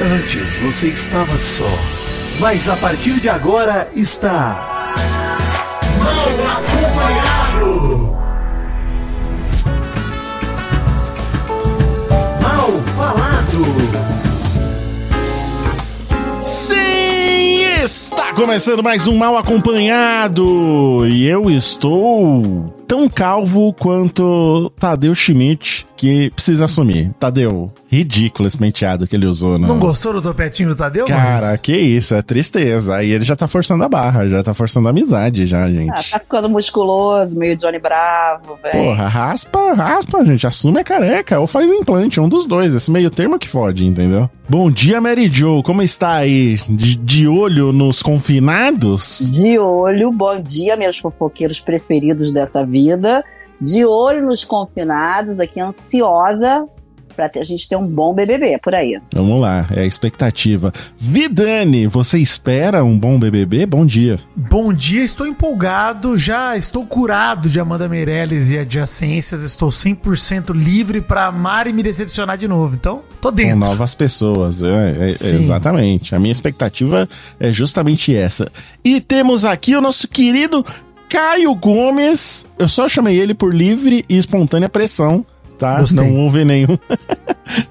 Antes você estava só, mas a partir de agora está. Mal acompanhado! Mal falado! Sim, está começando mais um Mal Acompanhado! E eu estou tão calvo quanto Tadeu Schmidt, que precisa assumir. Tadeu, ridículo esse penteado que ele usou. Não, não gostou do topetinho do Tadeu? Cara, mas... que isso, é tristeza. Aí ele já tá forçando a barra, já tá forçando a amizade já, gente. Ah, tá ficando musculoso, meio Johnny Bravo, velho. Porra, raspa, raspa, gente. Assume a careca ou faz implante, um dos dois. Esse meio termo que fode, entendeu? Bom dia, Mary Jo. Como está aí? De, de olho nos confinados? De olho. Bom dia, meus fofoqueiros preferidos dessa vida vida, de olho nos confinados, aqui ansiosa para a gente ter um bom BBB por aí. Vamos lá, é a expectativa. Vidani, você espera um bom BBB? Bom dia. Bom dia, estou empolgado, já estou curado de Amanda Meirelles e adjacências, estou 100% livre para amar e me decepcionar de novo. Então, tô dentro. Com novas pessoas, é, é, exatamente. A minha expectativa é justamente essa. E temos aqui o nosso querido Caio Gomes, eu só chamei ele por livre e espontânea pressão, tá? Gostei. Não houve nenhum.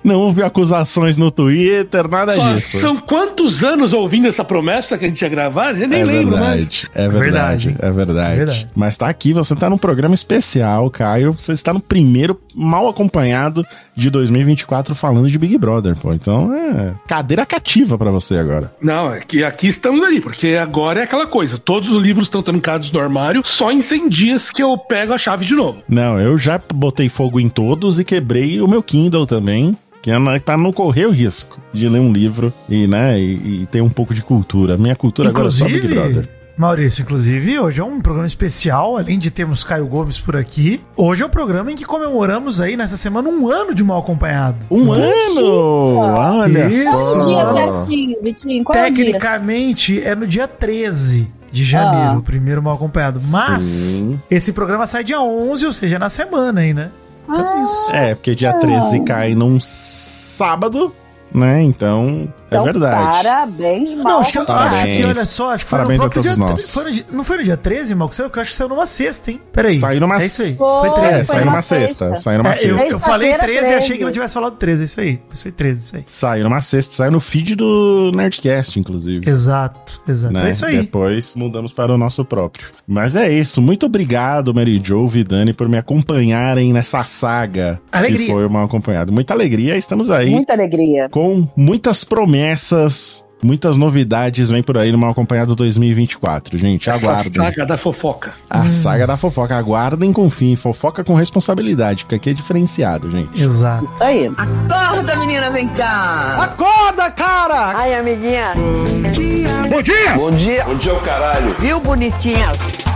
não houve acusações no Twitter, nada só disso. São quantos anos ouvindo essa promessa que a gente ia gravar? Eu nem é lembro verdade, mais. É verdade, verdade é verdade, é verdade. Mas tá aqui, você tá num programa especial, Caio. Você está no primeiro mal acompanhado de 2024 falando de Big Brother, pô. Então é cadeira cativa para você agora. Não, é que aqui estamos ali, porque agora é aquela coisa. Todos os livros estão trancados no armário, só em 100 dias que eu pego a chave de novo. Não, eu já botei fogo em todos e quebrei o meu Kindle também que é para não correr o risco de ler um livro e, né, e, e ter um pouco de cultura. Minha cultura inclusive, agora é só Big Brother. Maurício, inclusive, hoje é um programa especial, além de termos Caio Gomes por aqui. Hoje é o um programa em que comemoramos aí nessa semana um ano de mal acompanhado. Um Nossa. ano! Olha Isso. só! é é Tecnicamente é no dia 13 de janeiro, ah. o primeiro mal acompanhado. Mas Sim. esse programa sai dia 11, ou seja, na semana aí, né? Então, é, porque dia 13 cai num sábado, né? Então, então é verdade. Parabéns, Mal. Não, acho que, parabéns. Acho que olha só, acho que foi parabéns no a todos dia, nós. Foi no, não foi no dia 13, Mal, que saiu, que eu acho que saiu numa sexta, hein? Peraí. Saiu numa É isso aí. Foi, foi 13. É, saiu numa sexta. sexta. Saiu numa é, sexta. Eu, eu falei 13 e achei que não tivesse falado 13. É isso aí. Isso foi 13, isso aí. Saiu numa sexta. Saiu no feed do Nerdcast, inclusive. Exato, exato. Né? É isso aí. Depois mudamos para o nosso próprio. Mas é isso. Muito obrigado, Mary Jo e Dani, por me acompanharem nessa saga. Alegria. Que foi mal acompanhado. Muita alegria. Estamos aí. Muita alegria. Com muitas promessas promessas, muitas novidades vêm por aí no Mal Acompanhado 2024, gente. Aguardem. A saga da fofoca. A hum. saga da fofoca. Aguardem com fim. Fofoca com responsabilidade, porque aqui é diferenciado, gente. Exato. Isso aí. Acorda, menina, vem cá. Acorda, cara. Ai, amiguinha. Bom dia. Bom dia. Bom dia. Bom dia, o caralho. Viu, bonitinha? Tá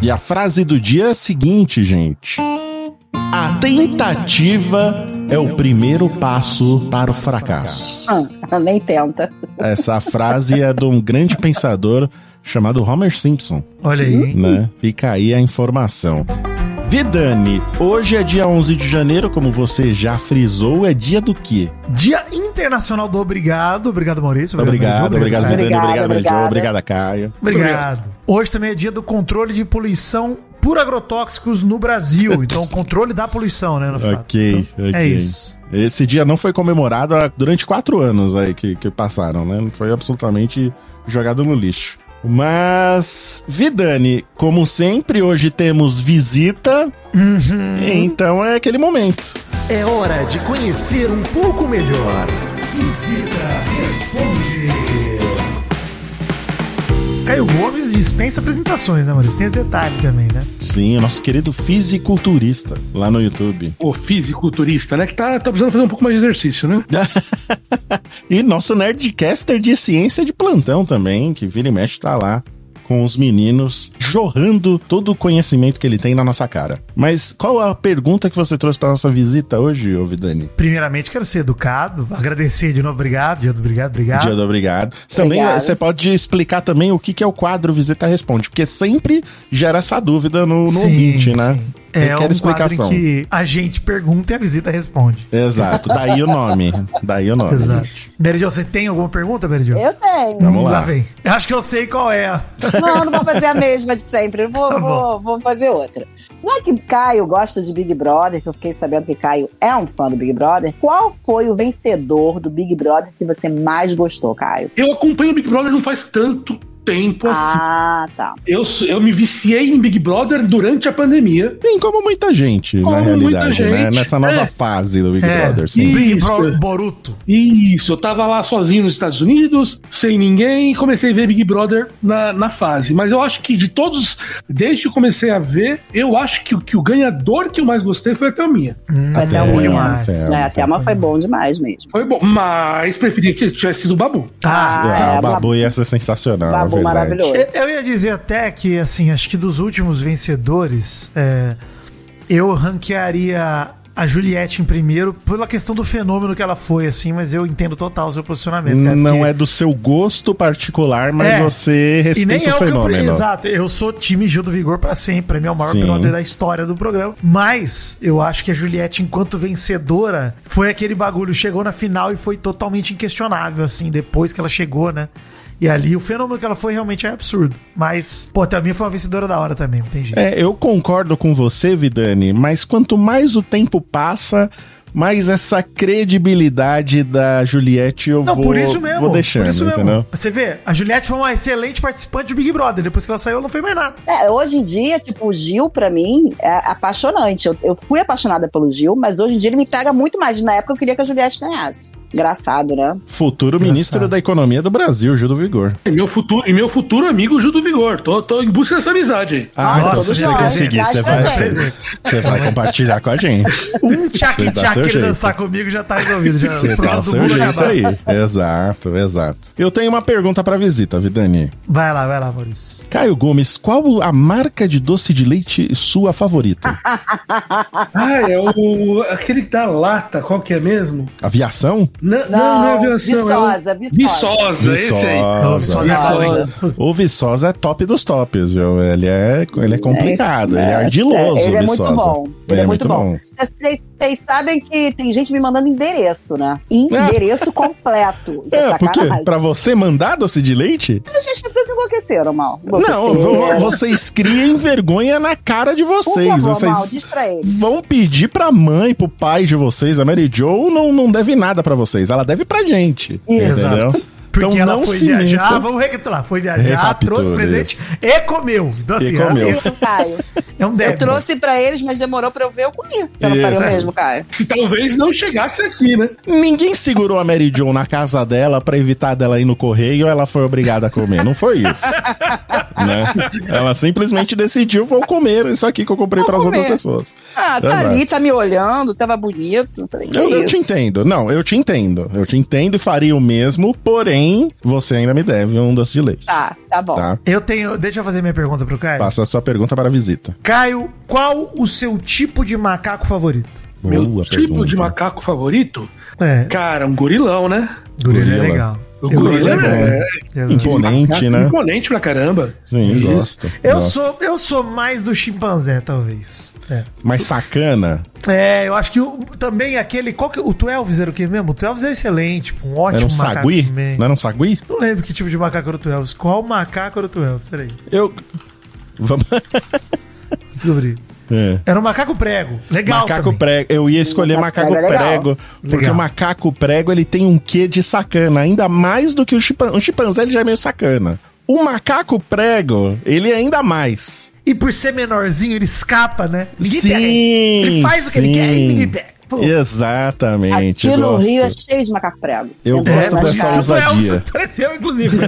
E a frase do dia é a seguinte, gente. A tentativa é o primeiro passo para o fracasso. Ah, nem tenta. Essa frase é de um grande pensador chamado Homer Simpson. Olha aí. Né? Fica aí a informação. Vidani, hoje é dia 11 de janeiro, como você já frisou, é dia do quê? Dia Internacional do Obrigado. Obrigado, Maurício. Obrigado, obrigado, obrigado, Vidani. Obrigado, obrigado, obrigado, Caio. Obrigado. Hoje também é dia do controle de poluição por agrotóxicos no Brasil. Então, o controle da poluição, né? ok, então, ok. É isso. Esse dia não foi comemorado durante quatro anos aí que, que passaram, né? Foi absolutamente jogado no lixo. Mas, Vidani, como sempre, hoje temos visita. Uhum. Então é aquele momento. É hora de conhecer um pouco melhor. Visita responde. Caio Gomes dispensa apresentações, né, Maurício? Tem esse detalhe também, né? Sim, o nosso querido fisiculturista lá no YouTube. O fisiculturista, né? Que tá, tá precisando fazer um pouco mais de exercício, né? e nosso nerdcaster de ciência de plantão também, que vira e mexe tá lá com os meninos, jorrando todo o conhecimento que ele tem na nossa cara. Mas qual a pergunta que você trouxe para nossa visita hoje, ô Vidani? Primeiramente, quero ser educado, agradecer de novo, obrigado, dia do obrigado, obrigado. Dia do obrigado. Também Obrigada. você pode explicar também o que, que é o quadro Visita Responde, porque sempre gera essa dúvida no, no Sim, ouvinte, né? sim. É Requer um explicação. que a gente pergunta e a visita responde. Exato, daí o nome. Daí o nome. Exato. Mary Jo, você tem alguma pergunta, Mary Jo? Eu tenho. Vamos lá. Lá vem. Eu acho que eu sei qual é. Não, não vou fazer a mesma de sempre. Eu Vou, Tá bom. vou, vou fazer outra. Já que Caio gosta de Big Brother, que eu fiquei sabendo que Caio é um fã do Big Brother, qual foi o vencedor do Big Brother que você mais gostou, Caio? Eu acompanho o Big Brother não faz tanto tempo assim. Ah, tá. Eu, sou- eu me viciei em Big Brother durante a pandemia. Bem como muita gente, Como na muita realidade, né? gente, Nessa nova é. fase do Big é, Brother, sim. Big Isso. Brother Boruto. Isso, eu tava lá sozinho nos Estados Unidos, sem ninguém, e comecei a ver Big Brother na, na fase. Mas eu acho que de todos, desde que eu comecei a ver, eu acho que, o- que o ganhador que eu mais gostei foi a Thelminha. Até Thelma, o demais. Thelma. É, a Thelma foi bom demais mesmo. Foi bom, mas preferia que tivesse sido o Babu. Ah, Ah, é, o Babu ia ser sensacional, na Babu verdade. maravilhoso. Eu eu ia dizer até que, assim, acho que dos últimos vencedores, é, eu ranquearia a Juliette em primeiro pela questão do fenômeno que ela foi, assim, mas eu entendo total o seu posicionamento. cara, Não porque- é do seu gosto particular, mas É. você e nem é respeita o o Que eu, pre- fenômeno. exato, eu sou time Gil do Vigor pra sempre, pra mim é o maior Sim. brother da história do programa. Mas eu acho que a Juliette, enquanto vencedora, foi aquele bagulho, chegou na final e foi totalmente inquestionável, assim, depois que ela chegou, né? E ali o fenômeno que ela foi realmente é absurdo. Mas, pô, até a minha foi uma vencedora da hora também, não tem jeito. É, eu concordo com você, Vidani, mas quanto mais o tempo passa, mais essa credibilidade da Juliette eu Não, É, vou, por isso mesmo. vou deixando, por isso mesmo. entendeu? Você vê, a Juliette foi uma excelente participante do Big Brother. Depois que ela saiu, ela não foi mais nada. É, hoje em dia, tipo, o Gil, pra mim, é apaixonante. Eu, eu fui apaixonada pelo Gil, mas hoje em dia ele me pega muito mais. Na época eu queria que a Juliette ganhasse. Engraçado, né? Futuro Engraçado. ministro da Economia do Brasil, Gil do Vigor. E meu futuro, e meu futuro amigo Gil do Vigor. Tô, tô em busca dessa amizade aí. Ah, Nossa, então todos se você nós. conseguir, Traz você pra vai, gente. você, você vai compartilhar com a gente. Um Você dá seu tchac-tchac ele jeito. dançar comigo já tá resolvido. Já, os Você dá o problemas do seu mundo jeito acabaram. aí. Exato, exato. Eu tenho uma pergunta pra visita, Vidani. Vai lá, vai lá, Maurício. Caio Gomes, qual a marca de doce de leite sua favorita? Ah, é o. aquele da lata, qual que é mesmo? Aviação? Não, não, não, é aviação. Viçosa, é o... Viçosa. Viçosa, esse aí. Não, só Viçosa. Viçosa. dessa hora. O Viçosa é top dos tops, viu? Ele é, ele é complicado, ele é ardiloso, É, ele é muito Viçosa. bom. Ele é muito bom. Vocês vocês sabem que tem gente me mandando endereço, né? Endereço completo. Isso é, É, porque sacanagem. pra você mandar doce de leite? Mas As pessoas enlouqueceram, mal. Não, vo- vocês criem vergonha na cara de é. Por vocês. favor, vocês mal, diz pra ele. vão pedir pra mãe, pro pai de vocês. A Mary Jo não, não deve nada pra vocês. Ela deve pra gente. Exato. Entendeu? Porque Então ela não foi se viajar, Ah, metam. vamos recapitular. Foi viajar, Recapitula trouxe presente isso. e comeu. Então, assim, E comeu. é- Isso, Caio. é um Eu débito. trouxe pra eles, mas demorou pra eu ver, eu comi. Você não Isso. É parou mesmo, Caio? Se talvez não chegasse aqui, né? Ninguém segurou a Mary Jo na casa dela pra evitar dela ir no correio, ela foi obrigada a comer. Não foi isso. né? Ela simplesmente decidiu, vou comer isso aqui que eu comprei Vou pras outras comer. pessoas. Ah, tá Exato. ali, tá me olhando, tava bonito. Falei, que Eu, eu É isso? te entendo. Não, eu te entendo. Eu te entendo e faria o mesmo, porém, você ainda me deve um doce de leite. Tá, tá bom. Tá? Eu tenho. Deixa eu fazer minha pergunta pro Caio. Passa a sua pergunta para a visita. Caio, qual o seu tipo de macaco favorito? Meu Boa tipo de macaco favorito? É, Cara, um gorilão, né? gorila é gorila. legal. O Eu gorila gosto de é gorila. Eu gosto. Imponente, né? Imponente pra caramba. Sim, Isso. gosto. Eu gosto. sou, eu sou mais do chimpanzé, talvez. É. Mas sacana. É, eu acho que o- também aquele. Qual que, o Twelves era o que mesmo? O Twelves é excelente, tipo, um Era ótimo um macaco sagui? também. Não era um sagui? Não lembro que tipo de macaco era o Twelves. Qual macaco era o Twelves? Peraí, Eu. Vamos. descobri. É. Era um macaco prego. Legal macaco também. prego. Eu ia escolher macaco, Macaco prego é legal. prego. Porque Legal. o macaco prego ele tem um quê de sacana, ainda mais do que o chimpanzé. O chimpanzé ele já é meio sacana. O macaco prego, ele é ainda mais. E por ser menorzinho, ele escapa, né? Ninguém sim, pega ele. Ele faz o que ele quer e sim. ninguém pega. Pô. Exatamente. Aqui eu no gosto. Rio é cheio de macaco prego. É Eu é, Entrou gosto na dessa cidade. ousa- ousadia. Twelves apareceu, inclusive.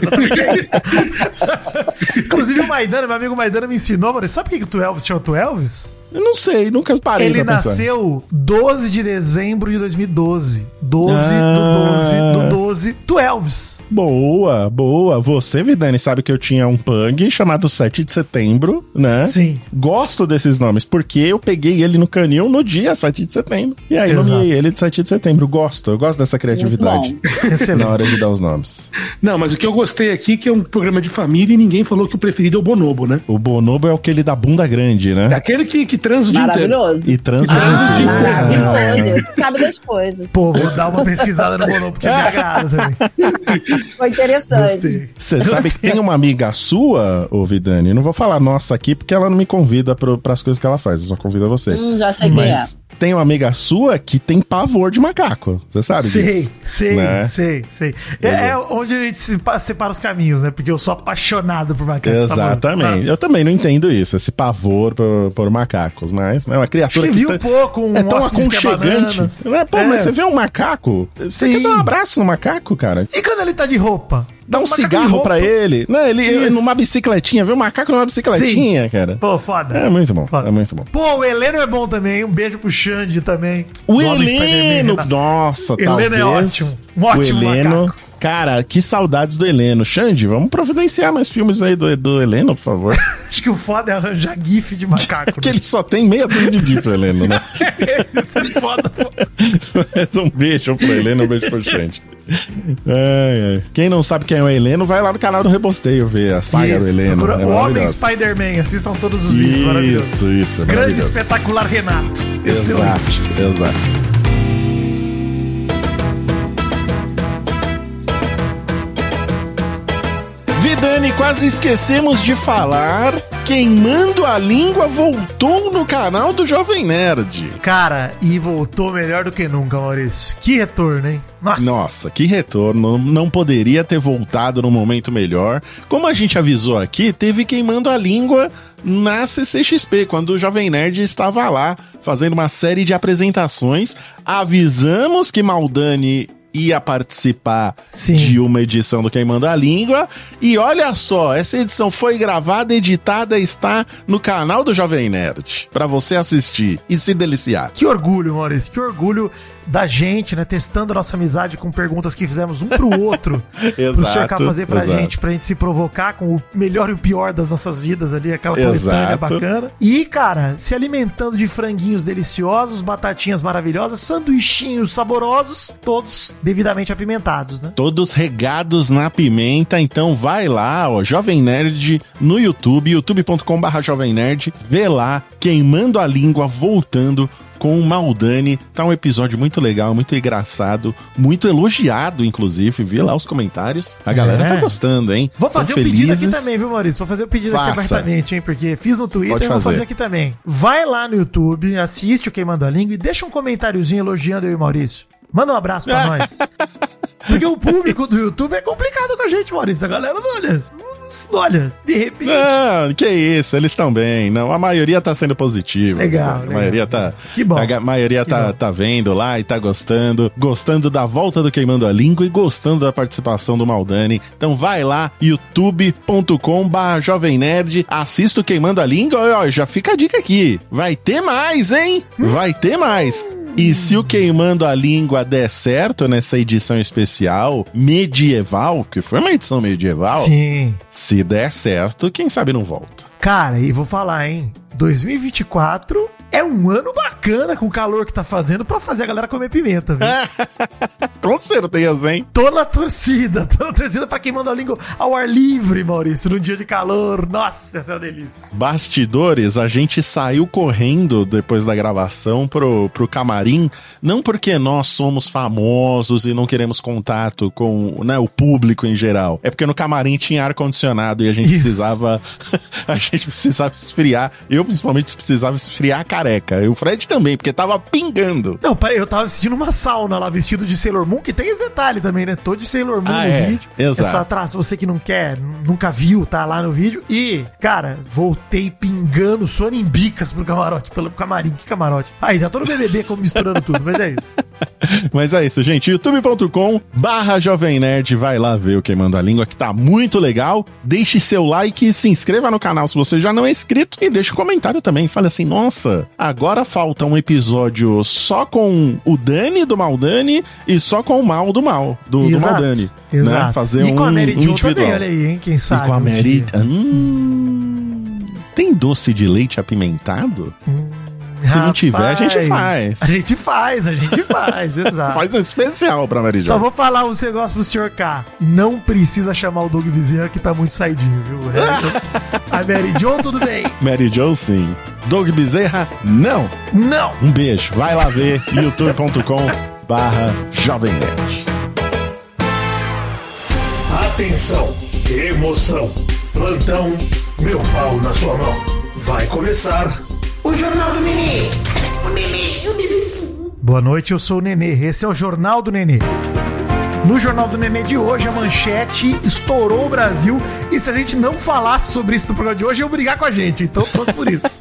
inclusive o Maidana, meu amigo Maidana me ensinou, mano. Sabe por que que o Twelves chama Twelves? Eu não sei, nunca parei Ele pra pensar. nasceu 12 de dezembro de 2012. 12 Ah. do 12 do 12 15, 12. Boa, boa. Você, Vidani, sabe que eu tinha um pug chamado 7 de setembro, né? Sim. Gosto desses nomes, porque eu peguei ele no canil no dia 7 de setembro. E aí Exato. nomeei ele de 7 de setembro. Gosto, eu gosto dessa criatividade Excelente. na hora de dar os nomes. Não, mas o que eu gostei aqui é que é um programa de família e ninguém falou que o preferido é o Bonobo, né? O Bonobo é o que ele dá bunda grande, É né? aquele que, que transa o dia inteiro. Maravilhoso. E transa. Ah, Ah, maravilhoso. Ah. Você sabe das coisas. Pô, vou dar uma pesquisada no Bonobo, porque é me agrada também. Foi interessante. Gostei. Você sabe que tem uma amiga sua, ô Vidani? eu Não vou falar nossa aqui, porque ela não me convida pro, pras coisas que ela faz, eu só convido você. Hum, já sei quem é. Mas tem uma amiga sua que tem pavor de macaco. Você sabe Sei, disso? sei, né? sei, sei. É, é onde a gente se pa- separa os caminhos, né? Porque eu sou apaixonado por macacos. tá bom? Exatamente. Nossa. Eu também não entendo isso, esse pavor por, por macacos, mas é uma Acho criatura que viu tá- um pouco um é tão hóspede que é bananas. aconchegante. né? Pô, mas É. você vê um macaco, você Sim. quer dar um abraço no macaco, cara? E quando ele tá de roupa? Dá um Macaco de cigarro roupa? pra ele. Não, ele, ele Isso. numa bicicletinha, vê um macaco numa bicicletinha, cara. Pô, foda. É muito bom, Foda. é muito bom. Pô, o Heleno é bom também. Um beijo pro Xande também. O Do Homem Spider-Man, né? Heleno, Renato. nossa, Heleno é talvez. ótimo, um ótimo o Heleno, macaco. cara, que saudades do Heleno. Xande, vamos providenciar mais filmes aí do, do Heleno, por favor. Acho que o foda é arranjar gif de macaco. Porque ele só tem meia dúzia de gif, o Heleno, né? né? Isso é foda, pô. Mas um beijo pro Heleno, um beijo pro Xande. Ai, ai. Quem não sabe quem é o Heleno, vai lá no canal do Rebosteio ver a saga do Isso, Heleno. procura é o Homem maravilhosa. Spider-Man. Assistam todos os vídeos, maravilhoso. Isso, isso. é Grande, maravilhoso. espetacular Renato. Excelente. Exato, exato. Vidani, quase esquecemos de falar. Queimando a língua voltou no canal do Jovem Nerd. Cara, e voltou melhor do que nunca, Maurício. Que retorno, hein? Nossa. Nossa, que retorno. Não poderia ter voltado num momento melhor. Como a gente avisou aqui, teve queimando a língua na CCXP, quando o Jovem Nerd estava lá fazendo uma série de apresentações. Avisamos que Maldani ia participar Sim. de uma edição do Queimando a Língua. E olha só, essa edição foi gravada, editada, está no canal do Jovem Nerd, para você assistir e se deliciar. Que orgulho, Maurício. Que orgulho da gente, né? Testando nossa amizade com perguntas que fizemos um pro outro. pro Cercar Exato, fazer pra exato. gente, pra gente se provocar com o melhor e o pior das nossas vidas ali, aquela coletânea Exato. bacana. E, cara, se alimentando de franguinhos deliciosos, batatinhas maravilhosas, sanduichinhos saborosos, todos devidamente apimentados, né? Todos regados na pimenta, então vai lá, ó, Jovem Nerd no YouTube, youtube.com.br Jovem Nerd, vê lá, queimando a língua, voltando com o Maldani. Tá um episódio muito legal, muito engraçado, muito elogiado, inclusive. Vê lá os comentários. A galera É. tá gostando, hein? Vou Tão fazer o pedido aqui felizes. também, viu, Maurício? Vou fazer o pedido aqui Faça. abertamente, hein? Porque fiz no Twitter Pode e vou fazer. fazer aqui também. Vai lá no YouTube, assiste o Queimando a Língua e deixa um comentáriozinho elogiando eu e Maurício. Manda um abraço pra nós. Porque o público do YouTube é complicado com a gente, Maurício. A galera não olha. não Olha, de repente. Não, que isso, eles estão bem. Não, a maioria tá sendo positiva. Legal, A legal. maioria tá. Que bom. A ga- maioria Que tá, bom. tá vendo lá e tá gostando. Gostando da volta do Queimando a Língua e gostando da participação do Maldani. Então vai lá, youtube.com/barra Jovem Nerd. Assista o Queimando a Língua. E, ó, já fica a dica aqui. Vai ter mais, hein? Vai ter mais. E se o Queimando a Língua der certo nessa edição especial medieval, que foi uma edição medieval, Sim. se der certo, quem sabe não volta. Cara, e vou falar, hein? 2024 é um ano bacana com o calor que tá fazendo pra fazer a galera comer pimenta, viu? Com certeza, hein? Tô na torcida, tô na torcida pra quem manda a língua ao ar livre, Maurício, num dia de calor. Nossa, essa é uma delícia. Bastidores, a gente saiu correndo depois da gravação pro, pro camarim, não porque nós somos famosos e não queremos contato com né, o público em geral. É porque no camarim tinha ar-condicionado e a gente Isso. precisava. A gente precisava esfriar. Eu, principalmente, precisava esfriar a careca. E o Fred também, porque tava pingando. Não, peraí, eu tava assistindo uma sauna lá, vestido de Sailor Moon, que tem esse detalhe também, né? Tô de Sailor Moon Ah, no é, vídeo. exato. Essa atraça, você que não quer, nu- nunca viu, tá lá no vídeo. E, cara, voltei pingando sonembicas pro camarote, pelo camarim, que camarote. Aí, tá todo BBB como misturando tudo, mas é isso. Mas é isso, gente. youtube.com barra Jovem Nerd. Vai lá ver o Queimando a Língua, que tá muito legal. Deixe seu like, se inscreva no canal se você já não é inscrito e deixe um comentário também. Fale assim, nossa, Agora falta um episódio só com o Dani do Maldani e só com o Mal do Mal, do, do Exato, Maldani. Né? exato. Fazer e com a um, Mary um Jo individual. também, olha aí, hein? Quem sabe? e com a um Mary... dia. Hum, tem doce de leite apimentado? Se não tiver, a gente faz. A gente faz, a gente faz, exato. Faz um especial pra Mary Só Jo. vou falar um negócio pro senhor K. Não precisa chamar o Doug Bezerra que tá muito saidinho, viu? O resto- a Mary Jo, tudo bem. Mary Jo, sim. Doug Bezerra, não. Não! Um beijo. Vai lá ver youtube.com barra Jovem Nerd. Atenção, emoção, plantão, meu pau na sua mão. Vai começar o Jornal do Menino. Boa noite, eu sou o Nenê. Esse é o Jornal do Nenê. No Jornal do Nenê de hoje, a manchete estourou o Brasil. E se a gente não falasse sobre isso no programa de hoje, eu brigar com a gente. Então, trouxe por isso.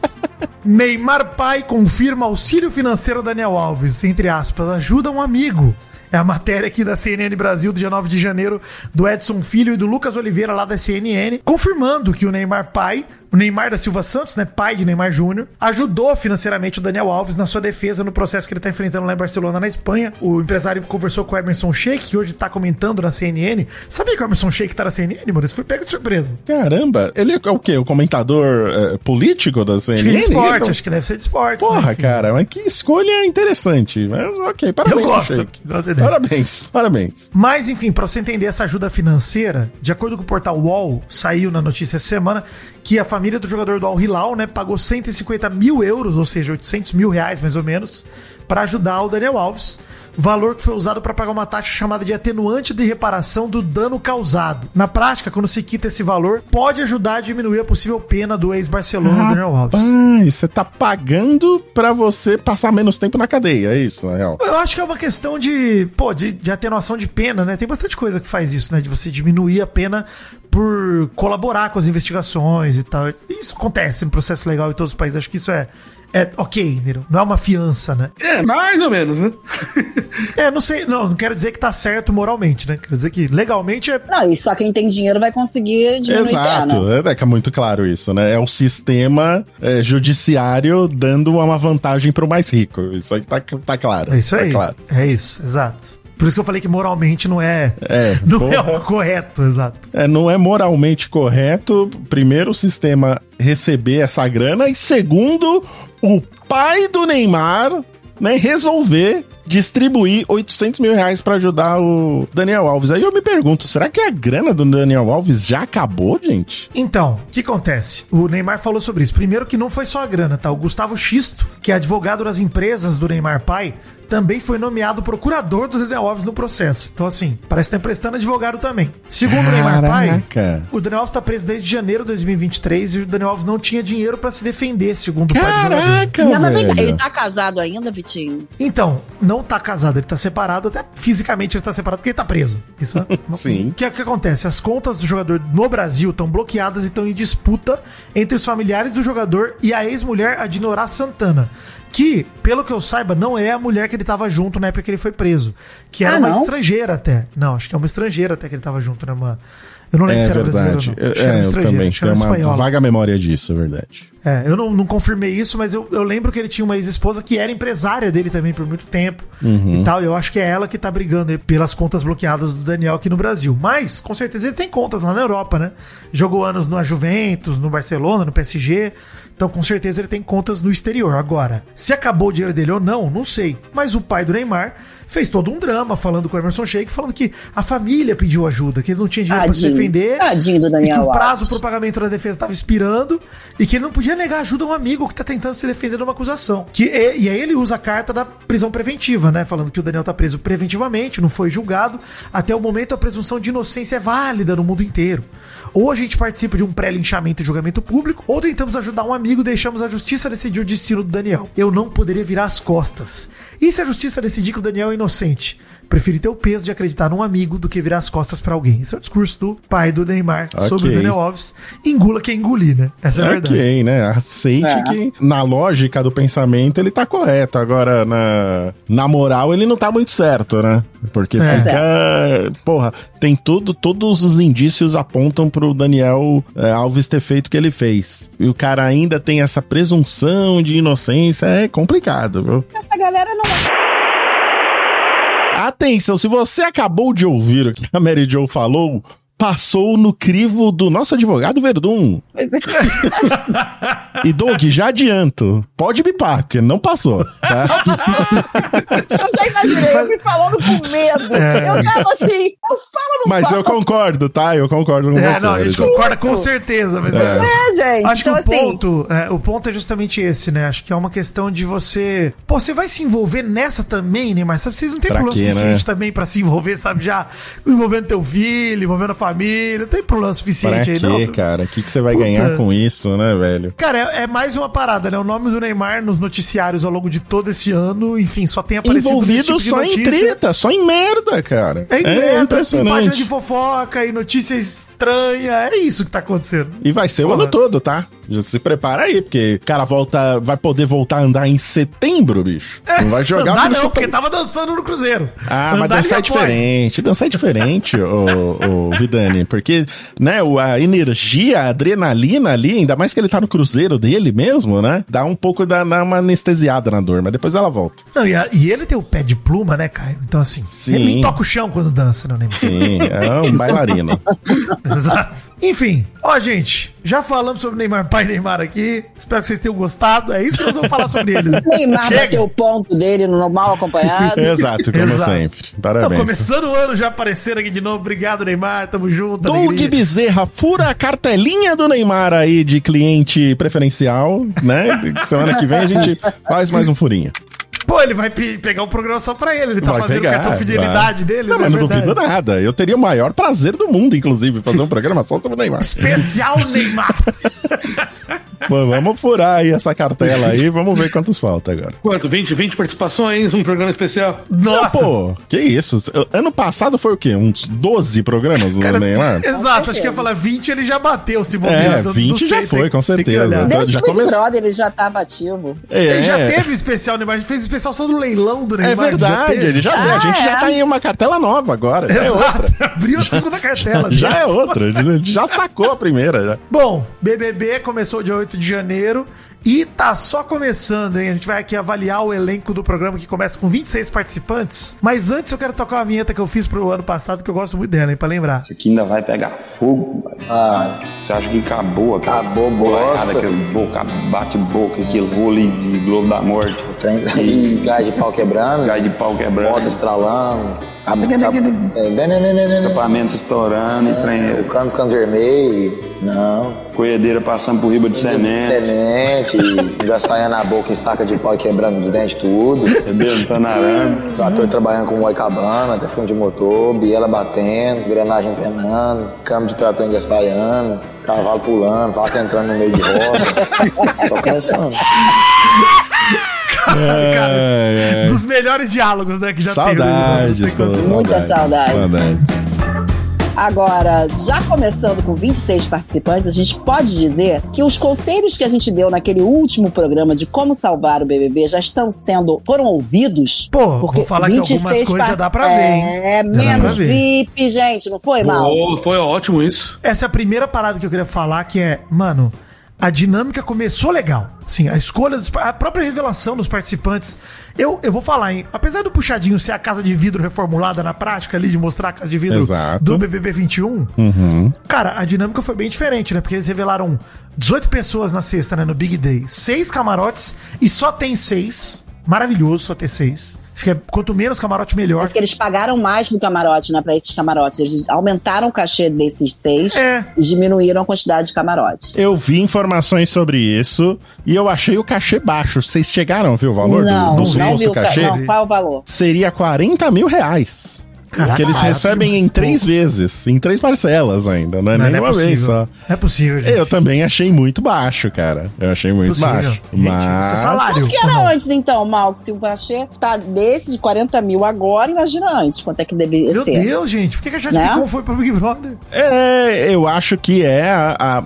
Neymar Pai confirma auxílio financeiro a Daniel Alves. Entre aspas, ajuda um amigo. É a matéria aqui da CNN Brasil, do dia 9 de janeiro, do Edson Filho e do Lucas Oliveira, lá da CNN, confirmando que o Neymar Pai, o Neymar da Silva Santos, né, pai de Neymar Júnior, ajudou financeiramente o Daniel Alves na sua defesa no processo que ele está enfrentando lá em Barcelona, na Espanha. O empresário conversou com o Emerson Sheik, que hoje está comentando na CNN. Sabia que o Emerson Sheik tá na CNN, mano? Isso foi pego de surpresa. Caramba, ele é o quê? O comentador eh, político da Acho que CNN? é de esporte, Então, acho que deve ser de esporte. Porra, né? cara, mas que escolha interessante. Mas, ok, parabéns, Eu gosto. Sheik. Gosto da ideia. Parabéns, parabéns. Mas, enfim, pra você entender essa ajuda financeira, de acordo com o portal UOL, saiu na notícia essa semana que a família do jogador do Al Hilal, né, pagou 150 mil euros, ou seja, 800 mil reais mais ou menos, pra ajudar o Daniel Alves. Valor que foi usado pra pagar uma taxa chamada de atenuante de reparação do dano causado. Na prática, quando se quita esse valor, pode ajudar a diminuir a possível pena do ex-Barcelona Daniel Alves. Rapaz, você tá pagando pra você passar menos tempo na cadeia, é isso, na real. Eu acho que é uma questão de, pô, de, de atenuação de pena, né? Tem bastante coisa que faz isso, né? De você diminuir a pena por colaborar com as investigações e tal. Isso acontece no processo legal em todos os países. Acho que isso é, é ok, entendeu? Não é uma fiança, né? É, mais ou menos, né? É, não sei, não, não quero dizer que tá certo moralmente, né? Quero dizer que legalmente é. Não, e só quem tem dinheiro vai conseguir diminuir pena. Exato, é, é que é muito claro isso, né? É o sistema eh, judiciário dando uma vantagem pro mais rico. Isso aí tá, tá claro. É isso tá aí. claro. É isso, exato. Por isso que eu falei que moralmente não é. É, não é porra. o correto, exato. É, não é moralmente correto, primeiro, o sistema receber essa grana, e segundo, o pai do Neymar né, resolver distribuir 800 mil reais pra ajudar o Daniel Alves. Aí eu me pergunto, será que a grana do Daniel Alves já acabou, gente? Então, o que acontece? O Neymar falou sobre isso. Primeiro que não foi só a grana, tá? O Gustavo Xisto, que é advogado das empresas do Neymar pai, também foi nomeado procurador do Daniel Alves no processo. Então, assim, parece que tá emprestando advogado também. Segundo o Neymar pai, Caraca. o Daniel Alves tá preso desde janeiro de 2023 e o Daniel Alves não tinha dinheiro pra se defender, segundo o pai do jogador. Caraca, Não, mas vem cá, ele velho. tá casado ainda, Vitinho? Então, não tá casado, ele tá separado, até fisicamente ele tá separado porque ele tá preso. Isso não- Sim. O que é que acontece? As contas do jogador no Brasil estão bloqueadas e estão em disputa entre os familiares do jogador e a ex-mulher Adinorá Santana. Que, pelo que eu saiba, não é a mulher que ele tava junto na época que ele foi preso. Que era Ah, uma não? estrangeira até. Não, acho que é uma estrangeira até que ele tava junto, né? Uma... Eu não lembro É se era verdade. brasileira ou não. Eu, Acho que era é, eu estrangeira, também acho que era tenho uma espanhola. vaga memória disso, é verdade. É, eu não, não confirmei isso, mas eu, eu lembro que ele tinha uma ex-esposa que era empresária dele também por muito tempo Uhum. e tal. E eu acho que é ela que tá brigando aí pelas contas bloqueadas do Daniel aqui no Brasil. Mas, com certeza, ele tem contas lá na Europa, né? Jogou anos na Juventus, no Barcelona, no PSG. Então, com certeza, ele tem contas no exterior. Agora, se acabou o dinheiro dele ou não, não sei. Mas o pai do Neymar fez todo um drama falando com o Emerson Sheik, falando que a família pediu ajuda, que ele não tinha dinheiro pra se Tadinho. defender. Tadinho do E que Daniel o prazo Alves. pro pagamento da defesa estava expirando e que ele não podia negar ajuda a um amigo que tá tentando se defender de uma acusação. Que, e, e aí ele usa a carta da prisão preventiva, né? Falando que o Daniel tá preso preventivamente, não foi julgado. Até o momento a presunção de inocência é válida no mundo inteiro. Ou a gente participa de um pré-linchamento e julgamento público, ou tentamos ajudar um amigo e deixamos a justiça decidir o destino do Daniel. Eu não poderia virar as costas. E se a justiça decidir que o Daniel é inocente? Preferi ter o peso de acreditar num amigo do que virar as costas pra alguém. Esse é o discurso do pai do Neymar sobre o Ok. Daniel Alves. Engula quem engolir, né? Essa é a verdade. Ok, né? Aceite É. que na lógica do pensamento ele tá correto. Agora, na, na moral, ele não tá muito certo, né? Porque É. fica. Porra, tem tudo, todos os indícios apontam pro Daniel eh, Alves ter feito o que ele fez. E o cara ainda tem essa presunção de inocência, é complicado, viu? Essa galera não é. Atenção, se você acabou de ouvir o que a Mary Jo falou, passou no crivo do nosso advogado Verdun. Pois é. E Doug, já adianto, pode bipar, porque não passou, tá? Eu já imaginei, eu me falando com medo. É. Eu tava assim, eu falo no Mas eu concordo, tá? Eu concordo com É, você. não, a gente Mary Jo. concorda com certeza, mas É. É, gente. Acho que então, o assim, ponto, é, o ponto é justamente esse, né? Acho que é uma questão de você, pô, você vai se envolver nessa também, né? Mas sabe, vocês não têm Pra problema quê, suficiente né? também pra se envolver, sabe já envolvendo teu filho, envolvendo a família, não tem problema Pra suficiente quê, aí, não. cara? O que, que você vai Puta. ganhar com isso, né, velho? Cara, é, é mais uma parada, né? O nome do Neymar nos noticiários ao longo de todo esse ano, enfim, só tem aparecido Envolvido nesse tipo de só em notícia. treta, só em merda, cara. É, merda, impressionante. página impressionante. de fofoca e notícia estranha, é isso que tá acontecendo. E vai ser o Porra. ano todo, tá? Já se prepara aí, porque o cara volta, vai poder voltar a andar em setembro, bicho. Não vai jogar É. Não dá porque não, você porque tava dançando no Cruzeiro. Ah, mas Andar dançar é ele já pode. diferente. Dançar é diferente, o, Vidani. Porque, né, o- a energia, a adrenalina ali, ainda mais que ele tá no cruzeiro dele mesmo, né? Dá um pouco da dá uma anestesiada na dor, mas depois ela volta. Não, e, a- e ele tem o pé de pluma, né, Caio? Então, assim, Sim. ele nem toca o chão quando dança, não lembro. Sim, é um bailarino. Exato. Enfim, ó, gente, já falamos sobre Neymar Pai e Neymar aqui. Espero que vocês tenham gostado. É isso que nós vamos falar sobre eles. Neymar Chega. bateu o ponto dele no mal acompanhado. Exato, como Exato. sempre. Não, Parabéns. começando o ano já aparecendo aqui de novo. Obrigado, Neymar. Tamo junto. Doug alegria. Bezerra fura a cartelinha do Neymar aí de cliente preferencial, né? Semana que vem a gente faz mais um furinho. Pô, ele vai pe- pegar um programa só pra ele. Ele tá Vai fazendo o pegar, cartão fidelidade vai. dele. Não, né? mas não Verdade. duvido nada. Eu teria o maior prazer do mundo, inclusive, fazer um programa só sobre o Neymar. Especial Neymar. Pô, vamos furar aí essa cartela aí, vamos ver quantos falta agora. Quanto? 20, 20 participações, um programa especial. Nossa. Não, pô, que isso? Ano passado foi o quê? Uns 12 programas do Cara, Neymar? Exato, acho que eu ia falar 20, ele já bateu se bobear, É, não- não 20 já sei, foi, tem- com tem que certeza. olhar. Desde Já o Big começa- Brother ele já tá tava ativo. É, Ele já teve o especial Neymar, a gente fez o especial só do leilão do é Neymar. verdade, ele já deu. A gente Ah, já é? tá em uma cartela nova agora. Já é outra. Exato, abriu a segunda cartela. dele. Já é outra, ele já sacou a primeira. Já. Bom, BBB começou dia 8 de janeiro e tá só começando, hein? A gente vai aqui avaliar o elenco do programa que começa com 26 participantes. Mas antes eu quero tocar uma vinheta que eu fiz pro ano passado, que eu gosto muito dela, hein, pra lembrar. Isso aqui ainda vai pegar fogo. pai. Ah, Você acha que acabou aquela Acabou, boiada, bosta. aqueles boca, bate-boca, aquele rolo de Globo da Morte, Trem e gás de pau quebrando, gás de pau quebrando, moto estralando, é, benenenenenen, escapamento estourando, trem, o cano ficando vermelho, não, coedeira passando por riba de semente, semente, gastanha na boca, estaca de pau e quebrando os dentes tudo, dentando arame. trator trabalhando com moicabana, até fundo de motor, biela batendo, grenagem penando, câmbio de trator engastanhando, cavalo pulando, vaca entrando no meio de roça, só começando. É, é. Dos melhores diálogos, né, que já Saudades, teve. pô, Saudades. Muita saudade. saudades. Agora, já começando com 26 participantes, a gente pode dizer que os conselhos que a gente deu naquele último programa de como salvar o BBB já estão sendo, foram ouvidos. Pô, vou falar que algumas coisas já dá pra ver, hein? É, menos pra ver. VIP, gente, não foi, Mal? Pô, foi ótimo isso. Essa é a primeira parada que eu queria falar, que é, mano, a dinâmica começou legal. Sim, a escolha dos. A própria revelação dos participantes. Eu, eu vou falar, hein? Apesar do puxadinho ser a casa de vidro reformulada na prática ali, de mostrar a casa de vidro Exato. Uhum. do BBB 21, cara, a dinâmica foi bem diferente, né? Porque eles revelaram 18 pessoas na sexta, né? No Big Day. Seis camarotes e só tem seis. Maravilhoso só ter seis. Acho que é- quanto menos camarote, melhor. Parece que eles pagaram mais pro camarote, né? Pra esses camarotes. Eles aumentaram o cachê desses seis É. e diminuíram a quantidade de camarotes. Eu vi informações sobre isso e eu achei o cachê baixo. Vocês chegaram a ver o valor do, do não, suposto viu, ca- cachê? Não, qual é o valor? Seria 40 mil reais. Porque eles Caraca, é recebem em mas, pô, três vezes, em três parcelas ainda, não é Não, nem não é uma vez possível. só. Não é possível, gente. Eu também achei muito baixo, cara. Eu achei muito Possível. baixo. Gente, mas. isso é salário. Mas que Tá era bom. antes, então, Malco? Se o Pachê tá desse de 40 mil agora, imagina antes quanto é que deveria Meu ser. Deus, gente, por que que a Jade Né? Picon foi pro Big Brother? É, eu acho que é a, a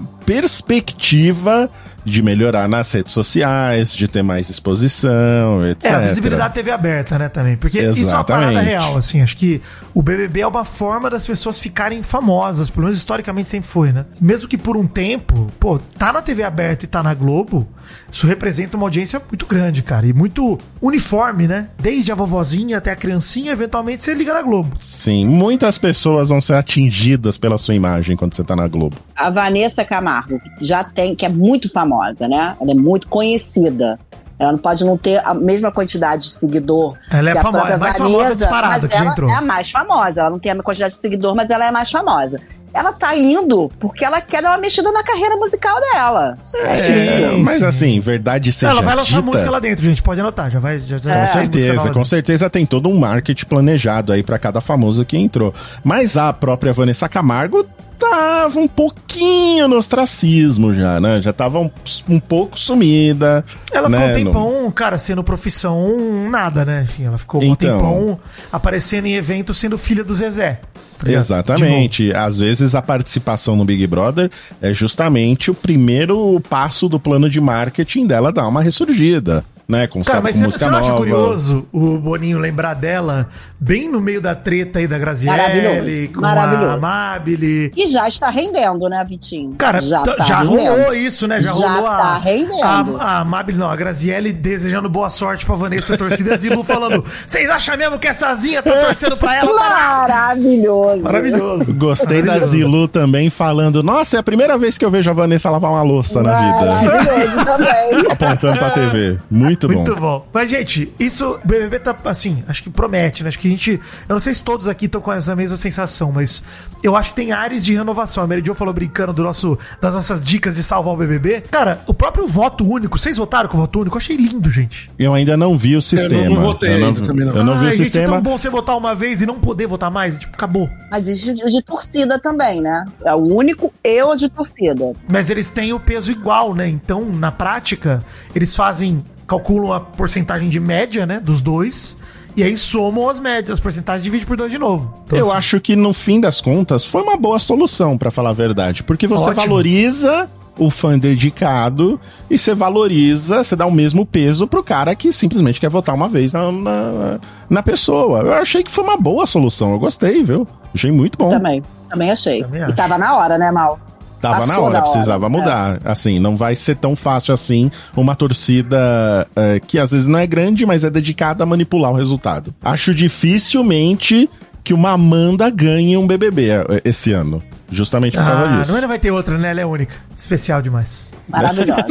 perspectiva de melhorar nas redes sociais, de ter mais exposição, etc. É, a visibilidade TV aberta, né, também. Porque isso é uma Exatamente. parada real, assim. Acho que o BBB é uma forma das pessoas ficarem famosas, pelo menos historicamente sempre foi, né? Mesmo que por um tempo, pô, tá na TV aberta e tá na Globo, isso representa uma audiência muito grande, cara. E muito uniforme, né? Desde a vovozinha até a criancinha, eventualmente você liga na Globo. Sim, muitas pessoas vão ser atingidas pela sua imagem quando você tá na Globo. A Vanessa Camargo, que já tem, que é muito famosa, né? Ela é muito conhecida. Ela não pode não ter a mesma quantidade de seguidor. Ela é que a famosa, própria é mais famosa disparada mas que já ela entrou. É a mais famosa. Ela não tem a mesma quantidade de seguidor, mas ela é a mais famosa. Ela tá indo porque ela quer dar uma mexida na carreira musical dela. É, mas sim. assim, verdade seja Ela vai lançar dita, música lá dentro, gente. Pode anotar, já vai. Já, já Com vai música certeza, nova. com certeza tem todo um marketing planejado aí pra cada famoso que entrou. Mas a própria Vanessa Camargo tava um pouquinho no ostracismo já, né? Já tava um, um pouco sumida. Ela né? ficou um Não- tempão, cara, sendo profissão nada, né? Enfim, ela ficou um Então. tempão aparecendo em eventos sendo filha do Zezé. tá ligado? Exatamente. Às vezes a participação no Big Brother é justamente o primeiro passo do plano de marketing dela dar uma ressurgida, né? Com, De novo. Tipo, Cara, sa- mas com você, música você não acha nova. curioso o Boninho lembrar dela bem no meio da treta aí da Graziele, Maravilhoso, com a maravilhoso. Amabile? E já está rendendo, né, Vitinho? tá Cara, já, já rolou isso, né? Já, Já rolou a, tá rendendo. a, a Amabile, não, a Graziele desejando boa sorte pra Vanessa Torcidas e Lu falando: Vocês acham mesmo que essa Zinha tá torcendo pra ela? Maravilhoso. Maravilhoso. Gostei da Zilu também falando: Nossa, é a primeira vez que eu vejo a Vanessa lavar uma louça na vida. Maravilhoso também. Apontando pra TV. Muito bom. Muito bom. Mas, gente, isso, o BBB tá, assim, acho que promete, né? Acho que a gente, eu não sei se todos aqui estão com essa mesma sensação, mas eu acho que tem áreas de renovação. A Mary Jo falou brincando do nosso, das nossas dicas de salvar o BBB. Cara, o próprio voto único, vocês votaram com o voto único? Eu achei lindo, gente. Eu ainda não vi o sistema. não votei eu não, ainda também, não. eu não vi Ai, o gente, é sistema. tão bom você votar uma vez e não poder votar mais, e, tipo, acabou. Mas existe o de torcida também, né? É o único eu de torcida. Mas eles têm o peso igual, né? Então, na prática, eles fazem, calculam a porcentagem de média, né, dos dois. E aí somam as médias, as porcentagens divide por dois de novo. Então, Eu assim, acho que no fim das contas foi uma boa solução, pra falar a verdade, porque você Ótimo. valoriza o fã dedicado e você valoriza, você dá o mesmo peso pro cara que simplesmente quer votar uma vez na, na, na pessoa. Eu achei que foi uma boa solução, eu gostei, viu? Achei muito Tá bom. Também. Também achei. Também e acho. tava na hora, né, Mal? Tava na Passou hora, da hora, precisava é. mudar. Assim, não vai ser tão fácil assim uma torcida eh, que às vezes não é grande, mas é dedicada a manipular o resultado. Acho dificilmente que uma Amanda ganhe um BBB eh, esse ano. Justamente por causa Ah, disso. não é, não vai ter outra, né? Ela é única. Especial demais. Maravilhosa.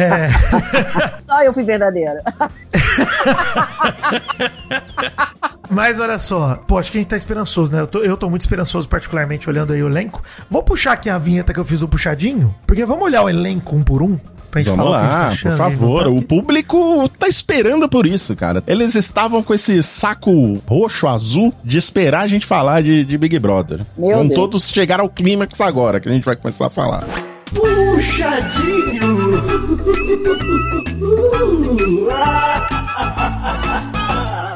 É. Só eu fui verdadeira. Mas olha só, pô, acho que a gente tá esperançoso, né? Eu tô, eu tô muito esperançoso, particularmente olhando aí o elenco. Vou puxar aqui a vinheta que eu fiz do puxadinho, porque vamos olhar o elenco um por um. Pra gente Vamos falar o que a gente lá, tá por achando, favor. hein? O público tá esperando por isso, cara. Eles estavam com esse saco roxo, azul, de esperar a gente falar de, de Big Brother. Meu Vão Deus. todos chegar ao clímax agora, que a gente vai começar a falar.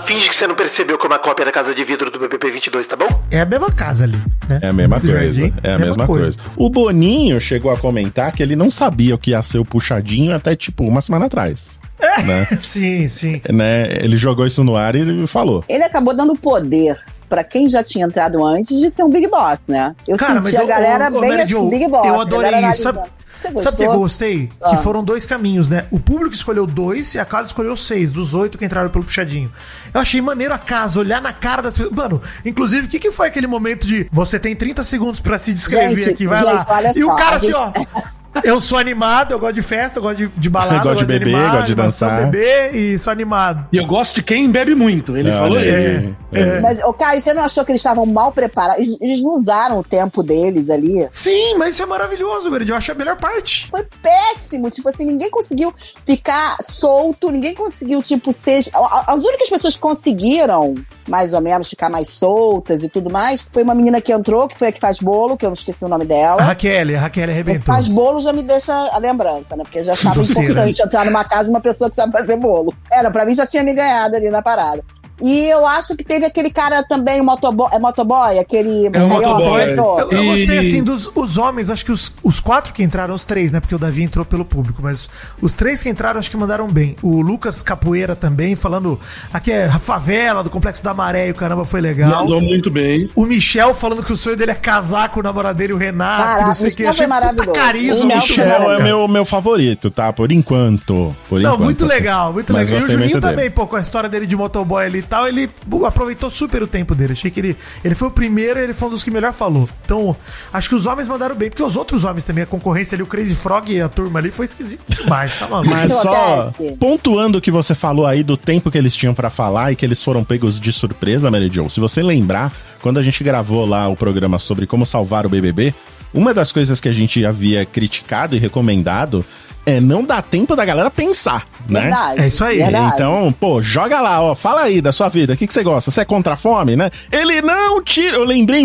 Finge que você não percebeu como a cópia da casa de vidro do BBB 22, tá bom? É a mesma casa ali, né? É a mesma Do coisa. jardim, É a mesma coisa. O Boninho chegou a comentar que ele não sabia o que ia ser o puxadinho até tipo uma semana atrás. Né? Sim, sim. Né? Ele jogou isso no ar e ele falou. Ele acabou dando poder pra quem já tinha entrado antes de ser um Big Boss, né? Eu senti a ô, galera ô, ô, bem Mary assim, Jo, Big Boss. Eu a adorei galera isso. Sabe, analisando. Você sabe o que eu gostou? gostei? Ah. Que foram dois caminhos, né? O público escolheu dois e a casa escolheu seis, dos oito que entraram pelo puxadinho. Eu achei maneiro a casa, olhar na cara das pessoas. Mano, inclusive, o que, que foi aquele momento de você tem 30 segundos pra se descrever Gente, aqui, vai gente, lá. olha E o só, cara a assim, gente- ó. Eu sou animado, eu gosto de festa, eu gosto de, de balada, Eu gosto de beber, gosto de animação, dançar. beber e sou animado. E eu gosto de quem bebe muito. Ele Olha falou aí. isso. É, É, Mas, ô, Caio, você não achou que eles estavam mal preparados? Eles- Eles não usaram o tempo deles ali. Sim, mas isso é maravilhoso, Verde. Eu acho a melhor parte. Foi péssimo. Tipo assim, ninguém conseguiu ficar solto, ninguém conseguiu, tipo, ser. a- a- As únicas pessoas que conseguiram, mais ou menos, ficar mais soltas e tudo mais, foi uma menina que entrou, que foi a que faz bolo, que eu não esqueci o nome A dela. Raquel, a Raquel arrebentou. É, Faz bolo já me deixa a lembrança, né? Porque eu já achava Doceira. importante entrar numa casa uma pessoa que sabe fazer bolo. Era, pra mim já tinha me ganhado ali na parada. E eu acho que teve aquele cara também, o motoboy, é motoboy, aquele É o carioca que motoboy. entrou. Eu, eu E- gostei, assim, dos os homens, acho que os, os quatro que entraram, os três, né? Porque o Davi entrou pelo público, mas os três que entraram, acho que mandaram bem. O Lucas Capoeira também, falando aqui é a favela do Complexo da Maré e o caramba foi legal. Mandou muito bem. O Michel falando que o sonho dele é casar com o namorado dele, o Renato, Caraca, não sei o isso que. foi Achei puta maravilhoso. carisma. O muito Michel bom, Michel é cara. meu, meu favorito, tá? Por enquanto. Por Não, enquanto, muito assim. legal, muito Mas legal. E o gostei Juninho muito dele. também, pô, com a história dele de motoboy ali e tal, ele bu, aproveitou super o tempo dele. Achei que ele, ele foi o primeiro e ele foi um dos que melhor falou. Então, acho que os homens mandaram bem, porque os outros homens também, a concorrência ali, o Crazy Frog e a turma ali, foi esquisito demais, tá maluco? Mas Isso só acontece. pontuando o que você falou aí do tempo que eles tinham pra falar e que eles foram pegos de surpresa, Mary Jo. Se você lembrar, quando a gente gravou lá o programa sobre como salvar o BBB, uma das coisas que a gente havia criticado e recomendado é não dar tempo da galera pensar, né? Verdade. É isso aí. verdade. Então, pô, joga lá, ó. Fala aí da sua vida. O que, que você gosta? Você é contra a fome, né? Ele não tira. Eu lembrei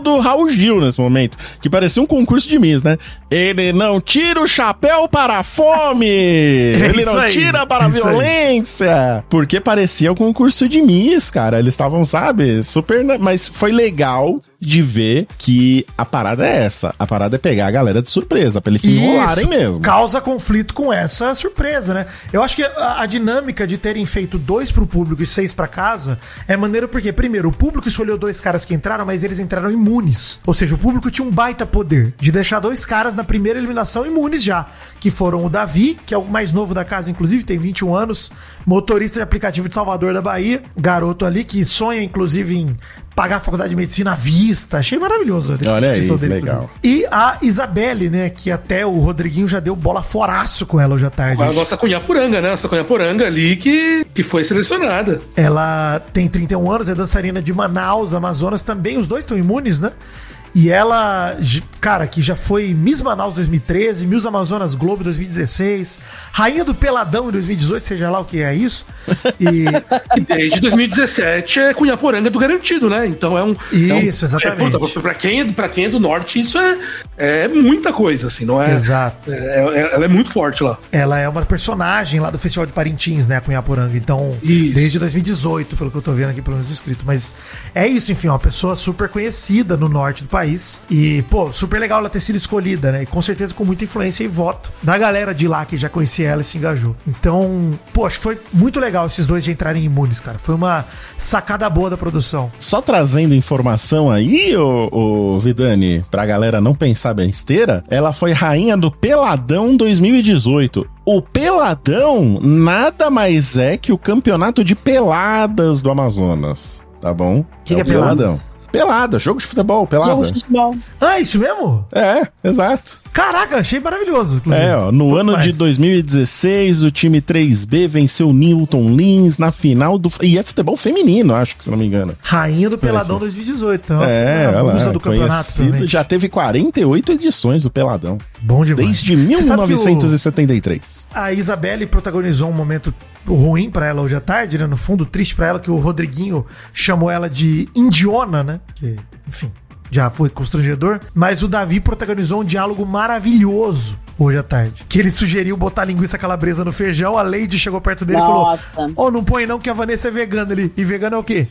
do Raul Gil nesse momento, que parecia um concurso de Miss, né? Ele não tira o chapéu para a fome. Ele É isso não aí, É tira para a isso aí. violência. Porque parecia um concurso de Miss, cara. Eles estavam, sabe, super. na- Mas foi legal de ver que a parada é essa. A parada é pegar a galera de surpresa, pra eles se enrolarem Isso, mesmo. Causa conflito com essa surpresa, né? Eu acho que a, a dinâmica de terem feito dois pro público e seis pra casa é maneiro porque, primeiro, o público escolheu dois caras que entraram, mas eles entraram imunes. Ou seja, o público tinha um baita poder de deixar dois caras na primeira eliminação imunes já. Que foram o Davi, que é o mais novo da casa, inclusive, tem 21 anos, motorista de aplicativo de Salvador da Bahia, garoto ali que sonha, inclusive, em pagar a faculdade de medicina à vista. Achei maravilhoso a Olha aí, descrição legal. inclusive. E a Isabelle, né? Que até o Rodriguinho já deu bola foraço com ela hoje à tarde. A nossa Cunhaporanga, né? Nossa Cunhaporanga ali que, que foi selecionada. Ela tem 31 anos, é dançarina de Manaus, Amazonas também. Os dois estão imunes, né? E ela, j- cara, que já foi Miss Manaus 2013, Miss Amazonas Globo 2016, Rainha do Peladão em 2018, seja lá o que é isso. E E desde 2017 é Cunhaporanga do garantido, né? Então é um. Isso, é um- exatamente. É, puta, pra, quem é, do- pra quem é do norte, isso é, é muita coisa, assim, não é? Exato. É, é- ela é muito forte lá. ela é uma personagem lá do Festival de Parintins, né, a Cunhaporanga. Então, Isso. desde 2018, pelo que eu tô vendo aqui, pelo menos no escrito. Mas é isso, enfim, uma pessoa super conhecida no norte do país. E, pô, super legal ela ter sido escolhida, né? E com certeza com muita influência e voto da galera de lá que já conhecia ela e se engajou. Então, pô, acho que foi muito legal esses dois de entrarem imunes, cara. Foi uma sacada boa da produção. Só trazendo informação aí, ô, ô Vidani, pra galera não pensar besteira, ela foi rainha do Peladão 2018. O Peladão nada mais é que o campeonato de peladas do Amazonas, tá bom? Que que é o peladas? Pelada, jogo de futebol, pelada. Jogos de futebol. Ah, isso mesmo? É, exato. Caraca, achei maravilhoso, inclusive. É, ó, no Uhum. Pouco ano de mais. 2016, o time 3B venceu o Newton Lins na final do. E é futebol feminino, acho que se não me engano. Rainha do Peladão 2018. Então, É, foi uma olha musa lá, do campeonato conhecido, também. já teve 48 edições do Peladão, Bom demais. desde Você sabe que o- 1973. a Isabelle protagonizou um momento ruim pra ela hoje à tarde, né? No fundo, triste pra ela, que o Rodriguinho chamou ela de Indiona, né? Que, enfim, já foi constrangedor. Mas o Davi protagonizou um diálogo maravilhoso hoje à tarde. Que ele sugeriu botar linguiça calabresa no feijão, a Lady chegou perto dele e falou: Nossa. Ô, não põe não que a Vanessa é vegana ali. E vegano é o quê?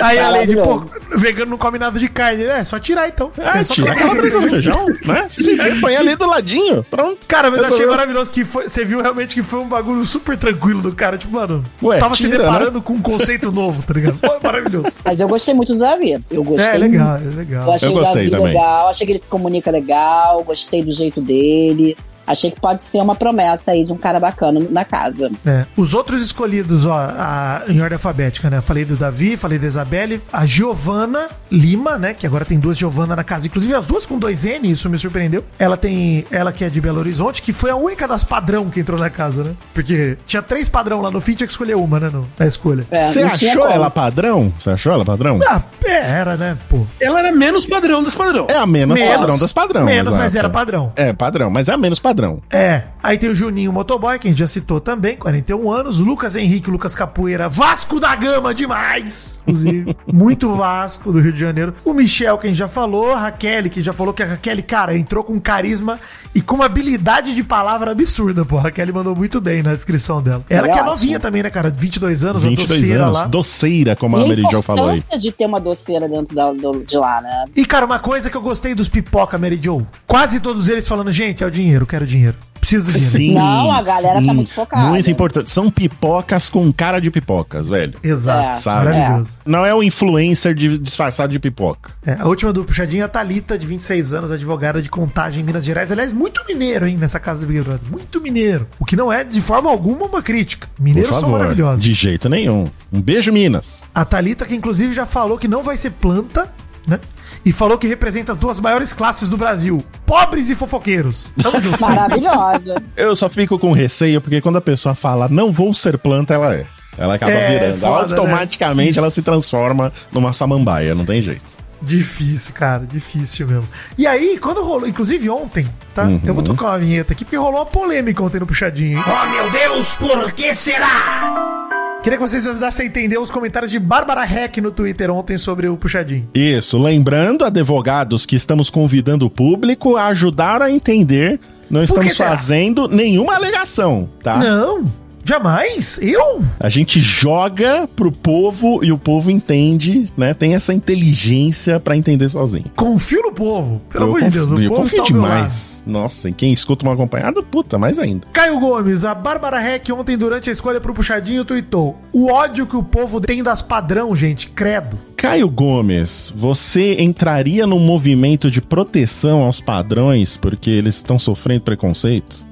Aí a Lady, pô, vegano não come nada de carne. É, só tirar então. Ah, só tira colocar a calabresa no linguiça. feijão, né? Se vê, põe ali do ladinho, pronto. Cara, mas eu achei Resolveu. maravilhoso que foi- você viu realmente que foi um bagulho super tranquilo do cara. Tipo, mano, Ué, tava se tira, né? deparando com um conceito novo, tá ligado? Foi maravilhoso. Mas eu gostei muito do Davi. Eu gostei. É, legal, é Eu legal. achei Eu o gostei Davi também. legal, achei que ele se comunica legal, gostei do jeito dele. Achei que pode ser uma promessa aí de um cara bacana na casa. É. Os outros escolhidos, ó, a- em ordem alfabética, né? Falei do Davi, falei da Isabelle, a Giovana Lima, né? Que agora tem duas Giovana na casa, inclusive as duas com dois N, isso me surpreendeu. Ela tem. Ela que é de Belo Horizonte, que foi a única das padrão que entrou na casa, né? Porque tinha três padrão lá no fim, tinha que escolher uma, né? No, na escolha. É, Você não tinha achou como. ela padrão? Você achou ela padrão? Ah, é, era, né? Pô. Ela era menos padrão dos padrão. É a menos, Menos. padrão das padrão. Menos, mas exato. era padrão. É, padrão, mas é a menos padrão. É, aí tem o Juninho Motoboy, que a gente já citou também, 41 anos. Lucas Henrique, Lucas Capoeira, Vasco da Gama demais, inclusive. muito Vasco do Rio de Janeiro. O Michel, que a gente já falou. A Raquel, que já falou que a Raquel, cara, entrou com carisma e com uma habilidade de palavra absurda, pô. A Raquel mandou muito bem na descrição dela. Ela Ela é que é ótima. novinha também, né, cara? 22 anos, 22 uma doceira anos, lá. doceira, como a E Mary Jo falou aí. importância de ter uma doceira dentro da- do- de lá, né? E, cara, uma coisa que eu gostei dos pipoca, Mary Joe. Quase todos eles falando, gente, é o dinheiro, quero dinheiro. Preciso do dinheiro. Não, a galera tá muito focada. Muito importante. São pipocas com cara de pipocas, velho. Exato. É. Sabe? Maravilhoso. Não é um influencer de- disfarçado de pipoca. É, a última do Puxadinho é a Thalita, de 26 anos, advogada de contagem em Minas Gerais. Aliás, muito mineiro, hein, nessa casa do Big Brother. Muito mineiro. O que não é, de forma alguma, uma crítica. Por Mineiros são favor. maravilhosos. De jeito nenhum. Um beijo, Minas. A Thalita, que inclusive já falou que não vai ser planta, né? E falou que representa as duas maiores classes do Brasil: pobres e fofoqueiros. Tamo junto. Maravilhosa. Eu só fico com receio porque quando a pessoa fala não vou ser planta, ela é. Ela acaba É, virando. foda, Automaticamente né? ela se transforma numa samambaia, não tem jeito. Difícil, cara, difícil mesmo. E aí, quando rolou, inclusive ontem, tá? Uhum. Eu vou tocar uma vinheta aqui, porque rolou uma polêmica ontem no Puxadinho, hein? Oh meu Deus, por que será? Queria que vocês me ajudassem a entender os comentários de Bárbara Heck no Twitter ontem sobre o Puxadinho. Isso, lembrando, advogados, que estamos convidando o público a ajudar a entender. Não estamos que será? fazendo nenhuma alegação, tá? Não, jamais. Eu? A gente joga pro povo e o povo entende, né? Tem essa inteligência pra entender sozinho. Confio no povo. Pelo amor de confio- Deus, o eu povo confio está ao meu lado. demais. Nossa, e quem escuta uma acompanhada, puta, mais ainda. Caio Gomes, a Bárbara Heck ontem durante a escolha pro Puxadinho tweetou: O ódio que o povo tem das padrão, gente, credo. Caio Gomes, você entraria num movimento de proteção aos padrões porque eles estão sofrendo preconceito?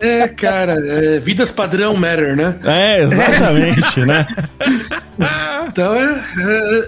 É, cara, é, vidas padrão matter, né? É, exatamente, né? Então é,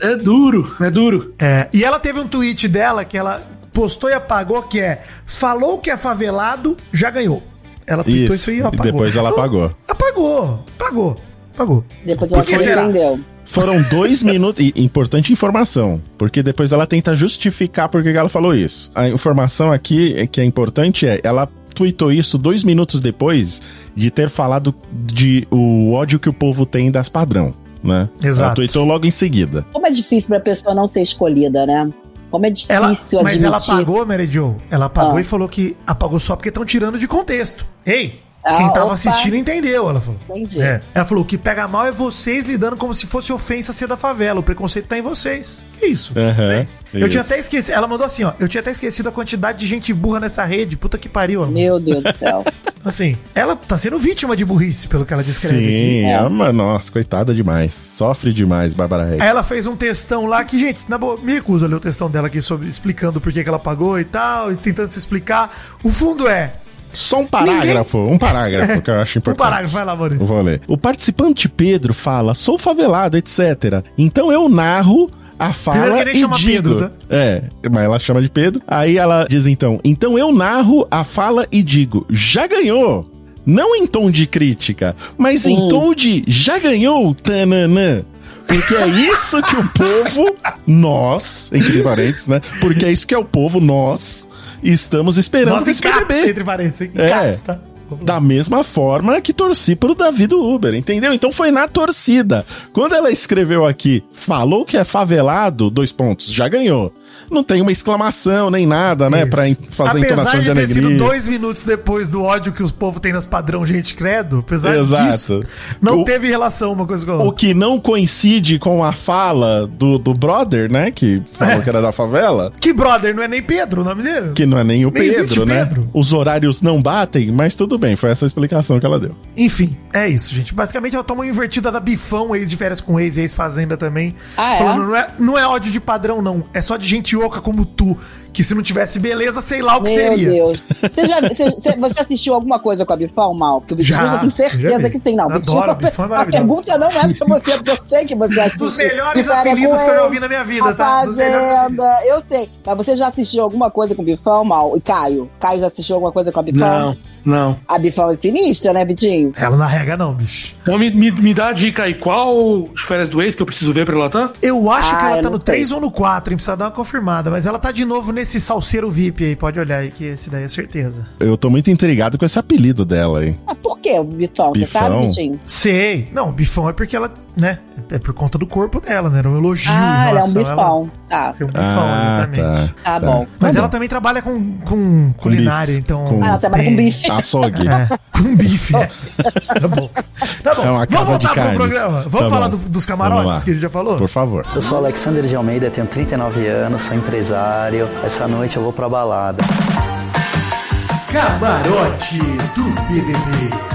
é, é duro, é duro. É, e ela teve um tweet dela que ela postou e apagou, que é: Falou que é favelado, já ganhou. Ela tweetou isso, Isso. aí e E apagou. depois ela Não, apagou. Apagou, apagou, apagou. Depois Por ela que se será? surpreendeu. Foram dois minutos. e Importante informação, porque depois ela tenta justificar por que que ela falou isso. A informação aqui é que é importante é ela tweetou isso dois minutos depois de ter falado de o ódio que o povo tem das padrão, né? Exato. Ela tweetou logo em seguida. Como é difícil pra pessoa não ser escolhida, né? Como é difícil Ela, mas admitir. ela apagou, Mary Jo. Ela apagou Ah. e falou que apagou só porque estão tirando de contexto. Ei, Ah, quem tava opa. assistindo entendeu, ela falou. Entendi. É. Ela falou: o que pega mal é vocês lidando como se fosse ofensa ser da favela. O preconceito tá em vocês. Que isso? Aham, Né? Eu tinha É isso. até esquecido. Ela mandou assim, ó. Eu tinha até esquecido a quantidade de gente burra nessa rede. Puta que pariu, ela. Meu Deus do céu. Assim, ela tá sendo vítima de burrice, pelo que ela descreve aqui. Sim, ama, nossa, coitada demais. Sofre demais, Bárbara Reis. Aí ela fez um textão lá que, gente, na boa, me recuso a ler o textão dela aqui sobre explicando por que, que ela pagou e tal, e tentando se explicar. O fundo é. Só um parágrafo, um parágrafo que eu Um acho importante. parágrafo, vai lá, Eu Maurício. vou ler. O participante Pedro fala, sou favelado, etc. Então eu narro a fala Primeiro que e nem chama digo... Pedro, tá? É, mas ela chama de Pedro. Aí ela diz então, então eu narro a fala e digo, já ganhou. Não em tom de crítica, mas em tom de já ganhou, tananã. Porque é isso que o povo, nós, entre parênteses, né? Porque é isso que é o povo, nós, estamos esperando Nós em desse caps, BBB. entre parênteses, hein? Em É. caps, tá? Vamos lá. Da mesma forma que torci pro Davi do Uber, entendeu? Então foi na torcida. Quando ela escreveu aqui, falou que é favelado, dois pontos, já ganhou. Não tem uma exclamação nem nada, né? Isso. Pra en- fazer apesar entonação de, de ter alegria. sido dois minutos depois do ódio que os povos têm nas padrão, gente, credo. Apesar Exato. disso, não O- teve relação uma coisa com a O outra. que não coincide com a fala do, do brother, né? Que É. falou que era da favela. Que brother, não é nem Pedro o nome dele? Que não é nem o Nem existe Pedro, né? Pedro. Os horários não batem, mas tudo bem, foi essa a explicação que ela deu. Enfim, é isso, gente. Basicamente, ela toma uma invertida da Bifão, ex de férias com ex, ex-fazenda também. Ah, é? falando, não, é, não é ódio de padrão, não. É só de gente gente oca como tu, que se não tivesse beleza, sei lá o que Meu seria. Deus. Você, já, você, você- você assistiu alguma coisa com a Bifão, Mal? Porque o Bitinho Já, eu já tenho já certeza vi. que sim. Não, O Adoro, Bitinho, o Bifão é a maravilhoso. pergunta não é pra você, porque eu sei que você assiste. Dos melhores De Férias apelidos com que eu já Ex, ouvi na minha vida, A tá? Dos melhores Fazenda, eu sei. Mas você já assistiu alguma coisa com o Bifão, Mal? E Caio? Caio já assistiu alguma coisa com a Bifão? Não, não. A Bifão é sinistra, né, Bitinho? Ela não arrega, não, bicho. Então me, me, me dá a dica aí, qual de férias do ex que eu preciso ver pra relatar? Eu acho Ah, que eu ela tá não no sei. 3 ou no 4, hein? Precisa dar uma confirmada. Mas ela tá de novo nesse salseiro VIP aí. Pode olhar aí, que esse daí é certeza. Eu tô muito intrigado com esse apelido dela, hein? Ah, por que o Bifão? Você Bifão? sabe, Bitinho? Sei. Não, bifão é porque ela, né? É por conta do corpo dela, né? Era um elogio. Ah, em ele é um relação a ela bifão. Tá, Ser um bifão, Ah, exatamente. tá. tá bom. Mas ela também trabalha com, com culinária, bife. então. Com- Ah, ela trabalha com Tem- bife. Tá Açougue. É, com bife. é. tá bom. Tá bom. É Vamos uma casa de voltar pro carnes. programa. Vamos Tá falar bom. do- dos Vamos camarotes lá. que a gente já falou? Por favor. Eu sou Alexander de Almeida, tenho 39 anos, sou empresário. Essa noite eu vou pra balada. Camarote do BBB.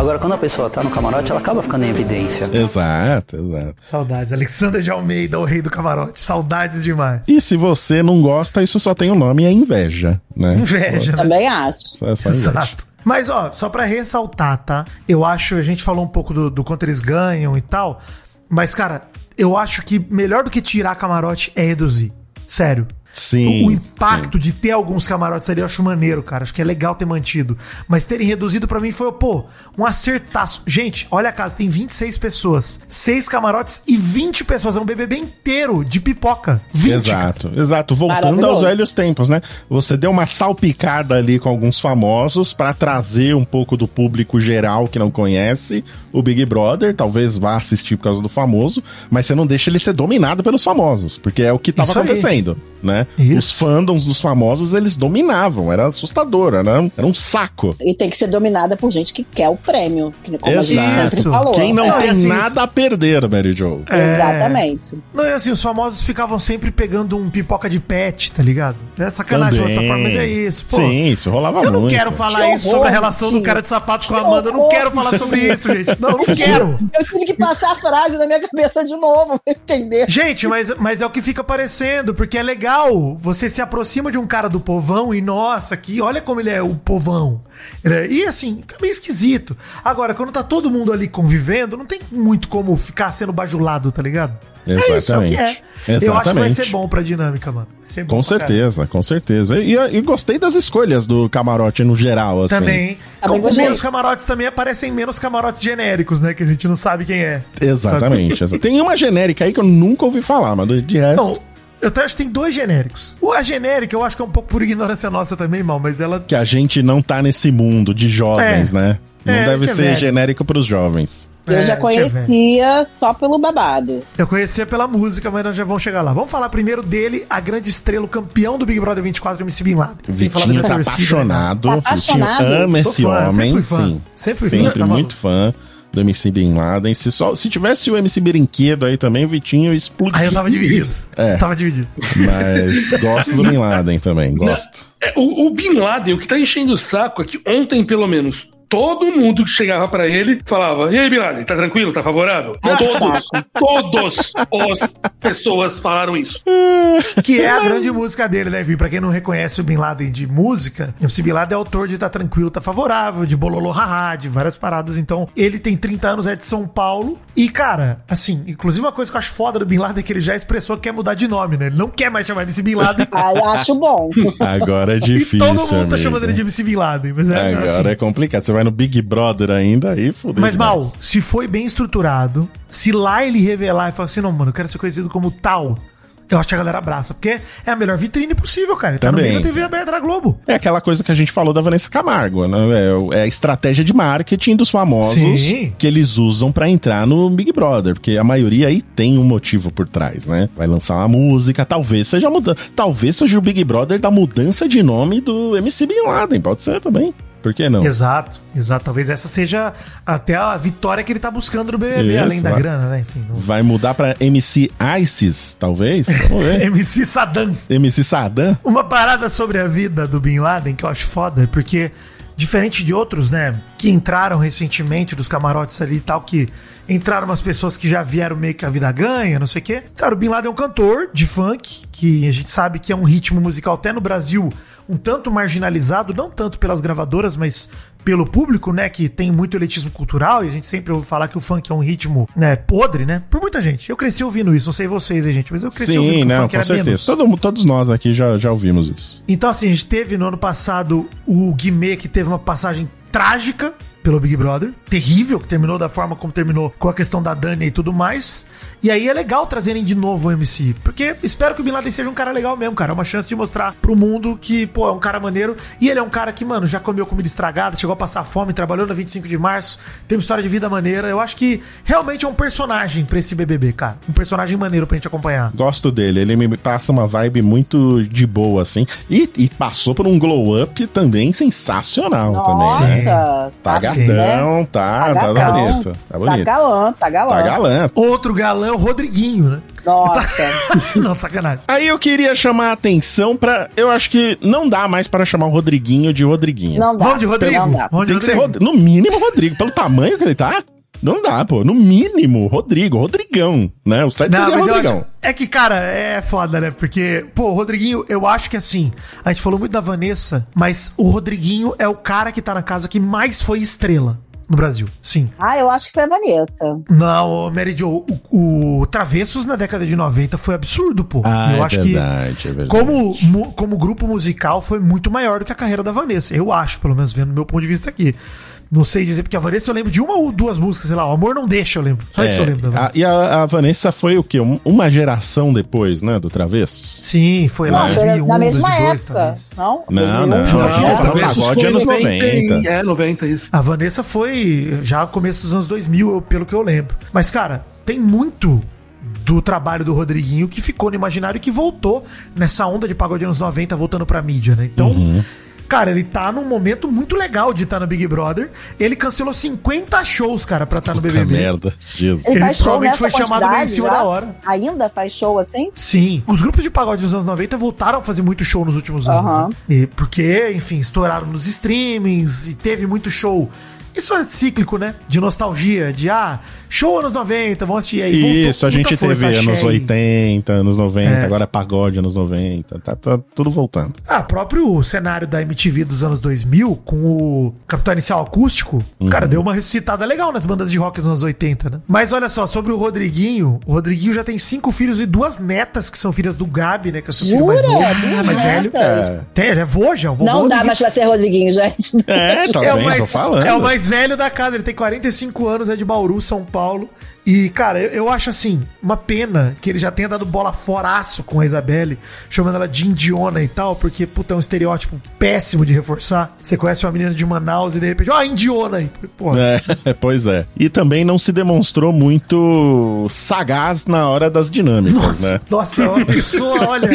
Agora, quando a pessoa tá no camarote, ela acaba ficando em evidência. Exato, exato. Saudades. Alexandre de Almeida, o rei do camarote. Saudades demais. E se você não gosta, isso só tem o nome, é inveja, né? Inveja, né? Também acho. Só, só inveja. Exato. Mas, ó, só pra ressaltar, tá? Eu acho, a gente falou um pouco do, do quanto eles ganham e tal, mas, cara, eu acho que melhor do que tirar camarote é reduzir. Sério. Sim, O impacto de ter alguns camarotes ali eu acho maneiro, cara. Acho que é legal ter mantido. Mas terem reduzido pra mim foi, pô, um acertaço. Gente, olha a casa, tem 26 pessoas. seis camarotes e 20 pessoas. É um BBB inteiro de pipoca. 20. cara. Exato, exato. Voltando aos Maravilhoso. velhos tempos, né? Você deu uma salpicada ali com alguns famosos pra trazer um pouco do público geral que não conhece o Big Brother, talvez vá assistir por causa do famoso, mas você não deixa ele ser dominado pelos famosos, porque é o que tava Isso aí. acontecendo, né? Isso. Os fandoms dos famosos, eles dominavam, era assustador, era um, era um saco. E tem que ser dominada por gente que quer o prêmio, que- como a gente sempre Exato. falou. É. Quem não Não, tem e assim, É, nada a perder, Mary Jo. Exatamente. Não, é assim, os famosos ficavam sempre pegando um pipoca de pet, tá ligado? É sacanagem de outra forma, mas é isso, pô. Sim, isso rolava Eu muito. não quero falar Que isso horror, sobre a relação do Vitinho. cara de sapato com a Que Amanda. Eu não horror. quero falar sobre isso, gente. Não, eu não quero. Eu tive que passar a frase na minha cabeça de novo pra entender. Gente, mas, mas é o que fica aparecendo, porque é legal. Você se aproxima de um cara do povão e, nossa, que olha como ele é o povão. Ele é- E assim, fica meio esquisito. Agora, quando tá todo mundo ali convivendo, não tem muito como ficar sendo bajulado, tá ligado? É isso, é o que é. Exatamente. Eu acho que vai Exatamente. ser bom pra dinâmica, mano. Vai ser bom Com pra caralho. certeza, com certeza. E, e gostei das escolhas do camarote no geral, assim. Também. Também Com gostei. menos camarotes também aparecem menos camarotes genéricos, né? Que a gente não sabe quem é. Exatamente. exa- Tem uma genérica aí que eu nunca ouvi falar, mas do- de resto. Não, eu até acho que tem dois genéricos. O a genérica, eu acho que é um pouco por ignorância nossa também, mal, mas ela. Que a gente não tá nesse mundo de jovens, É. né? Não É, deve que é ser velho. genérico pros jovens. Eu É, já deixa conhecia só pelo babado. Eu conhecia pela música, mas nós já vamos chegar lá. Vamos falar primeiro dele, a grande estrela, o campeão do Big Brother 24, MC Bin Laden. Sem falar da Vitinho tá torcida, né? apaixonado. Tá apaixonado? Vitinho ama Sou esse fã, sempre homem. fui fã. Sim. Sempre fui fã, Sempre tá muito fã do MC Bin Laden. Se, só, se tivesse o MC Brinquedo aí também, o Vitinho explodiu. Aí eu tava dividido. É. Eu tava dividido. Mas gosto do Bin Laden também, gosto. É, o, o Bin Laden, o que tá enchendo o saco é que ontem, pelo menos, todo mundo que chegava pra ele falava: E aí, Bin Laden, tá tranquilo? Tá favorável? Ai, que Todos, todos as pessoas falaram isso. Que é a grande música dele, né, Vi? Pra quem não reconhece o Bin Laden de música, MC Bin Laden é autor de Tá Tranquilo, Tá Favorável, de Bololô Haha, de várias paradas. Então, ele tem 30 anos, é de São Paulo. E, cara, assim, inclusive uma coisa que eu acho foda do Bin Laden é que ele já expressou que quer mudar de nome, né? Ele não quer mais chamar MC Bin Laden. Aí acho bom. Agora é difícil. e todo mundo amigo. tá chamando ele de MC Bin Laden. Mas é, Agora assim, é complicado. Você vai no Big Brother ainda, aí fudeu. Mas, mal, demais. se foi bem estruturado, se lá ele revelar e falar assim, não, mano, eu quero ser conhecido como tal, eu acho que a galera abraça, porque é a melhor vitrine possível, cara. Ele tá Também. no meio da TV aberta da Globo. É aquela coisa que a gente falou da Vanessa Camargo, né? É o- É a estratégia de marketing dos famosos Sim. que eles usam pra entrar no Big Brother, porque a maioria aí tem um motivo por trás, né? Vai lançar uma música, talvez seja mudança, talvez seja o Big Brother da mudança de nome do MC Bin Laden, pode ser também. Por que não? Exato, exato. Talvez essa seja até a vitória que ele tá buscando no BBB, Isso, além da vai. grana, né? Enfim. no- Vai mudar pra MC ISIS, talvez? Vamos ver. MC Saddam. MC Saddam? Uma parada sobre a vida do Bin Laden que eu acho foda, porque diferente de outros, né, que entraram recentemente dos camarotes ali e tal, que entraram umas pessoas que já vieram meio que a vida ganha, não sei o quê. Cara, o Bin Laden é um cantor de funk, que a gente sabe que é um ritmo musical até no Brasil um tanto marginalizado, não tanto pelas gravadoras, mas pelo público, né, que tem muito elitismo cultural, e a gente sempre ouve falar que o funk é um ritmo, né, podre, né, por muita gente. Eu cresci ouvindo isso, não sei vocês aí, gente, mas eu cresci ouvindo Sim, que o não, funk com era certeza. menos. Todo, mu- todos nós aqui já, já ouvimos isso. Então, assim, a gente teve no ano passado o Guimê, que teve uma passagem trágica pelo Big Brother, terrível, que terminou da forma como terminou com a questão da Dani e tudo mais. E aí é legal trazerem de novo o MC, porque espero que o Bin Laden seja um cara legal mesmo, cara. É uma chance de mostrar pro mundo que, pô, é um cara maneiro. E ele é um cara que, mano, já comeu comida estragada, chegou a passar fome, trabalhou na 25 de março, tem uma história de vida maneira. Eu acho que realmente é um personagem pra esse BBB, cara. Um personagem maneiro pra gente acompanhar. Gosto dele, ele me passa uma vibe muito de boa, assim. E, e passou por um glow-up também sensacional também. né? Nossa, Tá assim, né? gatão, tá, tá, gatão, bonito. Tá bonito. Tá galã, tá galã. Tá galã. Outro galã é o Rodriguinho, né? Nossa. Não, sacanagem. Aí eu queria chamar a atenção pra. Eu acho que não dá mais para chamar o Rodriguinho de Rodriguinho. Não dá. Vamos de Rodrigo. Não dá. Vamos de Tem que ser Rodrigo. Rod- no mínimo Rodrigo, pelo tamanho que ele tá. Não dá, pô. No mínimo, Rodrigo, Rodrigão, né? O site Não, seria mas eu Rodrigão. acho, é que, cara, é foda, né? Porque, pô, o Rodriguinho, eu acho que assim, a gente falou muito da Vanessa, mas o Rodriguinho é o cara que tá na casa que mais foi estrela no Brasil. Sim. Ah, eu acho que foi a Vanessa. Não, ô, Mary Jo, o, o Travessos na década de 90 foi absurdo, pô. Ah, eu é acho verdade, que é verdade. Como, mu- como grupo musical foi muito maior do que a carreira da Vanessa. Eu acho, pelo menos vendo o meu ponto de vista aqui. Não sei dizer, porque a Vanessa eu lembro de uma ou duas músicas, sei lá, o Amor Não Deixa, eu lembro. Só isso que eu É, lembro da a- Vanessa. e a, a Vanessa foi o quê? Um- Uma geração depois, né? Do Travessos? Sim, foi lá em Nossa, era 2001, na mesma 2002, época. talvez. Não? Não, 2001, não, a gente tá falando Talvez pagode foi anos 90. 90. É, 90, isso. A Vanessa foi já no começo dos anos 2000, eu- pelo que eu lembro. Mas, cara, tem muito do trabalho do Rodriguinho que ficou no imaginário e que voltou nessa onda de pagode anos 90 voltando pra mídia, né? Então, Uhum. cara, ele tá num momento muito legal de estar no Big Brother. Ele cancelou 50 shows, cara, pra estar no Puta BBB. merda, Jesus. Ele, Ele faz show provavelmente nessa foi chamado meio em quantidade cima já? da hora. Ainda faz show assim? Sim. Os grupos de pagode dos anos 90 voltaram a fazer muito show nos últimos anos. Aham. né? E porque, enfim, estouraram nos streamings e teve muito show. Isso é cíclico, né? De nostalgia, de ah, show anos 90, vamos assistir aí. É, voltou Isso, a com muita gente teve força, anos axé. 80, anos 90, É. agora é pagode anos 90, tá, tá tudo voltando. Ah, próprio cenário da MTV dos anos 2000, com o Capital Inicial Acústico, cara, deu uma ressuscitada legal nas bandas de rock dos anos 80, né? Mas olha só, sobre o Rodriguinho, o Rodriguinho já tem cinco filhos e duas netas que são filhas do Gabi, né? Que é o seu filho mais Jura? novo, Duas mais velho. netas? Tem, ele é vô já, o vovô Não do dá Gui- mais pra ser Rodriguinho, gente. É, tá é, o bem, tô mais, falando. é o mais velho da casa, ele tem 45 anos, é de Bauru, São Paulo. E, cara, eu, eu acho assim, uma pena que ele já tenha dado bola foraço com a Isabelle, chamando ela de indiona e tal, porque, puta, é um estereótipo péssimo de reforçar. Você conhece uma menina de Manaus e de repente, ó, indiona aí. Pô, É, pois é. E também não se demonstrou muito sagaz na hora das dinâmicas, nossa, né? nossa, é uma pessoa, olha,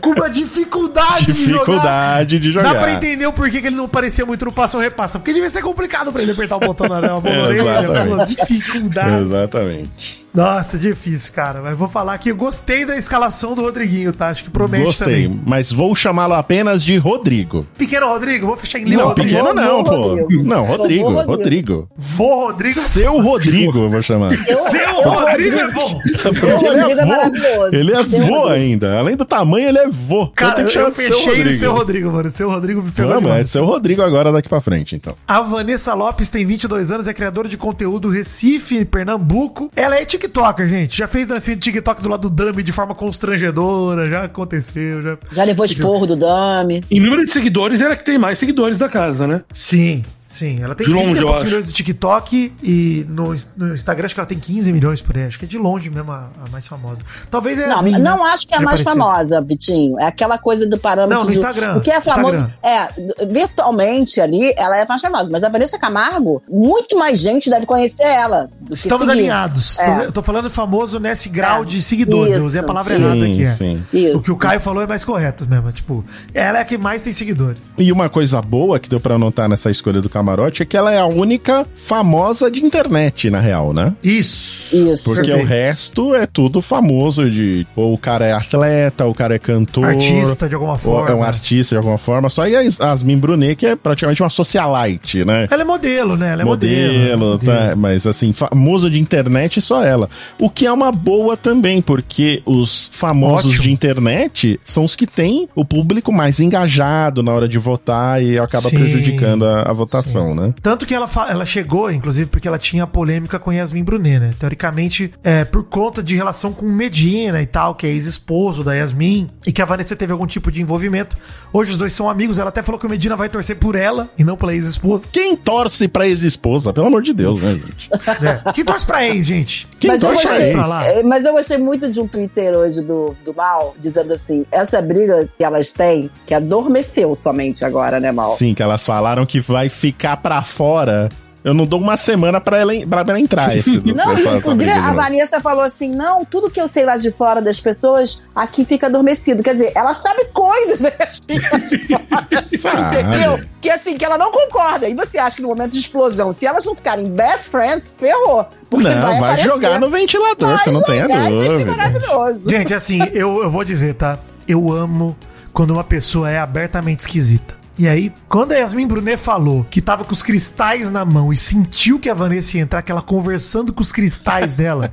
com uma dificuldade, Dificuldade de de jogar. jogar. Dá pra entender o porquê que ele não parecia muito no passo ou repassa, porque devia ser complicado pra ele apertar o botão na na mão na orelha, né? Pô, É, Exatamente. dificuldade. Exatamente. Nossa, difícil, cara. Mas vou falar que eu gostei da escalação do Rodriguinho, tá? Acho que promete Gostei, também. mas vou chamá-lo apenas de Rodrigo. Pequeno Rodrigo, vou fechar em Lima. Não, Rodrigo. pequeno vou- não, vou pô. Rodrigo. Não, Vou Rodrigo, Rodrigo. Rodrigo. Vou, Rodrigo. Seu Rodrigo, eu vou chamar. Eu- Seu eu- Rodrigo é bom. Porque Rodrigo ele é é vô, maravilhoso. ele é Seu vô Rodrigo. ainda. Além do tamanho, ele é vô. Cara, tem eu, que chamar de fechei no seu Rodrigo, mano. Seu Rodrigo me pegou Vamos, é demais. seu Rodrigo agora daqui pra frente, então. A Vanessa Lopes tem 22 anos, é criadora de conteúdo Recife, Pernambuco. Ela é TikToker, gente. Já fez dancinha de TikTok do lado do Dummy de forma constrangedora, já aconteceu, já... Já levou esporro do Dami. Em número de seguidores, ela é que tem mais seguidores da casa, né? Sim, sim. Ela tem De longe, 30 e eu poucos acho. milhões do TikTok e no, no Instagram acho que ela tem 15 milhões por aí. Acho que é de longe mesmo a, a mais famosa. Talvez é Não, Yasmin, não né? acho que é a Já mais apareceu. famosa, Bitinho. É aquela coisa do parâmetro. Não, no de- Instagram, O que é famoso. Instagram. É, virtualmente ali, ela é a mais famosa. Mas a Vanessa Camargo, muito mais gente deve conhecer ela. do que Estamos seguir. alinhados. É. Tô- Eu tô falando famoso nesse grau de seguidores. Eu usei a Isso. palavra errada aqui. é. sim. Isso. O que o Caio falou é mais correto mesmo. Tipo, ela é a que mais tem seguidores. E uma coisa boa que deu pra notar nessa escolha do camarote é que ela é a única famosa de internet, na real, né? Isso. Isso. Porque o Perfeito. resto é tudo famoso de. Ou o cara é atleta, ou o cara é cantor. Artista, de alguma ou forma. É um artista de alguma forma. Só e a Is- Yasmin Brunet, que é praticamente uma socialite, né? Ela é modelo, né? Ela é modelo. né? modelo, tá? mas assim, famoso de internet só ela. O que é uma boa também, porque os famosos Ótimo. de internet são os que têm o público mais engajado na hora de votar e acaba Sim, prejudicando a, a votação, né? Tanto que ela, fa- ela chegou, inclusive, porque ela tinha polêmica com Yasmin Brunet, né? Teoricamente, é, por conta de relação com Medina e tal, que é ex-esposo da Yasmin, e que a Vanessa teve algum tipo de envolvimento. Hoje os dois são amigos, ela até falou que o Medina vai torcer por ela e não pela ex-esposa. Quem torce pra ex-esposa? Pelo amor de Deus, né, gente? É. Quem torce pra ex, gente? Quem mas, eu torce pra gostei, ex? então pra lá. é, mas eu gostei muito de um Twitter hoje do, do Mal, dizendo assim: essa briga que elas têm, que adormeceu somente agora, né, Mal? Sim, que elas falaram que vai ficar pra fora. Eu não dou uma semana pra ela, en- pra ela entrar. Esse, essa- Não, essa inclusive briga de a novo. Vanessa falou assim: não, tudo que eu sei lá de fora das pessoas, aqui fica adormecido. Quer dizer, ela sabe coisas das pessoas de fora, Sabe. entendeu? Que assim, que ela não concorda. E você acha que no momento de explosão, se elas não ficarem best friends, ferrou. Porque Não, vai, aparecer. jogar no ventilador, você não tem a jogar e vai ser dúvida. é maravilhoso. Gente, assim, eu, eu vou dizer, tá? Eu amo quando uma pessoa é abertamente esquisita. E aí, quando a Yasmin Brunet falou que tava com os cristais na mão e sentiu que a Vanessa ia entrar, que ela conversando com os cristais dela.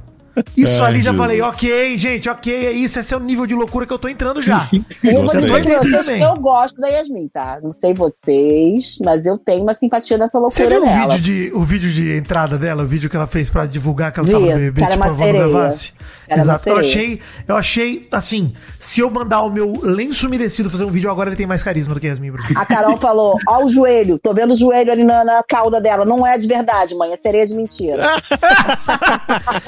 Isso Ai, ali já Jesus. falei, ok, gente, ok, é isso, esse é o nível de loucura que eu tô entrando já. Eu vou Gostei. dizer pra vocês Também. que eu gosto da Yasmin, tá? Não sei vocês, mas eu tenho uma simpatia nessa Você loucura viu o um dela. vídeo, de, o vídeo de entrada dela, o vídeo que ela fez pra divulgar que ela Vi, tava no BBB, cara, é uma a Wanda sereia. Gavassi? Cara, é uma Exato. Eu sereia. achei, eu achei, assim, se eu mandar o meu lenço umedecido fazer um vídeo agora, ele tem mais carisma do que a Yasmin Brunet. A Carol falou: ó o joelho, tô vendo o joelho ali na, na cauda dela. Não é de verdade, mãe, é sereia de mentira.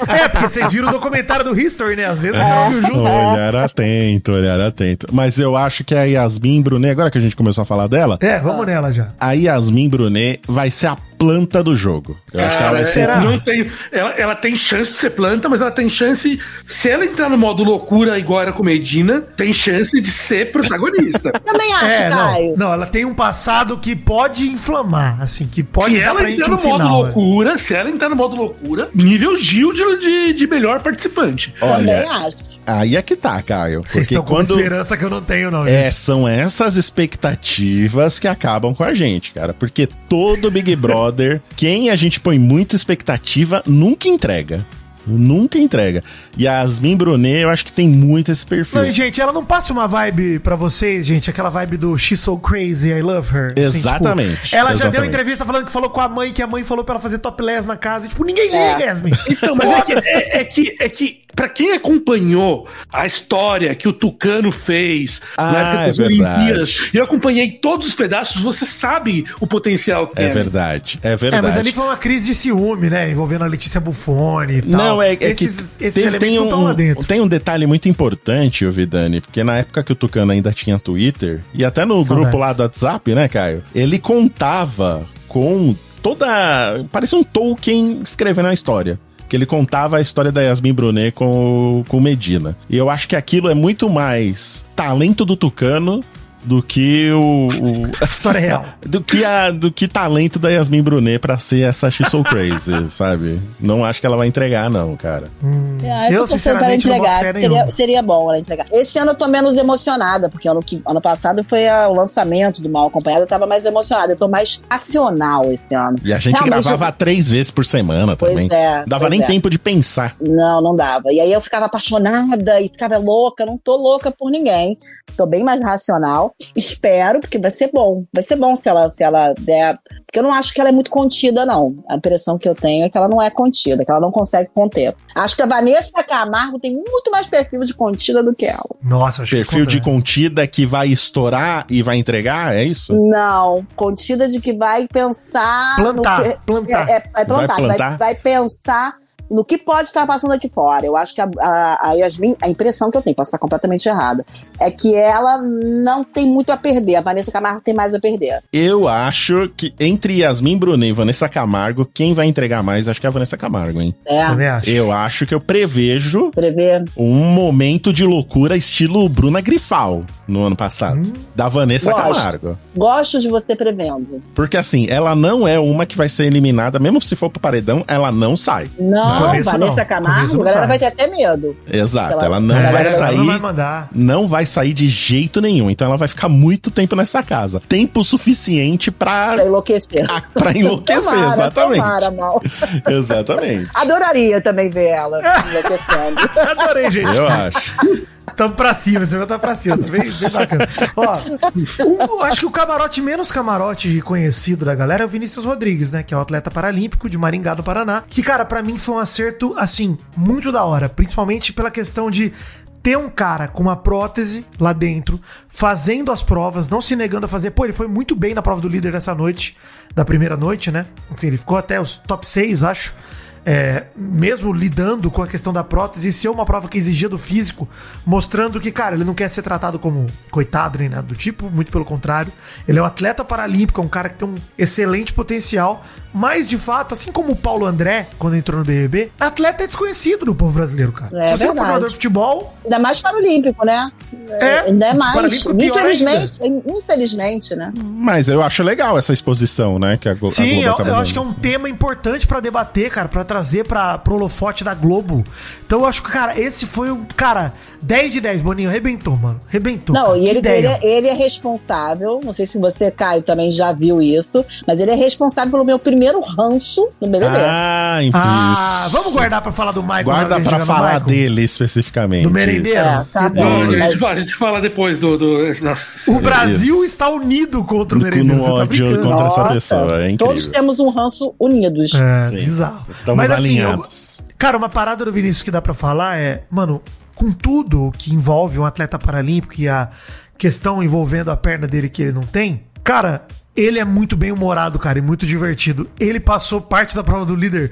É, porque vocês viram o documentário do History, né? Às vezes eu vi junto. Olhar atento, olhar atento. Mas eu acho que a Yasmin Brunet, agora que a gente começou a falar dela, É, Ah. vamos nela já. a Yasmin Brunet vai ser a planta do jogo. Eu acho que ela vai Cara, ser. será? É, Não tem, ela, ela tem chance de ser planta, mas ela tem chance. Se ela entrar no modo loucura igual era com Medina, tem chance de ser protagonista. Também acho, É, não, Caio. não, ela tem um passado que pode inflamar, assim, que pode se dar ela pra entrar gente no um modo sinal. né? loucura, se ela entrar no modo loucura, nível Gil de, de, de melhor participante. Também Olha, acho. aí é que tá, Caio. Vocês Porque estão com uma quando. esperança que eu não tenho, não, É, gente. são essas expectativas que acabam com a gente, cara. Porque todo Big Brother, quem a gente põe muita expectativa, nunca entrega. Nunca entrega. E a Yasmin Brunet, eu acho que tem muito esse perfil. É Não, e, gente, ela não passa uma vibe pra vocês, gente, aquela vibe do She's So Crazy, I Love Her. assim, Exatamente, tipo, ela já deu exatamente. entrevista falando que falou com a mãe, que a mãe falou pra ela fazer topless na casa. E, tipo, ninguém É. liga, Yasmin. Então, mas é que, é, é que, é que pra quem acompanhou a história que o Tucano fez Ah, é verdade. e eu acompanhei todos os pedaços, você sabe o potencial que É tem. verdade, é É, verdade. mas ali foi uma crise de ciúme, né? Envolvendo a Letícia Buffoni e tal. Não, é, é esses, que esses teve- elementos tem, não estão lá um, dentro. tem um detalhe muito importante, ô Vidani, porque na época que o Tucano ainda tinha Twitter, e até no Saudades. grupo lá do WhatsApp, né, Caio? Ele contava com toda. Parecia um Tolkien escrevendo a história. Que ele contava a história da Yasmin Brunet com o com o Medina. E eu acho que aquilo é muito mais talento do Tucano do que o. o- a História real. do que, a, do que talento da Yasmin Brunet pra ser essa She's So Crazy, sabe? Não acho que ela vai entregar, não, cara. Ah, eu Eu, tô torcendo pra ela sinceramente, não boto fé entregar. Seria, nenhuma. seria bom ela entregar. Esse ano eu tô menos emocionada, porque ano, que- ano passado foi ah, o lançamento do Mal Acompanhado, eu tava mais emocionada. Eu tô mais acional esse ano. E a gente Realmente, gravava três vezes por semana Pois também. é, Não Dava pois nem é. tempo de pensar. Não, não dava. E aí eu ficava apaixonada e ficava louca. Não tô louca por ninguém. Tô bem mais racional. Espero, porque vai ser bom. Vai ser bom se ela, se ela der. Porque eu não acho que ela é muito contida, não. A impressão que eu tenho é que ela não é contida, que ela não consegue conter. Acho que a Vanessa Camargo tem muito mais perfil de contida do que ela. Nossa, acho Perfil de conta, contida que vai estourar e vai entregar, é isso? Não, contida de que vai pensar. Plantar, no que- plantar. É, é, vai Vai plantar, vai, plantar? vai pensar no que pode estar passando aqui fora. Eu acho que a, a, a Yasmin, a impressão que eu tenho, posso estar completamente errada, é que ela não tem muito a perder. A Vanessa Camargo tem mais a perder. Eu acho que entre Yasmin Brunet e Vanessa Camargo, quem vai entregar mais, acho que é a Vanessa Camargo, hein? É, Também acho. Eu acho que eu prevejo prever. um momento de loucura estilo Bruna Grifal no ano passado, da Vanessa Gosto. Camargo. Gosto de você prevendo. Porque assim, ela não é uma que vai ser eliminada, mesmo se for pro paredão, ela não sai. Não, No começo Vanessa não. Camargo, No começo a não galera sai. vai ter até medo. Exato, Ela- ela não ela vai não Ela não vai sair mandar. não vai sair de jeito nenhum. Então ela vai ficar muito tempo nessa casa. Tempo suficiente Pra pra, enlouquecer. pra enlouquecer, Tomara, exatamente. Tomara, mal. Exatamente. Adoraria também ver ela enlouquecendo. Adorei, gente. Eu acho. Tamo pra cima, você vai tá pra cima, tá bem, bem bacana. Ó, o- acho que o camarote menos camarote conhecido da galera é o Vinícius Rodrigues, né? Que é o atleta paralímpico de Maringá do Paraná. Que, cara, pra mim foi um acerto, assim, muito da hora. Principalmente pela questão de ter um cara com uma prótese lá dentro, fazendo as provas, não se negando a fazer. Pô, ele foi muito bem na prova do líder dessa noite, da primeira noite, né? Enfim, ele ficou até os top 6, acho é, mesmo lidando com a questão da prótese, e ser uma prova que exigia do físico, mostrando que, cara, ele não quer ser tratado como coitado nem nada do tipo, muito pelo contrário. Ele é um atleta paralímpico, é um cara que tem um excelente potencial, mas de fato, assim como o Paulo André, quando entrou no BBB, atleta é desconhecido do povo brasileiro, cara. É Se você não for verdade. jogador de futebol, Ainda mais para o Olímpico, né? É, ainda é mais. Paralímpico é pior Infelizmente, infelizmente, né? Mas eu acho legal essa exposição, né? Que a Glo- a Sim, Globo eu, acaba eu acho que é dando. um tema importante pra debater, cara, pra trazer para pro holofote da Globo. Então eu acho que, cara, esse foi um, cara, 10 de 10, Boninho, arrebentou, mano. Arrebentou. Não, cara. e Que ele, ele, ideia. é, ele é responsável. Não sei se você, Caio, também já viu isso, mas ele é responsável pelo meu primeiro ranço no é BBB. Ah, isso. um Ah, vamos guardar pra falar do Michael. na hora que Guarda a gente pra chegar no falar Michael? dele especificamente. Do merendeiro. É, tá Que bom. Não, doido. a, gente mas- fala, a gente fala depois do. do nossa. O Brasil Isso. está unido contra o No- merendeiro. no Você tá ódio brincando. contra essa pessoa, é incrível. Todos temos um ranço unidos. É, Sim. bizarro. Estamos Mas assim, eu- alinhados. Cara, uma parada do Vinícius que dá pra falar é, mano, com tudo que envolve um atleta paralímpico e a questão envolvendo a perna dele que ele não tem, cara, ele é muito bem humorado, cara, e muito divertido. Ele passou parte da prova do líder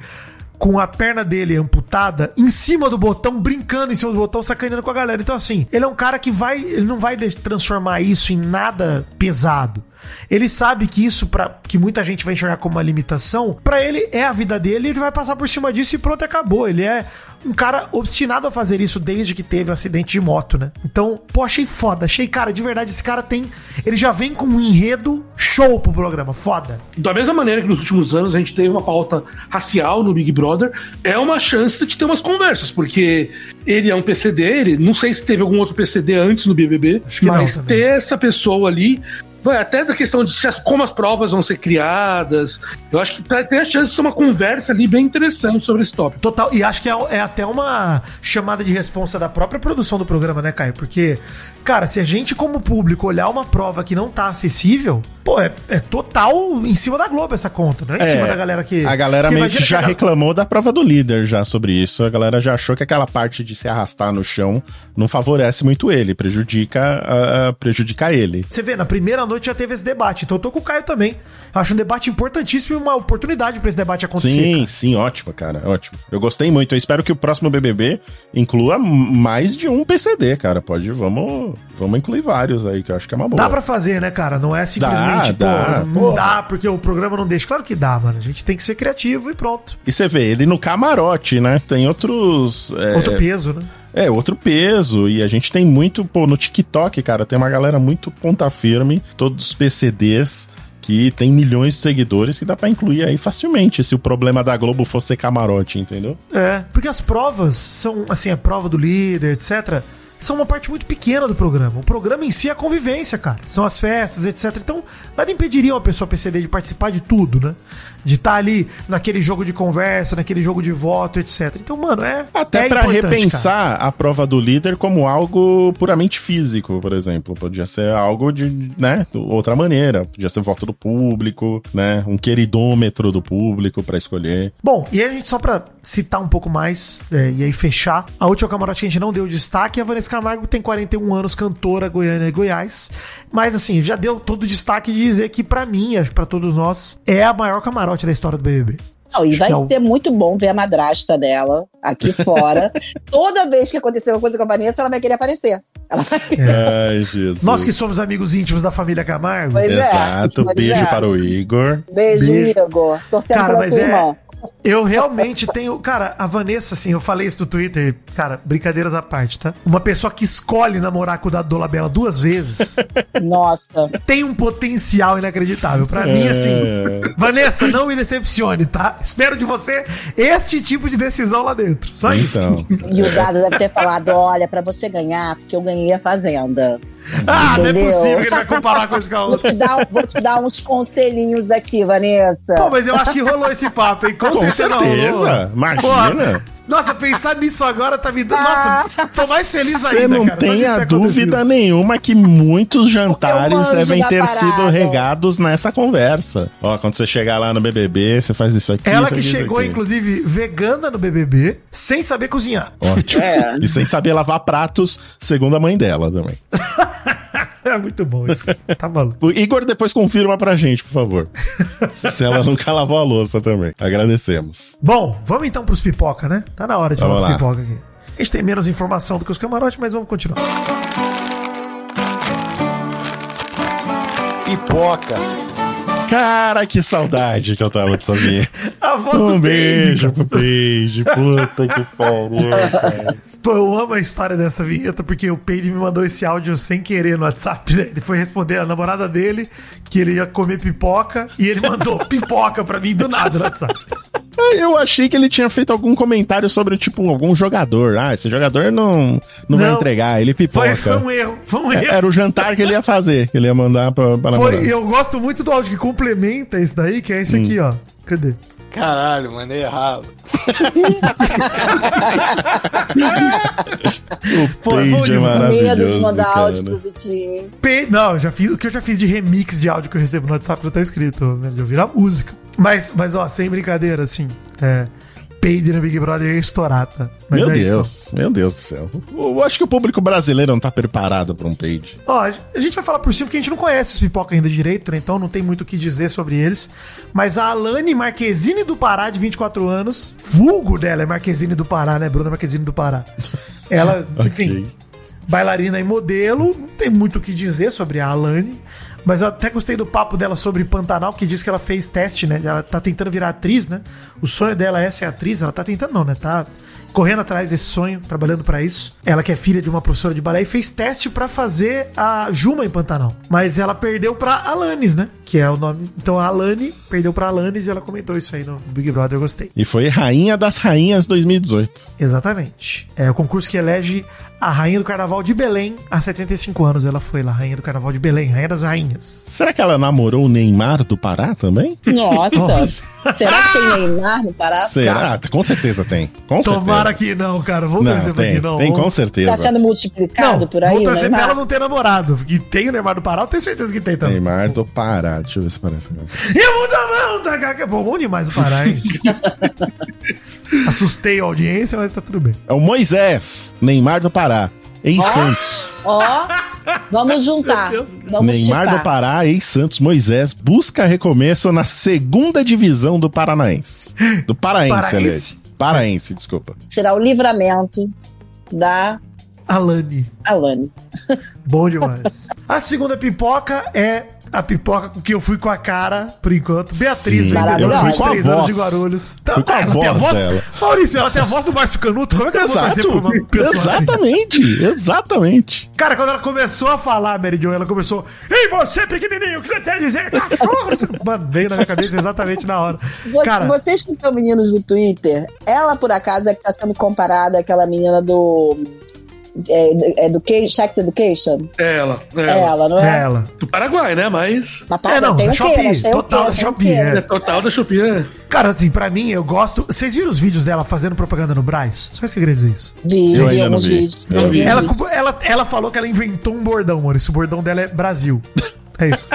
com a perna dele amputada em cima do botão, brincando em cima do botão, sacaneando com a galera. Então assim, ele é um cara que vai, ele não vai de- transformar isso em nada pesado. Ele sabe que isso, pra, que muita gente vai enxergar como uma limitação, pra ele é a vida dele, ele vai passar por cima disso e pronto, acabou. Ele é um cara obstinado a fazer isso desde que teve o acidente de moto, né? Então, pô, achei foda, achei, cara, de verdade, esse cara tem. Ele já vem com um enredo show pro programa, foda. Da mesma maneira que nos últimos anos a gente teve uma pauta racial no Big Brother, é uma chance de ter umas conversas, porque ele é um PCD, ele, não sei se teve algum outro PCD antes no BBB, Acho que não mas também. ter essa pessoa ali. vai Até da questão de se as- como as provas vão ser criadas. Eu acho que tá- tem a chance de ter uma conversa ali bem interessante sobre esse tópico. Total, e acho que é, é até uma chamada de responsa da própria produção do programa, né, Caio? Porque, cara, se a gente, como público, olhar uma prova que não tá acessível, pô, é, é total em cima da Globo essa conta, não é em É, cima da galera que. A galera que meio imagina que já a galera- reclamou da prova do líder já sobre isso. A galera já achou que aquela parte de se arrastar no chão não favorece muito ele, prejudica, ah, ah, prejudica ele. Você vê, na primeira noite já teve esse debate, então eu tô com o Caio também. Acho um debate importantíssimo e uma oportunidade pra esse debate acontecer. Sim, cara. sim, ótimo, cara, ótimo. Eu gostei muito. Eu espero que o próximo BBB inclua mais de um PCD, cara. Pode, vamos, vamos incluir vários aí, que eu acho que é uma boa. Dá pra fazer, né, cara? Não é simplesmente, dá, pô, não pô. dá porque o programa não deixa. Claro que dá, mano. A gente tem que ser criativo e pronto. E você vê, ele no camarote, né? Tem outros. É, Outro peso, né? é, outro peso. E a gente tem muito, pô, no TikTok, cara, tem uma galera muito ponta firme, todos os PCDs. Que tem milhões de seguidores que dá pra incluir aí facilmente se o problema da Globo fosse camarote, entendeu? É. Porque as provas são, assim, a prova do líder, etc. São uma parte muito pequena do programa. O programa em si é a convivência, cara. São as festas, etc. Então, nada impediria uma pessoa PCD de participar de tudo, né? De estar ali naquele jogo de conversa, naquele jogo de voto, etc. Então, mano, é. Até é pra importante, cara. repensar a prova do líder como algo puramente físico, por exemplo. Podia ser algo de, né, outra maneira. Podia ser voto do público, né, um queridômetro do público pra escolher. Bom, e aí a gente só pra citar um pouco mais é, e aí fechar, a última camarote que a gente não deu destaque é a Vanessa Camargo, que tem 41 anos, cantora goiana e Goiás. Mas assim, já deu todo o destaque de dizer que pra mim, acho que pra todos nós, é a maior camarote da história do BBB. Não, e Acho vai que é o- ser muito bom ver a madrasta dela aqui fora. Toda vez que acontecer uma coisa com a Vanessa, ela vai querer aparecer. Ela vai... Ai, Jesus. Nós É. que somos amigos íntimos da família Camargo. Pois é, Exato. pois Beijo é. para o Igor. Beijo, Beijo. Igor. Torcendo Cara, pela mas sua é- irmã. Eu realmente tenho. Cara, a Vanessa, assim, eu falei isso no Twitter. Cara, brincadeiras à parte, tá? Uma pessoa que escolhe namorar com o Dado Dolabella duas vezes Nossa. tem um potencial inacreditável. Pra É. mim, assim. Vanessa, não me decepcione, tá? Espero de você este tipo de decisão lá dentro. Só isso. Então. E o Dado deve ter falado: olha, pra você ganhar, porque eu ganhei a fazenda. Ah, não é Entendeu? possível que ele vai comparar com esse com a Vou outra. te dar, um, vou te dar uns conselhinhos aqui, Vanessa. Pô, mas eu acho que rolou esse papo, hein? Com, Com certeza. certeza. rolou. Imagina. Porra, Nossa, pensar nisso agora tá me dando. Nossa, tô mais feliz ainda. Você não cara, só disso tenha ter dúvida acontecido. nenhuma que muitos jantares manjo devem é um da ter parada. sido regados nessa conversa. Ó, quando você chegar lá no BBB, você faz isso aqui. Ela isso que aqui, isso chegou, aqui. inclusive, vegana no BBB, sem saber cozinhar. Ótimo. É. E sem saber lavar pratos, segundo a mãe dela também. É muito bom isso. cara. Tá maluco. O Igor depois confirma pra gente, por favor. Se ela nunca lavou a louça também. Agradecemos. Bom, vamos então pros pipoca, né? Tá na hora de Vamos falar dos lá. pipoca aqui. A gente tem menos informação do que os camarotes, mas vamos continuar. Pipoca. Cara, que saudade que eu tava dessa minha. A voz Um do beijo pro Paige. Puta que pariu. cara. Pô, eu amo a história dessa vinheta, porque o Peide me mandou esse áudio sem querer no WhatsApp, né? Ele foi responder a namorada dele que ele ia comer pipoca e ele mandou pipoca pra mim do nada no WhatsApp. Ah, Eu achei que ele tinha feito algum comentário sobre, tipo, algum jogador. Ah, esse jogador não, não, vai Não. entregar, ele Foi, pipoca. foi um erro, foi um É, erro. Era o jantar que ele ia fazer, que ele ia mandar pra, pra namorada. Hum. Foi, eu gosto muito do áudio que complementa isso daí, que é esse aqui, ó. Cadê? Caralho, mandei errado. O Pô, é bom Paige demais. é Medo de maravilhoso, mandar áudio pro cara. né? Vitinho. Pe- Não, eu já fiz, o que eu já fiz de remix de áudio que eu recebo no WhatsApp não tá escrito, né? de ouvir a música. Mas, mas ó, sem brincadeira, assim, é, Peide no Big Brother é estourata. Mas Meu não é isso, não. Deus, meu Deus do céu. Eu eu acho que o público brasileiro não tá preparado pra um Paige. Ó, a gente vai falar por cima porque a gente não conhece os pipoca ainda direito, né? Então não tem muito o que dizer sobre eles. Mas a Alane Marquezine do Pará, de 24 anos, vulgo dela é Marquezine do Pará, né? Bruna Marquezine do Pará. Ela, enfim, bailarina e modelo, não tem muito o que dizer sobre a Alane. Mas eu até gostei do papo dela sobre Pantanal, que diz que ela fez teste, né? Ela tá tentando virar atriz, né? O sonho dela é ser atriz, ela tá tentando não, né? Tá correndo atrás desse sonho, trabalhando pra isso. Ela que é filha de uma professora de balé e fez teste pra fazer a Juma em Pantanal, mas ela perdeu pra Alanis, né? Que é o nome. Então a Alane perdeu pra Alanis e ela comentou isso aí no Big Brother, eu gostei. E foi Rainha das Rainhas 2018. Exatamente. É o concurso que elege a rainha do carnaval de Belém há 75 anos. Ela foi lá, rainha do carnaval de Belém, rainha das rainhas. Será que ela namorou o Neymar do Pará também? Nossa. Será que tem Neymar no Pará? Será? Com certeza tem. Com Tomara que certeza. não, cara. Vamos Não, torcer pra tem, que não. tem com Vamos- Tá certeza. sendo multiplicado não, por aí? né? Tá. vou torcer pra Neymar? ela não ter namorado. Porque tem o Neymar do Pará, eu tenho certeza que tem também. Neymar do Pará. Deixa eu ver se aparece. agora. E o mundo da Gaga. é Bom, bom demais o Pará, hein? Assustei a audiência, mas tá tudo bem. É o Moisés. Neymar do Pará. Ex-Santos. Ó, vamos juntar. Meu Deus, cara. Vamos Neymar chipar. do Pará, ex-Santos, Moisés, busca recomeço na segunda divisão do Paranaense. Do Paraense, Paraense. aliás. Paraense, desculpa. Será o livramento da Alane. Alane. Bom demais. A segunda pipoca é a pipoca com que eu fui com a cara, por enquanto. Beatriz, Sim, vendedora eu fui de com a três anos voz. de Guarulhos. Fui com a ela tem voz dela. Maurício, ela tem a voz do Márcio Canuto. Como é que ela vai torcer por Exato. uma pessoa assim? Exatamente. Exatamente. Cara, quando ela começou a falar, Mary Jo, ela começou. Ei, você, pequenininho, o que você tem a dizer? Cachorro! Não sei o que. Mano, veio na minha cabeça exatamente na hora. Vo- Cara, Vocês que são meninos do Twitter, ela por acaso é que tá sendo comparada àquela menina do. É, education, Sex Education? É ela, é É ela. ela, não é? ela. Do Paraguai, né? Mas. Mas, É, não, tem da o quê? Shopee, Mas tem o total quê? da Tem o Shopee, quê? é. É total da Shopee. né? Cara, assim, pra mim, eu gosto. Vocês viram os vídeos dela fazendo propaganda no Braz? Só isso que eu queria dizer isso. Vi, Eu vi ainda não alguns vi. vídeos. Eu vi. Ela, ela, ela falou que ela inventou um bordão, Maurício. O bordão dela é Brasil. É isso.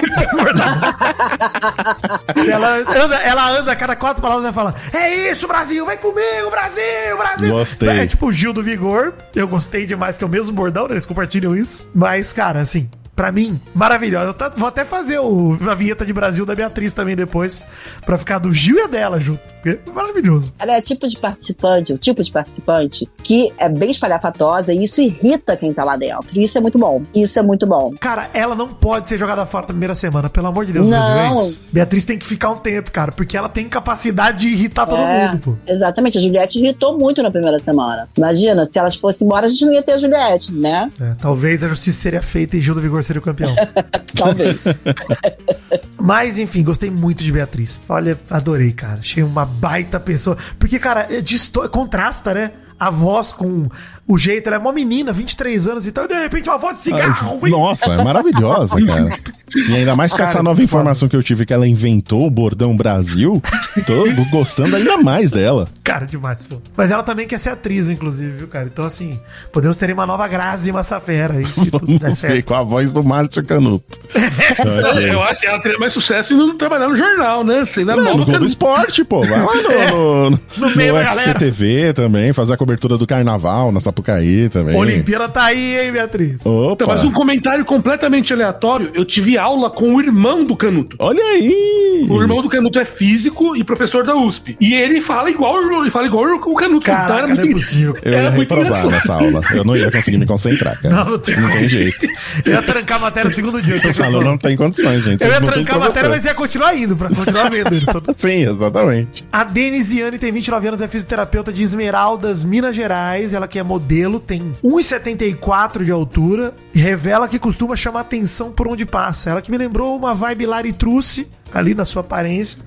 Bordão. ela, anda, ela anda a cada quatro palavras e fala: É isso, Brasil, vem comigo, Brasil, Brasil. Gostei. É tipo o Gil do Vigor. Eu gostei demais, que é o mesmo bordão, né? eles compartilham isso. Mas, cara, assim. Pra mim, maravilhosa. Eu tá- vou até fazer o- a vinheta de Brasil da Beatriz também depois, pra ficar do Gil e a dela junto. porque é Maravilhoso. Ela é tipo de participante, o tipo de participante que é bem espalhafatosa e isso irrita quem tá lá dentro. E isso é muito bom. Isso é muito bom. Cara, ela não pode ser jogada fora na primeira semana, pelo amor de Deus, Não. Brasil, é isso. Beatriz tem que ficar um tempo, cara, porque ela tem capacidade de irritar todo É, mundo, pô. Exatamente, a Juliette irritou muito na primeira semana. Imagina, se elas fossem embora, a gente não ia ter a Juliette, né? É, talvez a justiça seria feita e Gil do Vigor seria o campeão. Talvez. Mas, enfim, gostei muito de Beatriz. Olha, adorei, cara. Achei uma baita pessoa. Porque, cara, é disto- contrasta, né? A voz com o jeito. Ela é uma menina, 23 anos e tal. E de repente, uma voz de cigarro. hein? Nossa, é maravilhosa, cara. E ainda mais com essa Cara, nova que informação que eu tive que ela inventou o bordão Brasil, tô gostando ainda mais dela. Cara demais, pô. Mas ela também quer ser atriz, inclusive, viu, cara? Então, assim, podemos ter uma nova Grazi Massafera aí, se tudo der Vamos ver Tá certo. com a voz do Márcio Canuto. Ok. Eu acho que ela teria mais sucesso indo trabalhar no jornal, né? Tá Sendo a Não, no nova Globo can- Esporte, pô. Vai lá no, no, no, é meio da SPTV também, fazer a cobertura do carnaval na Sapucaí também. Olimpíada tá aí, hein, Beatriz? Opa! Então, mas um comentário completamente aleatório. Eu tive aula com o irmão do Canuto. Olha aí! O irmão do Canuto é físico e professor da USP. E ele fala igual, o irmão- ele fala igual o Canuto. Caraca, não é possível. Eu ia era muito reprovar engraçado. nessa aula. Eu não ia conseguir me concentrar, cara. Não, Não, não tem tem, como. jeito. Eu ia trancar a matéria no segundo dia. Eu falo, não tem condições, gente. Eu Vocês ia não têm trancar a matéria, mas condições. ia continuar indo, pra continuar vendo ele. Só Sim, exatamente. A Denisiane tem 29 anos, é fisioterapeuta de Esmeraldas, Minas Gerais. Ela que é modelo, tem 1,74 de altura e revela que costuma chamar atenção por onde passa. Ela que me lembrou uma vibe Lari Truce, ali na sua aparência.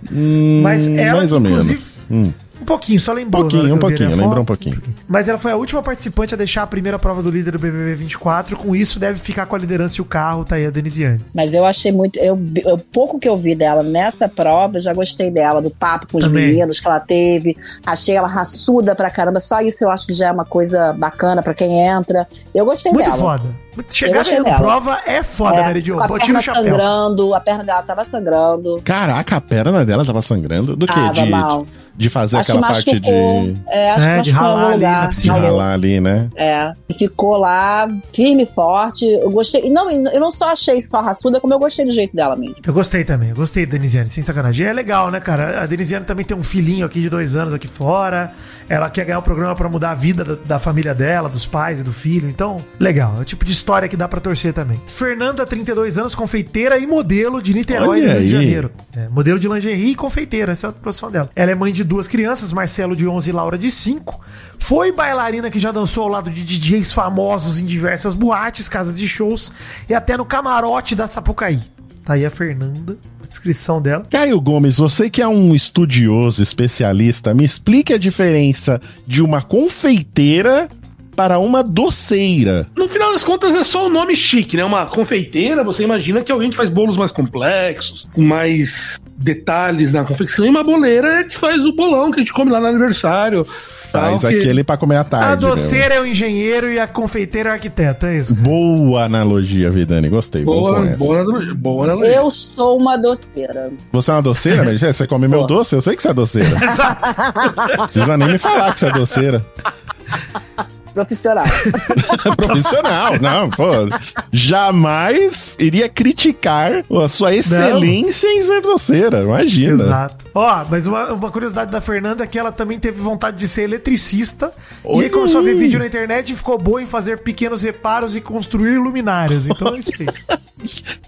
mas ela, Hum, mais ou menos. Hum. Um pouquinho, só lembrou. Pouquinho, na hora que eu um vi ali a pouquinho, lembrou foto. um pouquinho. Mas ela foi a última participante a deixar a primeira prova do líder do BBB 24. Com isso, deve ficar com a liderança e o carro, tá aí a Denisiane. Mas eu achei muito. Eu, eu- pouco que eu vi dela nessa prova, eu já gostei dela, do papo com os Também. meninos que ela teve. Achei ela raçuda pra caramba. Só isso eu acho que já é uma coisa bacana pra quem entra. Eu gostei Muito dela. foda. Chegar Eu achei na dela. prova é foda, É, Mary Jo. com a Tira perna o chapéu. sangrando, a perna dela tava sangrando. Ah, Caraca, a perna dela tava sangrando. Do quê? Tava De, mal. de fazer acho que aquela parte machucou. de. É, acho É, que de machucou ralar algum ali na lugar. Se piscina. Ralou. ralar ali, né? É, e ficou lá firme e forte. Eu gostei. E não, eu não só achei só raçuda, como eu gostei do jeito dela mesmo. Eu gostei também, eu gostei da Denisiane, sem sacanagem. E É legal, né, cara? A Denisiane também tem um filhinho aqui de dois anos aqui fora. Ela quer ganhar o programa pra mudar a vida da, da família dela, dos pais e do filho. Então, legal. É o tipo de história que dá pra torcer também. Fernanda, 32 anos, confeiteira e modelo de Niterói, Olha Rio de aí. Janeiro. É, modelo de lingerie e confeiteira, essa é a profissão dela. Ela é mãe de duas crianças, Marcelo de 11 e Laura de 5. Foi bailarina que já dançou ao lado de DJs famosos em diversas boates, casas de shows e até no camarote da Sapucaí. Tá aí a Fernanda, a descrição dela. Caio Gomes, você que é um estudioso, especialista, me explique a diferença de uma confeiteira para uma doceira. No final das contas, é só um nome chique, né? Uma confeiteira, você imagina que é alguém que faz bolos mais complexos, com mais detalhes na confecção, e uma boleira é que faz o bolão que a gente come lá no aniversário. Faz tal, que- aquele pra comer à Tá, A tarde. né? doceira é o engenheiro e a confeiteira é o arquiteto, é isso. Boa analogia, Vidani. Gostei. vamos com Boa, essa. boa, analogia, boa analogia. Eu sou uma doceira. Você é uma doceira, Mary? Você come meu doce? Eu sei que você é doceira. Exato. Precisa nem me falar que você é doceira. Profissional. Profissional, não, pô. Jamais iria criticar a sua excelência em ser doceira. Imagina. Exato. Ó, mas uma, uma curiosidade da Fernanda é que ela também teve vontade de ser eletricista. E Olha aí começou a ver aí. vídeo na internet e ficou boa em fazer pequenos reparos e construir luminárias. Então é isso que fez.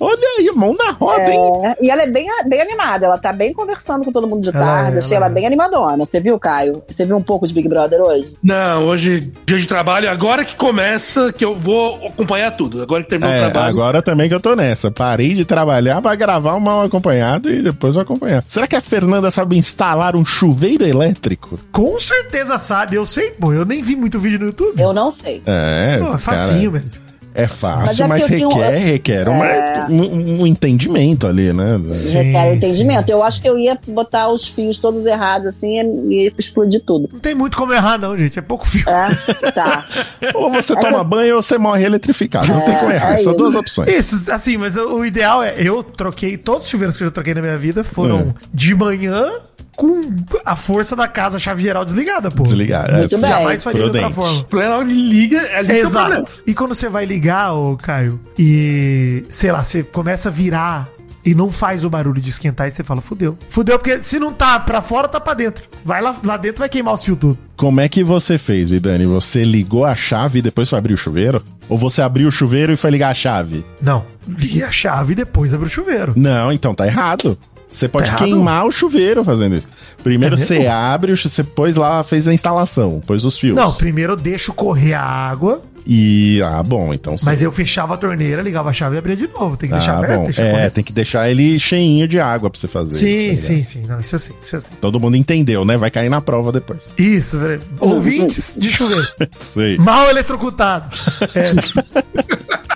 Olha aí, mão na roda, hein? É, e ela é bem, bem animada, ela tá bem conversando com todo mundo de Ela tarde. é, achei ela ela é. bem animadona. Você viu, Caio? Você viu um pouco de Big Brother hoje? Não, hoje, dia de trabalho, agora que começa, que eu vou acompanhar tudo. Agora que terminou É, o trabalho. agora também que eu tô nessa. Parei de trabalhar pra gravar um mal acompanhado e depois vou acompanhar. Será que a Fernanda sabe instalar um chuveiro elétrico? Com certeza sabe, eu sei, pô. Eu nem vi muito vídeo no YouTube. Eu não sei. É, Pô, é cara, facinho, velho. É fácil, mas, Mas é que eu tenho- requer, requer uma- É. um, um entendimento ali, né? Sim, Requer entendimento. sim, eu sim. acho que eu ia botar os fios todos errados assim e e explodir tudo. Não tem muito como errar, não, gente. É pouco filme. É, tá. Ou você toma banho ou você morre eletrificado. Não tem como errar. é São isso. duas opções. Isso, assim, É. mas o o ideal é. Eu troquei. Todos os chuveiros que eu já troquei na minha vida foram de manhã, com a força da casa, a chave geral desligada, é. pô. Desligar. Muito sim. bem. Jamais faria de outra Prudente. forma. O problema é que liga, é liga Exato. E quando você vai ligar, ô Caio, e sei lá, você começa a virar e não faz o barulho de esquentar, e você fala, fudeu. Fudeu, porque se não tá pra fora, tá pra dentro. Vai lá, lá dentro, vai queimar os fios tudo. Como é que você fez, Vidani? Você ligou a chave e depois foi abrir o chuveiro? Ou você abriu o chuveiro e foi ligar a chave? Não. Liga a chave e depois abre o chuveiro. Não, então tá errado. Você pode Tá errado? queimar o chuveiro fazendo isso. Primeiro É mesmo? você abre, o chu- você pôs lá, fez a instalação, pôs os fios. Não, primeiro eu deixo correr a água, E, ah, bom, então sim. mas eu fechava a torneira, ligava a chave e abria de novo. Tem que deixar ah, aberto, bom. deixa É, correr. tem que deixar ele cheinho de água pra você fazer. Sim, isso aí, sim, né? sim. Não, isso eu sei, isso eu sei. Todo mundo entendeu, né? Vai cair na prova depois. Isso, velho. ouvintes de chuveiro. Sei. Mal eletrocutado.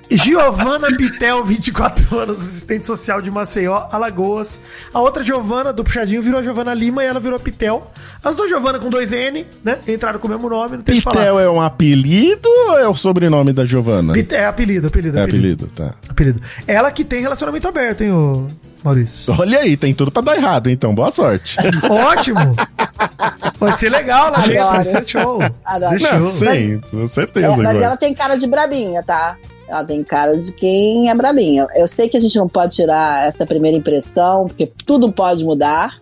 É. Giovana Pitel, 24 anos, assistente social de Maceió, Alagoas. A outra Giovana do Puxadinho virou a Giovana Lima e ela virou a Pitel. As duas Giovana com dois N, né? Entraram com o mesmo nome, não tem o que falar. Pitel é um apelido ou é o sobrenome da Giovana? Pitel. É apelido, apelido, É apelido. apelido, tá. apelido. Ela que tem relacionamento aberto, hein, ô Maurício? Olha aí, tem tudo pra dar errado, então. Boa sorte. Ótimo! Vai ser legal lá dentro, vai ser show. Vai Adoro. ser show. Não, sim, com certeza. É, mas agora. ela tem cara de brabinha, tá? Ela tem cara de quem é brabinha. Eu sei que a gente não pode tirar essa primeira impressão, porque tudo pode mudar,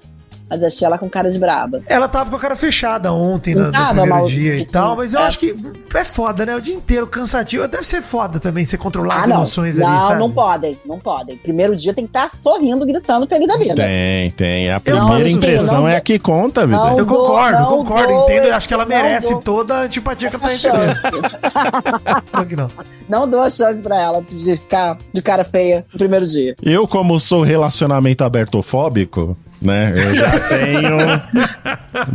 mas achei ela com cara de braba. Ela tava com a cara fechada ontem, no, Não no tava, primeiro Mauro, dia e que- tal, mas eu é. acho que é foda, né? O dia inteiro cansativo. Deve ser foda também você controlar as Ah, não. emoções não, ali, sabe? não podem, não podem. Primeiro dia tem que estar sorrindo, gritando, feliz da vida. Tem, tem. A não primeira sei, impressão né? não- é a que conta, vida. Não. Eu concordo, Não concordo, dou, entendo. Eu eu acho que ela não merece dou. toda a antipatia que ela tá recebendo. Chance. Claro que não. Não dou a chance pra ela de ficar de cara feia no primeiro dia. Eu, como sou relacionamento abertofóbico, né? Eu já tenho.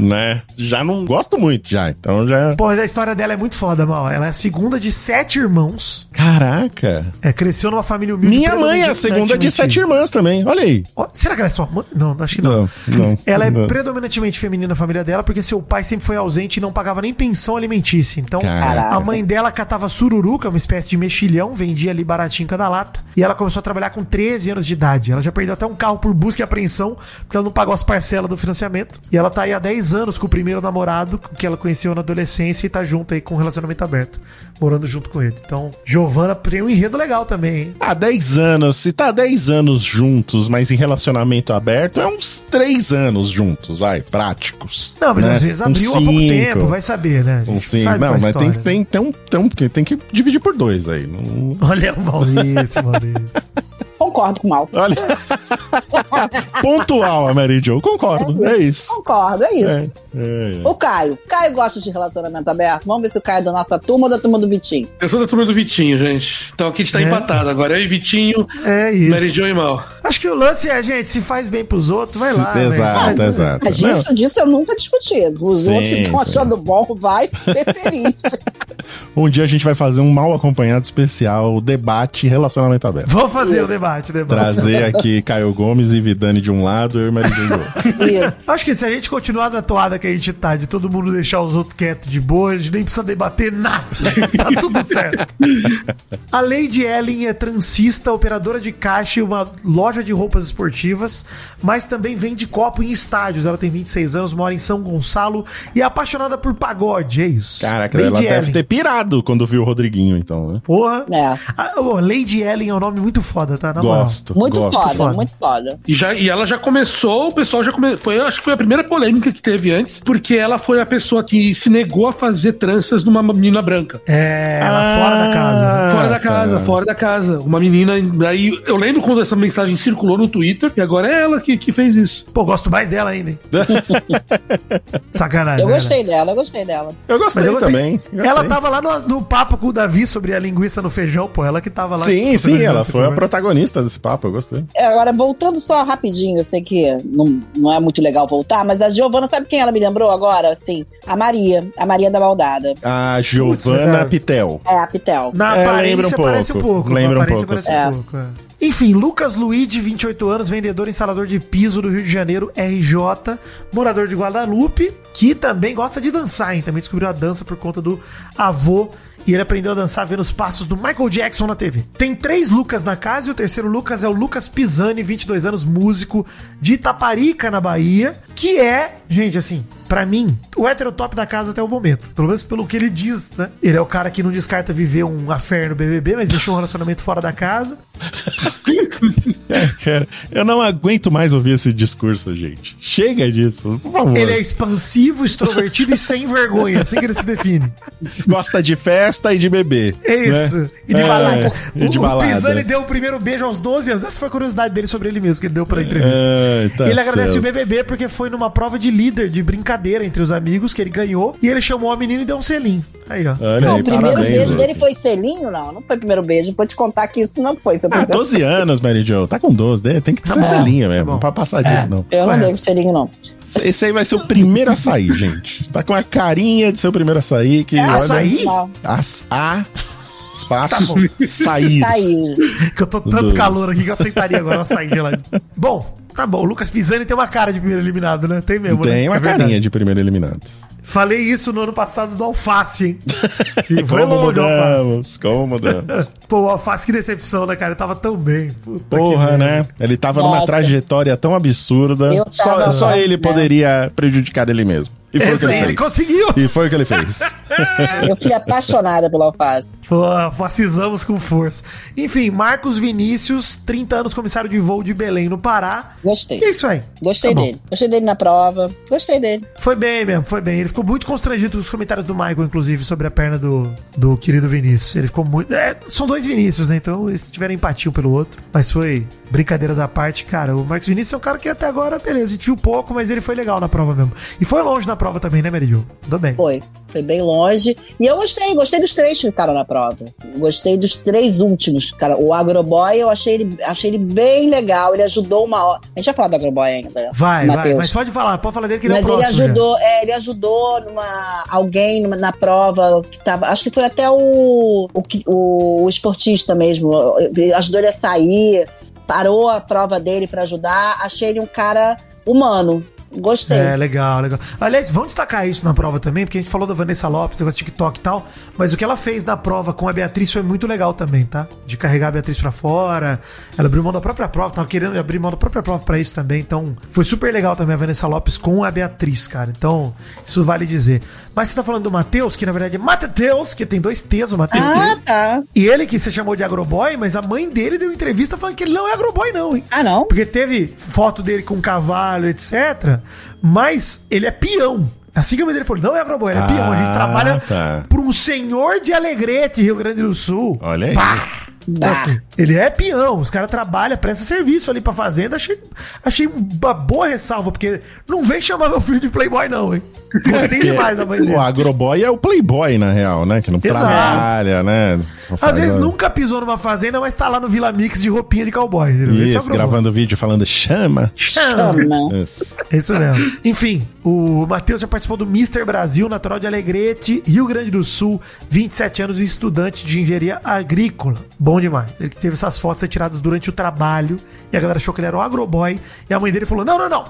né? Já não gosto muito, já. Então já. Pô, mas a história dela é muito foda, mal. Ela é a segunda de sete irmãos. Caraca! É, cresceu numa família humilde. Minha mãe é a segunda de predominantemente- sete irmãs também. Olha aí. Ó, Será que ela é sua mãe? Não, acho que não. Não, não. Ela é não. predominantemente feminina a família dela, porque seu pai sempre foi ausente e não pagava nem pensão alimentícia. Então, Caraca. a mãe dela catava sururu, que é uma espécie de mexilhão, vendia ali baratinho cada lata. E ela começou a trabalhar com 13 anos de idade. Ela já perdeu até um carro por busca e apreensão, porque ela não pagou as parcelas do financiamento. E ela tá aí há 10 anos com o primeiro namorado, que ela conheceu na adolescência, e tá junto aí com um relacionamento aberto, morando junto com ele. Então, Giovana tem um enredo legal também, hein? Há 10 anos, se tá 10 anos juntos, mas em relacionamento aberto, é uns 3 anos juntos, vai, práticos. Não, mas né? às vezes Uns abriu há pouco cinco. tempo, vai saber, né? A Um gente sim. sabe Não, qual é a mas tem, história, que- tem, tem, um, tem, um- tem que dividir por dois aí. Não, Olha o Maurício, Maurício. Concordo com o mal. Olha. Pontual a Mary Jo, concordo. É isso. Concordo, é isso. É, é, é. O Caio. Caio gosta de relacionamento aberto. Vamos ver se o Caio é da nossa turma ou da turma do Vitinho. Eu sou da turma do Vitinho, gente. Então aqui a gente tá É. empatado agora. Eu e Vitinho, É isso. Mary Jo e Mal. Acho que o lance é, gente, se faz bem pros outros, vai lá. Se- né? exato, Faz- exato. Mas Não, isso disso eu nunca discuti. Os Tá Sim, outros estão sim. achando bom, vai ser feliz. um dia a gente vai fazer um mal acompanhado especial, debate e relacionamento aberto. Vamos fazer o debate, o debate. Trazer aqui Caio Gomes e Vidani de um lado, eu e Mary Jo do outro. isso. Acho que se a gente continuar na toada que a gente tá, de todo mundo deixar os outros quietos de boa, a gente nem precisa debater nada. tá tudo certo. A Lady Ellen é transista, operadora de caixa e uma loja de roupas esportivas, mas também vende copo em estádios. Ela tem 26 anos, mora em São Gonçalo e é apaixonada por pagode, é isso. Caraca, ela deve ter pirado quando viu o Rodriguinho, então, né? Porra. É. Ah, ô, Lady Ellen é um nome muito foda, tá? Na moral. Gosto. Muito gosto. foda, foda. muito foda. E, já, e ela já começou, o pessoal já começou. Foi, eu acho que foi a primeira polêmica que teve antes, porque ela foi a pessoa que se negou a fazer tranças numa menina branca. É, ela Ah. fora da casa. né? Fora da casa, fora da casa. Uma menina. Daí eu lembro quando essa mensagem circulou no Twitter, e agora é ela que, que fez isso. Pô, gosto mais dela ainda. hein? Sacanagem. Eu né? gostei dela, eu gostei dela. Eu gostei, Mas eu gostei. também. Ela gostei. tava lá no, no papo com o Davi sobre a linguiça no feijão, pô. Ela que tava lá. Sim, sim, ela essa foi a conversa. protagonista desse papo, eu gostei. É, Agora, voltando só rapidinho, eu sei que não, não é muito legal voltar, mas a Giovana, sabe quem ela me lembrou agora? Assim, a Maria, a Maria da Maldada. A verdade. Giovanna Pitel. É, a Pitel. Na É, aparência lembra um parece um pouco. pouco. Lembra um na aparência pouco, parece sim. um pouco. é. Enfim, Lucas Luigi, 28 anos, vendedor e instalador de piso do Rio de Janeiro, RJ, morador de Guadalupe, que também gosta de dançar, hein? Também descobriu a dança por conta do avô. E ele aprendeu a dançar vendo os passos do Michael Jackson na TV. Tem três Lucas na casa e o terceiro Lucas é o Lucas Pisani, 22 anos, músico de Itaparica, na Bahia, que é, gente, assim, pra mim, o hétero top da casa até o momento. Pelo menos pelo que ele diz, né? Ele é o cara que não descarta viver um affair no BBB, mas deixou um relacionamento fora da casa. É, cara, eu não aguento mais ouvir esse discurso, gente. Chega disso, por favor. Ele é expansivo, extrovertido e sem vergonha, assim que ele se define. Gosta de festa e de bebê. É isso. né? E de É, balada. e de O- balada. O Pisani deu o primeiro beijo aos 12 anos. Essa foi a curiosidade dele sobre ele mesmo, que ele deu pra entrevista. Ai, É, tá ele agradece certo. o BBB porque foi numa prova de líder, de brincadeira entre os amigos, que ele ganhou. E ele chamou a menina e deu um selinho. Aí, ó. Olha Não, aí, o primeiro parabéns, beijo hein? dele foi selinho? Não, não foi o primeiro beijo. Vou te contar que isso não foi seu Ah, primeiro 12 anos, Mary Jo. Tá com 12, né? Tem que ser bom. selinha mesmo. Tá não bom. pra passar disso, não. Eu não Ué. dei selinho, não. Esse aí vai ser o primeiro a sair, gente. Tá com a carinha de ser o primeiro a sair. É Que, olha, açaí? Ih! Não. As, a Tá espaço sair. Tá aí. Que eu tô tanto É. Do- calor aqui que eu aceitaria agora sair gelado. Bom, tá bom. O Lucas Pisani tem uma cara de primeiro eliminado, né? Tem mesmo, né? Tem uma É verdade. carinha de primeiro eliminado. Falei isso no ano passado do Alface, hein? E É Como mudamos, como mudamos. Pô, o Alface, que decepção, né, cara? Eu tava tão bem. Puta que Porra, merda. né? Ele tava numa Nossa. trajetória tão absurda. Eu Só, tava só lá, ele né? poderia prejudicar ele mesmo. E foi o Esse que ele aí, fez. ele conseguiu! E foi o que ele fez. Eu fui apaixonada pelo alface. Pô, fascisamos com força. Enfim, Marcos Vinícius, 30 anos, comissário de voo de Belém, no Pará. Gostei. E é isso aí. Gostei Tá bom. dele. Gostei dele na prova. Gostei dele. Foi bem mesmo, foi bem. Ele ficou muito constrangido com os comentários do Michael, inclusive, sobre a perna do, do querido Vinícius. Ele ficou muito. é, são dois Vinícius, né? Então eles tiveram empatia um pelo outro. Mas foi brincadeiras à parte, cara. O Marcos Vinícius é um cara que até agora, beleza, a gente viu pouco, mas ele foi legal na prova mesmo. E foi longe na prova também, né, Meridio? Tudo bem. Foi. Foi bem longe. E eu gostei, gostei dos três que ficaram na prova. Gostei dos três últimos. Cara, o Agroboy, eu achei ele, achei ele bem legal. Ele ajudou uma hora. A gente vai falar do Agroboy ainda. né? Vai, vai. Matheus. Mas pode falar, pode falar dele que ele é Mas o ele próximo. já. ajudou, é, ele ajudou numa, alguém numa- na prova que tava. Acho que foi até o, o, que- o- o esportista mesmo. ele Ajudou ele a sair, parou a prova dele pra ajudar. Achei ele um cara humano. Gostei. É, legal, legal. Aliás, vamos destacar isso na prova também, porque a gente falou da Vanessa Lopes, negócio de TikTok e tal, mas o que ela fez na prova com a Beatriz foi muito legal também, tá? De carregar a Beatriz pra fora, ela abriu mão da própria prova, tava querendo abrir mão da própria prova pra isso também, então foi super legal também a Vanessa Lopes com a Beatriz, cara. Então, isso vale dizer. Mas você tá falando do Matheus, que na verdade é Mateus, que tem dois T's, o Matheus. Ah, dele. tá. E ele que você chamou de agroboy, mas a mãe dele deu entrevista falando que ele não é agroboy não, hein? Ah, não? Porque teve foto dele com cavalo, etc. Mas ele é peão. Assim que a mãe dele falou, não é agroboy, ele é Ah, peão. A gente trabalha tá. para um senhor de Alegrete, Rio Grande do Sul. Olha aí. Então, assim, ele é peão, os caras trabalham, presta serviço ali pra fazenda. Achei, achei uma boa ressalva, porque não vem chamar meu filho de playboy, não, hein? Gostei demais da mãe dele. É o agroboy é o playboy, na real, né? Que não Exato. trabalha, né? Só Às faz vezes a- nunca pisou numa fazenda, mas tá lá no Vila Mix de roupinha de cowboy. entendeu? Esse é o Isso, agroboy. gravando vídeo falando chama. Chama. Chama. Isso. É isso mesmo. Enfim, o Matheus já participou do Mister Brasil, natural de Alegrete, Rio Grande do Sul, 27 anos e estudante de engenharia agrícola. Bom demais. Ele que teve essas fotos tiradas durante o trabalho e a galera achou que ele era um agroboy. E a mãe dele falou: não, não, não.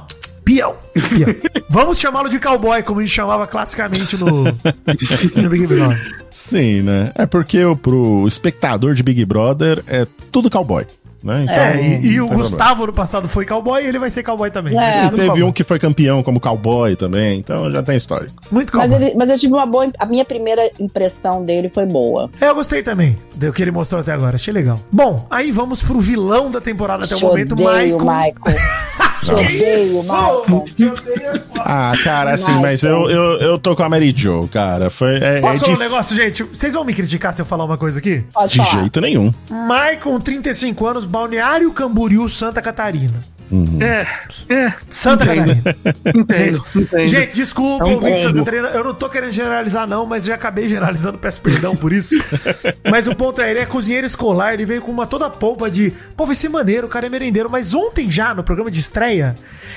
Peão. Peão. Vamos chamá-lo de cowboy, como a gente chamava classicamente no, no Big Brother. Sim, né? É porque o- pro espectador de Big Brother é tudo cowboy. Né? Então, É, e, e o não tem problema. Gustavo no passado foi cowboy e ele vai ser cowboy também. É, E Tudo teve cowboy. um que foi campeão como cowboy também, então já tem histórico. Muito cowboy. Mas, ele- mas eu tive uma boa. A minha primeira impressão dele foi boa. É, eu gostei também do que ele mostrou até agora. Achei legal. Bom, aí vamos pro vilão da temporada até o Te momento, odeio, Michael. Michael. Te odeio, Michael. Te odeio. Ah, cara, assim, Michael. mas eu, eu, eu tô com a Mary Jo, cara. Foi, é, é Posso falar um dif- negócio, gente? Vocês vão me criticar se eu falar uma coisa aqui? Pode de falar. jeito nenhum. Michael, 35 anos, Balneário Camboriú, Santa Catarina. É, é, Santa Catarina. entendo, entendo. Gente, desculpa, É um ouvinte de Santa combo. Catarina, eu não tô querendo generalizar, não, mas já acabei generalizando, peço perdão por isso. mas o ponto é, ele é cozinheiro escolar, ele veio com uma toda pompa de, pô, vai ser maneiro, o cara é merendeiro, mas ontem já, no programa de estreia,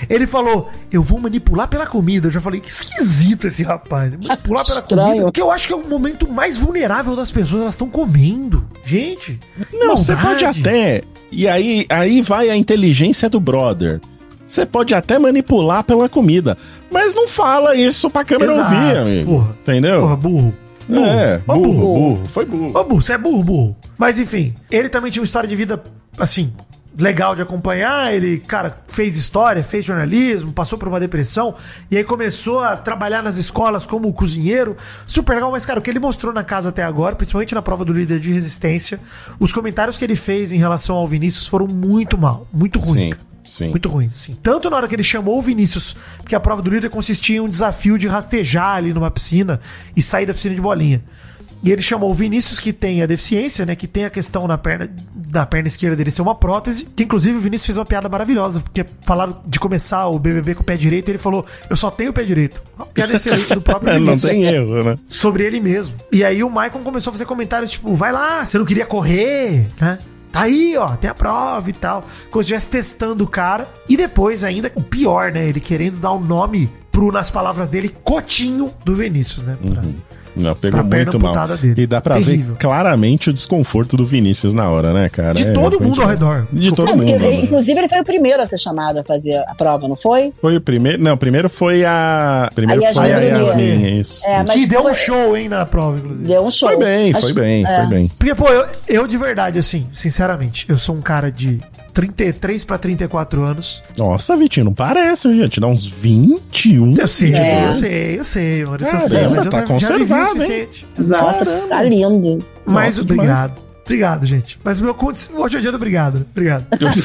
ele falou, eu vou manipular pela comida. Eu já falei, que esquisito esse rapaz, manipular pela Estranho. comida. Porque eu acho que é o momento mais vulnerável das pessoas, elas estão comendo. Gente, Não, você pode maldade. até E aí, aí vai a inteligência do brother. Você pode até manipular pela comida, mas não fala isso pra câmera Exato, ouvir, amigo. porra. Entendeu? Porra, burro. Burro. É, Ó, burro, burro, Foi burro. Ô, burro, você é burro, burro. Mas enfim, ele também tinha uma história de vida, assim, legal de acompanhar. Ele, cara, fez história, fez jornalismo, passou por uma depressão. E aí começou a trabalhar nas escolas como cozinheiro. Super legal, mas, cara, o que ele mostrou na casa até agora, principalmente na prova do líder de resistência, os comentários que ele fez em relação ao Vinícius foram muito mal, muito ruim. Sim, cara. sim. Muito ruim, sim. Tanto na hora que ele chamou o Vinícius, porque a prova do líder consistia em um desafio de rastejar ali numa piscina e sair da piscina de bolinha. E ele chamou o Vinícius, que tem a deficiência, né? Que tem a questão na perna, da perna esquerda dele ser uma prótese. Que inclusive o Vinícius fez uma piada maravilhosa, porque falaram de começar o BBB com o pé direito, e ele falou: Eu só tenho o pé direito. Uma piada excelente do próprio É, não Vinícius tem erro, né? sobre ele mesmo. E aí o Maicon começou a fazer comentários tipo, vai lá, você não queria correr, né? Tá aí, ó, tem a prova e tal. Como se estivesse testando o cara. E depois ainda, o pior, né? Ele querendo dar o nome pro, nas palavras dele, Cotinho do Vinícius, né? Pra- Uhum. Não, pegou Pra perna muito mal. amputada dele. E dá pra Terrível. ver claramente o desconforto do Vinícius na hora, né, cara? De É, todo mundo realmente- ao redor. De todo É, porque mundo. ele- né? inclusive, ele foi o primeiro a ser chamado a fazer a prova, não foi? Foi o primeiro. Não, primeiro foi a. Primeiro A Yasmin foi a primeiro. Yasmin, isso. É, mas que deu foi- um show, hein, na prova, inclusive. Deu um show. Foi bem, Acho- foi bem, é. foi bem. Porque, pô, eu, eu de verdade, assim, sinceramente, eu sou um cara de 33 pra 34 anos. Nossa, Vitinho, não parece, viu, gente. Dá uns 21. Eu sei, tipo, É. eu sei, eu sei, mano. Eu sei, Caramba, mas eu tá já vivi o conservado, hein? suficiente. Nossa, tá lindo. Mas Nossa, obrigado. Obrigado, gente. Mas o meu condicionamento. Hoje é o dia do obrigado. Obrigado.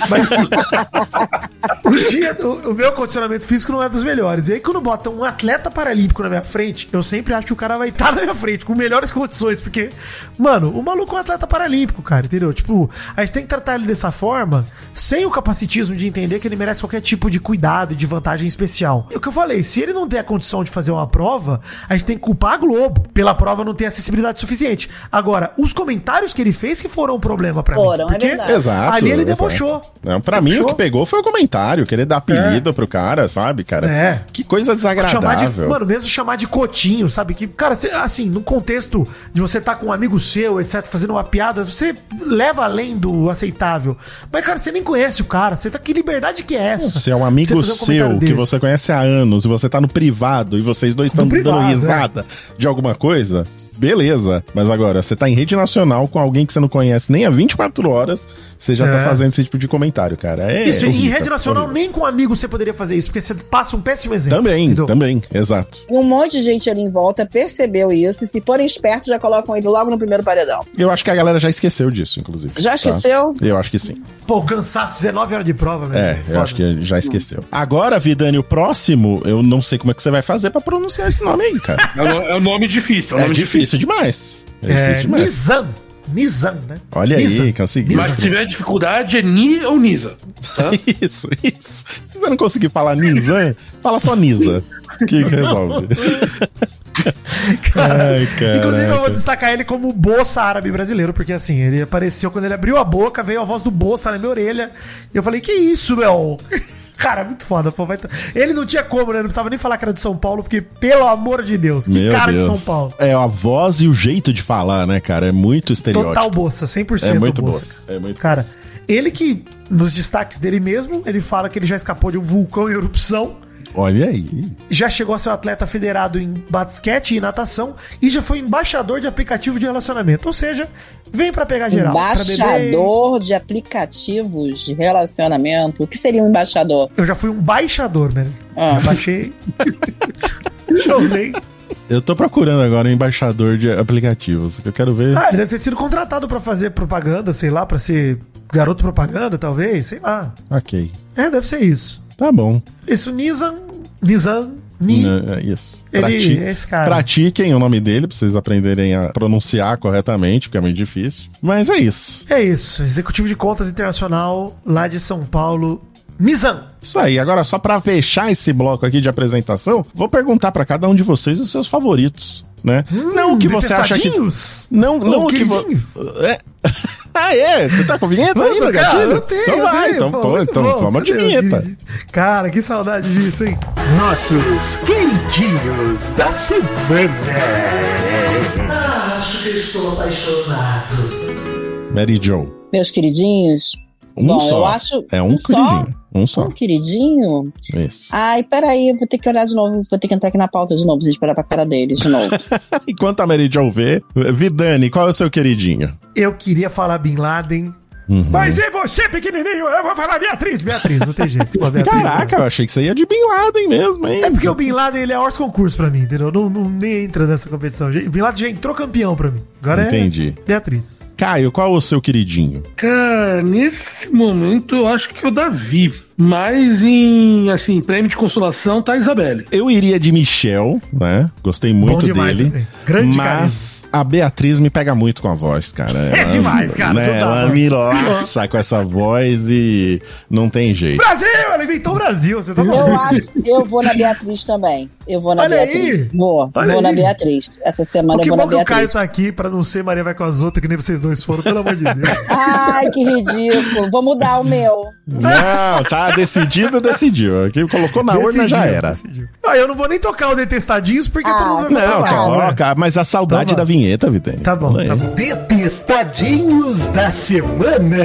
Mas o, dia do- o meu condicionamento físico não é dos melhores. E aí, quando bota um atleta paralímpico na minha frente, eu sempre acho que o cara vai estar na minha frente, com melhores condições. Porque, mano, o maluco é um atleta paralímpico, cara, entendeu? Tipo, a gente tem que tratar ele dessa forma, sem o capacitismo de entender que ele merece qualquer tipo de cuidado e de vantagem especial. É o que eu falei, se ele não tem a condição de fazer uma prova, a gente tem que culpar a Globo pela prova não ter acessibilidade suficiente. Agora, os comentários que ele fez que foram um problema pra Foram, mim. é porque verdade. Exato. Ali ele exato. debochou. Não, pra mim, o Debochou. que pegou foi o comentário, querer dar apelido pro cara, sabe, cara? É. Que coisa Chamar de, desagradável. mano, mesmo chamar de cotinho, sabe? Que, cara, cê- assim, no contexto de você tá com um amigo seu, etc, fazendo uma piada, você leva além do aceitável. Mas, cara, você nem conhece o cara, você tá. Que liberdade que é essa? Se é um Você amigo fazer um seu comentário que desse. você conhece há anos e você tá no privado e vocês dois estão privado, né? dando risada de alguma coisa, beleza. Mas agora, você tá em rede nacional com alguém que você não conhece nem há 24 horas, você já tá É. fazendo esse tipo de comentário, cara. É Isso, horrível, em rede nacional, horrível. nem com um amigo você poderia fazer isso, porque você passa um péssimo exemplo. Também, entendeu? também, exato. E um monte de gente ali em volta percebeu isso. E se forem espertos, já colocam ele logo no primeiro paredão. Eu acho que a galera já esqueceu disso, inclusive. Já tá? esqueceu? Eu acho que sim. Pô, cansaço, 19 horas de prova, meu É, irmão, eu foda. acho que já esqueceu. Agora, Vidani, o próximo, eu não sei como é que você vai fazer pra pronunciar esse nome aí, cara. É, o no- é um nome difícil. É um é nome difícil demais. É, É, difícil demais. Nizam. Nizam, né? Olha Nizam. aí, consegui. Mas se tiver dificuldade, é Ni ou Nisa. Isso, isso. Se você não conseguir falar Nizam, fala só Nisa. Que resolve. Ai, cara. Inclusive, eu vou destacar ele como o Bolsa Árabe brasileiro, porque assim, ele apareceu quando ele abriu a boca, veio a voz do Bolsa na minha orelha. E eu falei, que isso, meu? Cara, é muito foda, pô. Vai t- Ele não tinha como, né? Não precisava nem falar que era de São Paulo, porque, pelo amor de Deus, que Meu cara Deus. de São Paulo. É a voz e o jeito de falar, né, cara? É muito estereótipo. Total Bolsa, 100% É muito Bolsa. Bolsa, é muito cara, Bolsa. ele que, nos destaques dele mesmo, ele fala que ele já escapou de um vulcão em erupção. Olha aí. já chegou a ser um atleta federado em basquete e natação e já foi embaixador de aplicativo de relacionamento. Ou seja, vem pra pegar geral. pra beber. Embaixador de aplicativos de relacionamento. O que seria um embaixador? Eu já fui um baixador, né? Já Ah. baixei. Já usei. Eu tô procurando agora um embaixador de aplicativos. que Eu quero ver. Ah, ele deve ter sido contratado pra fazer propaganda, sei lá, pra ser garoto propaganda, talvez, sei lá. Ok. É, deve ser isso. Tá bom. Isso, Nizam, Nizam, Ni. Né, é Isso. Ele- Prati- é esse cara. Pratiquem o nome dele pra vocês aprenderem a pronunciar corretamente, porque é muito difícil. Mas é isso. É isso, executivo de contas internacional lá de São Paulo, Nizam. Isso aí. Agora, só pra fechar esse bloco aqui de apresentação, vou perguntar pra cada um de vocês os seus favoritos, né? Hum, não o que você acha que. detestadinhos? Não, não Oh, o que queridinhos? você. Ah, é? Você tá com vinheta Puta, ainda, cara, gatilho? eu tenho, então eu vai, tenho, então, pô, pô, muito então bom. vamos de Meu Deus, vinheta. Cara, que saudade disso, hein? Nossos queridinhos da semana. Acho que estou apaixonado. Mary Joe. Meus queridinhos, Um Bom, só. eu acho. É um, queridinho. Um só. Um queridinho? Isso. Ai, peraí, eu vou ter que olhar de novo. Vou ter que entrar aqui na pauta de novo, gente, pra olhar pra cara dele de novo. Enquanto a Mary Jo vê, Vidani, qual é o seu queridinho? Eu queria falar Bin Laden. Uhum. Mas é você, pequenininho? Eu vou falar Beatriz. Beatriz, não tem jeito. Pô, Beatriz, Caraca, eu achei que você ia de Bin Laden mesmo, hein? É porque o Bin Laden ele é horse concurso pra mim, entendeu? Não, não- nem entra nessa competição. O Bin Laden já entrou campeão pra mim. Agora Entendi. é Beatriz. Caio, qual é o seu queridinho? Cara, nesse momento eu acho que é o Davi. Mas em, assim, prêmio de consolação tá a Isabelle. Eu iria de Michel, né? Gostei muito demais dele. também. Grande mas a Beatriz me pega muito com a voz, cara. É Ela- demais, cara, né, não dá, ela mano. me laça com essa voz e não tem jeito. Brasil! Ela inventou o Brasil, você tá Eu maluco? acho que eu vou na Beatriz também. Eu vou na Olha Beatriz. aí! Vou, Olha vou na aí! Beatriz. Essa semana O eu que vou na bom que o Caio Beatriz. tá aqui pra não ser Maria vai com as outras, que nem vocês dois foram, pelo amor de Deus. Ai, que ridículo. Vou mudar o meu. Não, tá decidido, decidiu. Quem colocou na urna já Decidiu, era. decidiu. Ah, eu não vou nem tocar o Detestadinhos porque Ah, todo mundo vai Não, falar, "Ah, né?" coloca, mas a saudade Então vai. da vinheta, Vitani. Tá bom, tá bom. Detestadinhos da semana.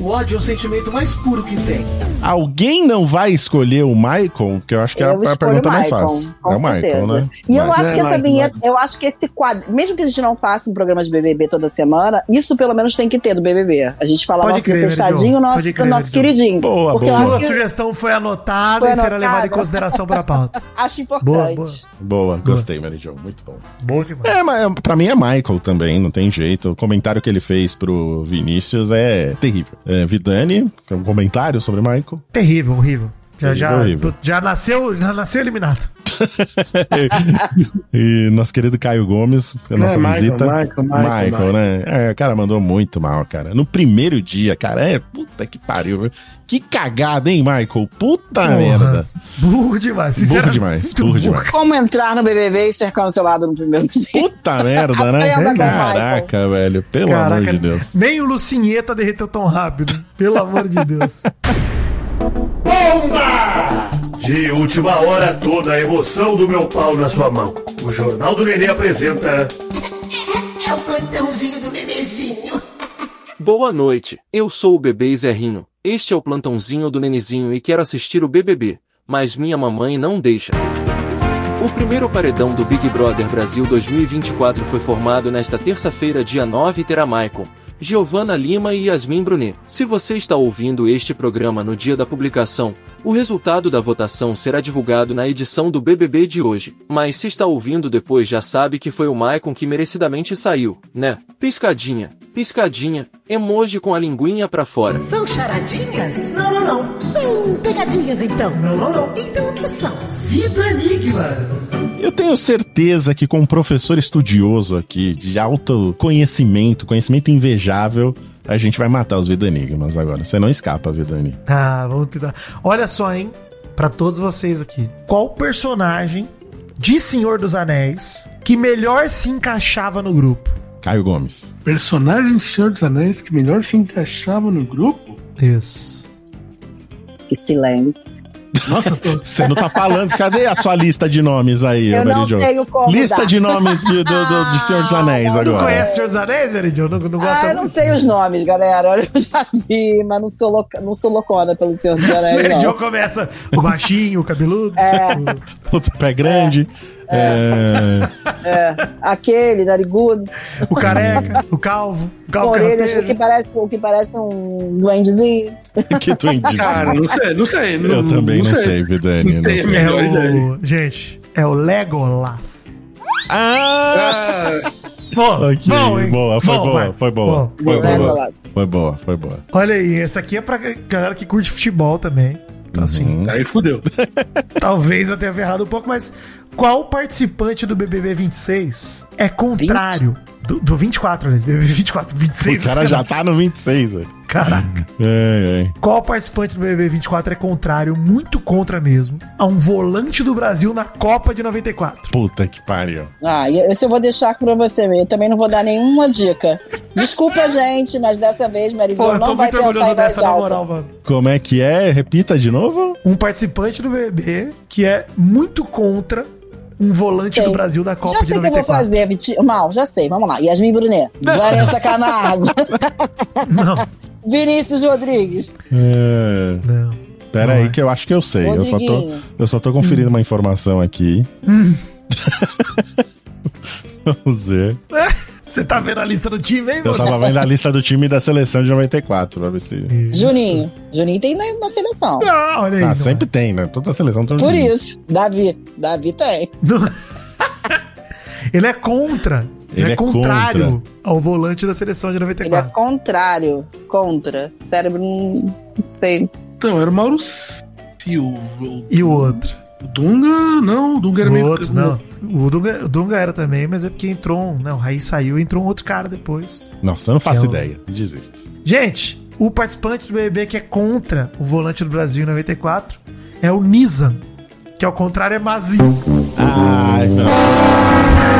O ódio é o sentimento mais puro que tem. Alguém não vai escolher o Michael? Que eu acho que é a, escolho a pergunta mais Michael, fácil. com é o Michael, certeza. né? E eu Vai. acho que É, essa Michael, vinheta, eu acho que esse quadro, mesmo que a gente não faça um programa de BBB toda semana, isso pelo menos tem que ter do BBB. A gente fala Pode nosso crer, testadinho, Meridão. nosso, Pode crer, nosso Meridão. queridinho. Boa, porque boa. eu Sua acho, que- sugestão foi anotada Foi e será anotada. levada em consideração para a pauta. acho Boa, importante. boa. Boa, gostei, Mary Jo, muito bom. Bom demais. É, mas pra mim é Michael também, não tem jeito. O comentário que ele fez pro Vinícius é terrível. É, Vidani, um comentário sobre Michael. Terrível, horrível. Já, Terrível, já, horrível. já, nasceu, já nasceu eliminado. e nosso querido Caio Gomes, a nossa É, Michael, visita. Michael, Michael, Michael. né? É, o cara mandou muito mal, cara. No primeiro dia, cara, é puta que pariu. viu? Que cagada, hein, Michael? Puta Porra. Ah, merda. Burro demais. Burro sinceramente, demais, muito burro burro. demais. Como entrar no BBB e ser cancelado no primeiro dia? Puta merda, Aprenda né? com Caraca, velho. Pelo amor de Deus. nem o Lucinheta derreteu tão rápido. Pelo amor de Deus. Bomba! De última hora, toda a emoção do meu pau na sua mão. O Jornal do Nenê apresenta. É o plantãozinho do bebezinho. Boa noite, eu sou o Bebê Zerrinho. Este é o plantãozinho do Nenezinho e quero assistir o BBB, mas minha mamãe não deixa. O primeiro paredão do Big Brother Brasil 2024 foi formado nesta terça-feira, dia 9, e terá Maicon, Giovanna Lima e Yasmin Brunet. Se você está ouvindo este programa no dia da publicação, o resultado da votação será divulgado na edição do BBB de hoje. Mas se está ouvindo depois já sabe que foi o Maicon que merecidamente saiu, né? Piscadinha, piscadinha, emoji com a linguinha pra fora. São charadinhas? Não, não, não. São pegadinhas, então. Não, não, não. Então o que são? Vida enigmas. Eu tenho certeza que com um professor estudioso aqui, de alto conhecimento, conhecimento invejável, a gente vai matar os Vida Enigmas agora. Você não escapa, Vidani. Ah, vamos tentar. Olha só, hein? Pra todos vocês aqui. Qual personagem de Senhor dos Anéis que melhor se encaixava no grupo? Caio Gomes. Personagem do Senhor dos Anéis que melhor se encaixava no grupo? Isso. Que silêncio. Nossa, tô... Você não tá falando. Cadê a sua lista de nomes aí, Eu Mary não Jo? tenho como Lista dar. de nomes de, do, do- de Senhor dos Anéis Não agora. conhece Senhor dos Anéis, Veridio? Não, não gosta Ah, eu não sei os nomes, galera. Eu já vi, mas não sou, louca, não sou loucona pelo Senhor dos Anéis, não. Veridio começa o baixinho, o cabeludo. É. Outro pé grande. É. Aquele, narigudo, O careca, o calvo, o com calvo orelhas, o carrasteiro. que parece, o que parece um duendezinho. É, que tu cara, não sei, não sei. Eu também não sei, Vidani. Não Não tem sei. É Melhor ideia. o... Gente, é o Legolas. Ah! Bom, Ok, hein? boa, foi Bom, boa, vai. foi boa, Bom. é, foi boa, Legolas. foi boa, foi boa. Olha aí, essa aqui é pra galera que curte futebol também. Então, assim, Uhum. Aí fudeu. talvez eu tenha ferrado um pouco, mas qual participante do BBB 26 é contrário? Do, do 24, aliás, BBB 24, 26. O cara já tá no 26, velho. Caraca. É, é. Qual participante do BBB 24 é contrário, muito contra mesmo, a um volante do Brasil na Copa de 94? Puta que pariu. Ah, e esse eu vou deixar pra você mesmo. Eu também não vou dar nenhuma dica. Desculpa, gente, mas dessa vez, Pô, Marizão eu tô não vai muito pensar em orgulhoso voz dessa, na moral, alta. mano. Como é que é? Repita de novo? um participante do BBB que é muito contra um volante Sei. do Brasil da Copa já de sei o que eu vou 94. fazer, Vitinho. Mal, já sei. Vamos lá. Yasmin Brunet. Vanessa Camargo. Vinícius Rodrigues. É... Pera aí que eu acho que eu sei. Eu só, tô, Rodriguinho. eu só tô conferindo uma informação aqui. Vamos ver. Você tá vendo a lista do time, hein, Eu moço? tava vendo a lista do time da seleção de 94, pra ver se... Juninho. Juninho tem na, na seleção. Ah, olha Ah, sempre tem, né? Toda seleção tem um Por time. isso. Davi. Davi tem. Ele é contra. Ele, Ele é, é contrário contra. ao volante da seleção de Ele Ah. é 94. contrário. Contra. Cérebro, não não sei. Então, era o Mauro Silva. E o outro? O Dunga, não. O Dunga era o meio... outro, não. O Dunga, o Dunga era também, mas é porque entrou um. Não, o Raí saiu e entrou um outro cara depois. Nossa, eu não faço Que é o- ideia. Desisto. Gente, o participante do BBB que é contra o volante do Brasil em 94 é o Nizam, que ao contrário é Mazinho. Ai, não.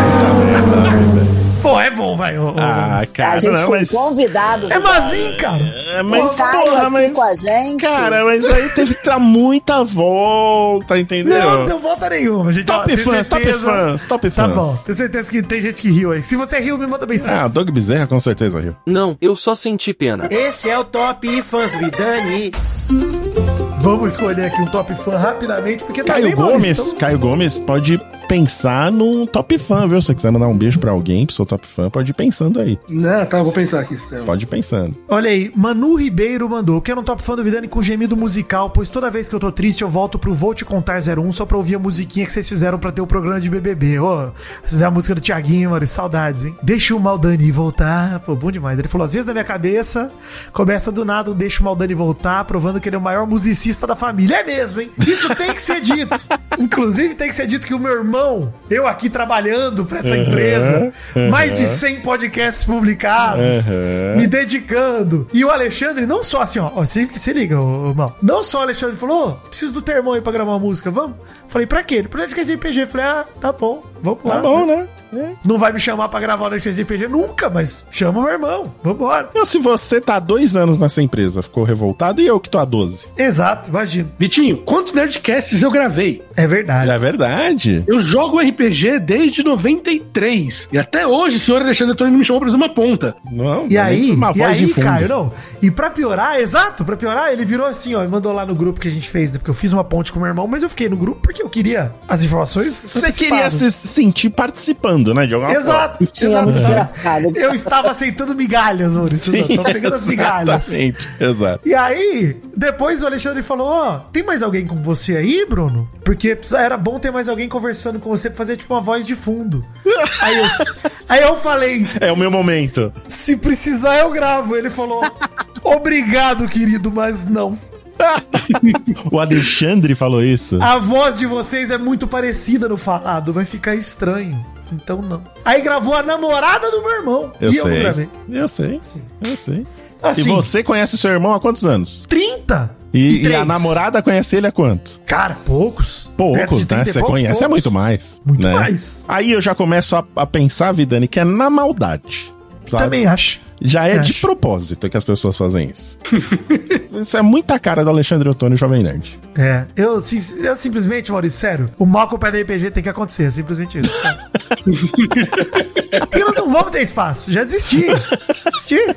Puta merda, velho. Pô, é bom, vai. ô, ô, Ah, Lance. cara, a gente não, foi mas... convidado. É Mazinho, cara. É, mas, Caio porra, aqui mas... com a gente. Cara, mas aí teve que dar muita volta, entendeu? Não, não deu volta nenhuma. gente. Top Ó, tem fãs, top certeza- fãs, top Tá fãs. bom, tenho certeza que tem gente que riu aí. Se você riu, me manda mensagem. Ah, Doug Bezerra com certeza riu. Não, eu só senti pena. Esse é o top e fãs do Vidani. Vamos escolher aqui um top fã rapidamente, porque tá Caio bem, Maurício, Gomes, então- Caio Gomes pode pensar num top fã, viu? Se você quiser mandar um beijo pra alguém, pro seu top fã, pode ir pensando aí. Não, tá, vou pensar aqui. Estela. Pode ir pensando. Olha aí, Manu Ribeiro mandou. Eu quero um top fã do Vidani com gemido musical, pois toda vez que eu tô triste eu volto pro Vou Te Contar 01 só pra ouvir a musiquinha que vocês fizeram pra ter o programa de BBB. Ô, fizeram a música do Thiaguinho, mano, saudades, hein? Deixa o Maldani voltar. Pô, bom demais. Ele falou, às vezes na minha cabeça começa do nada o Deixa o Maldani voltar, provando que ele é o maior musicista da família. É mesmo, hein? Isso tem que ser dito. Inclusive tem que ser dito que o meu irmão, eu aqui trabalhando pra essa empresa, Uhum, mais de uhum. 100 podcasts publicados, Uhum. me dedicando. E o Alexandre, não só assim, ó, ó, se, se liga, ô, ô, Mal. Não só o Alexandre falou, "Ô, preciso do termão aí pra gravar uma música, vamos? Falei, pra quê? Ele falou, "Noite de RPG. Falei, ah, tá bom, vamos lá. Tá bom, né? É. Não vai me chamar pra gravar o Noite de é RPG nunca, mas chama o meu irmão, vambora. Não, se você tá há dois anos nessa empresa, ficou revoltado, e eu que tô há 12. Exato, imagino. Vitinho, quantos Nerdcasts eu gravei? É verdade. É verdade. Eu jogo RPG desde 93. E até hoje, o senhor Alexandre Antônio me chamou pra fazer uma ponta. Não, E não é aí, nem uma e voz aí de fundo. Caio, não. E pra piorar, exato, pra piorar, ele virou assim, ó, e mandou lá no grupo que a gente fez, né? Porque eu fiz uma ponte com meu irmão, mas eu fiquei no grupo porque eu queria as informações. Você antecipadas. queria se sentir participando, né? De alguma forma. Exato, Tinha muito exato. engraçado. Eu estava aceitando migalhas, Maurício. eu tava pegando as migalhas. Exatamente. Exato. E aí, depois o Alexandre falou: Ó, tem mais alguém com você aí, Bruno? Porque precisa- era bom ter mais alguém conversando com você pra fazer tipo uma voz de fundo. aí, eu, aí eu falei: É o meu momento. se precisar, eu gravo. Ele falou: Obrigado, querido, mas não. O Alexandre falou isso. A voz de vocês é muito parecida no falado, vai ficar estranho. Então não. Aí gravou a namorada do meu irmão. eu, e eu não sei. gravei. eu sei. Sim. Eu sei. Assim, E você conhece o seu irmão há quantos anos? 30 E, e a três. namorada conhece ele há quanto? Cara, poucos. Perto de Poucos, 30 né? e Você poucos, conhece é poucos. muito mais. Muito né? mais. Aí eu já começo a, a pensar, Vidani, que é na maldade. sabe? Também acho. Já é de acho. propósito que as pessoas fazem isso. isso é muita cara do Alexandre Ottoni, Jovem Nerd. É. Eu, sim- eu simplesmente, Maurício, sério, o mal com o pé da RPG tem que acontecer. É simplesmente isso. cara. Porque nós não vamos ter espaço. Já desisti. Desisti.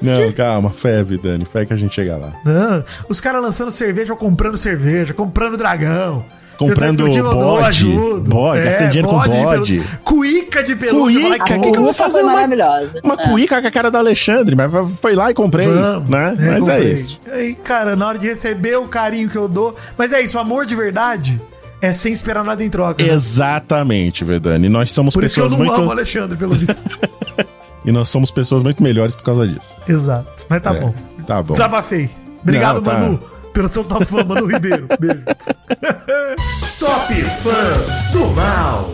Não, calma, fé, Vidani, fé que a gente chega lá. Não. Os caras lançando cerveja ou comprando cerveja, comprando dragão. Comprando Pensando que eu te mandou, bode, ajudo. bode, gastei dinheiro com É, de bode. pelúcia. Cuíca de pelúcia. Cuíca, Vai, o que, acabou. que eu vou Cuíca fazer? foi Uma, maravilhosa. uma cuíca com a cara do Alexandre, mas foi lá e comprei, Vamos, né? é, mas é comprei. isso. Aí, cara, na hora de receber o carinho que eu dou. Mas é isso, amor de verdade é sem esperar nada em troca. né? Exatamente, Vidani. Nós somos Por isso que eu pessoas não amo o muito Alexandre, pelo visto. e nós somos pessoas muito melhores por causa disso. Exato. Mas tá É, bom. Tá bom. Desabafei. Obrigado, Não, tá. Manu, pelo seu top fã, Manu Ribeiro. Beijo. Top fãs do mal.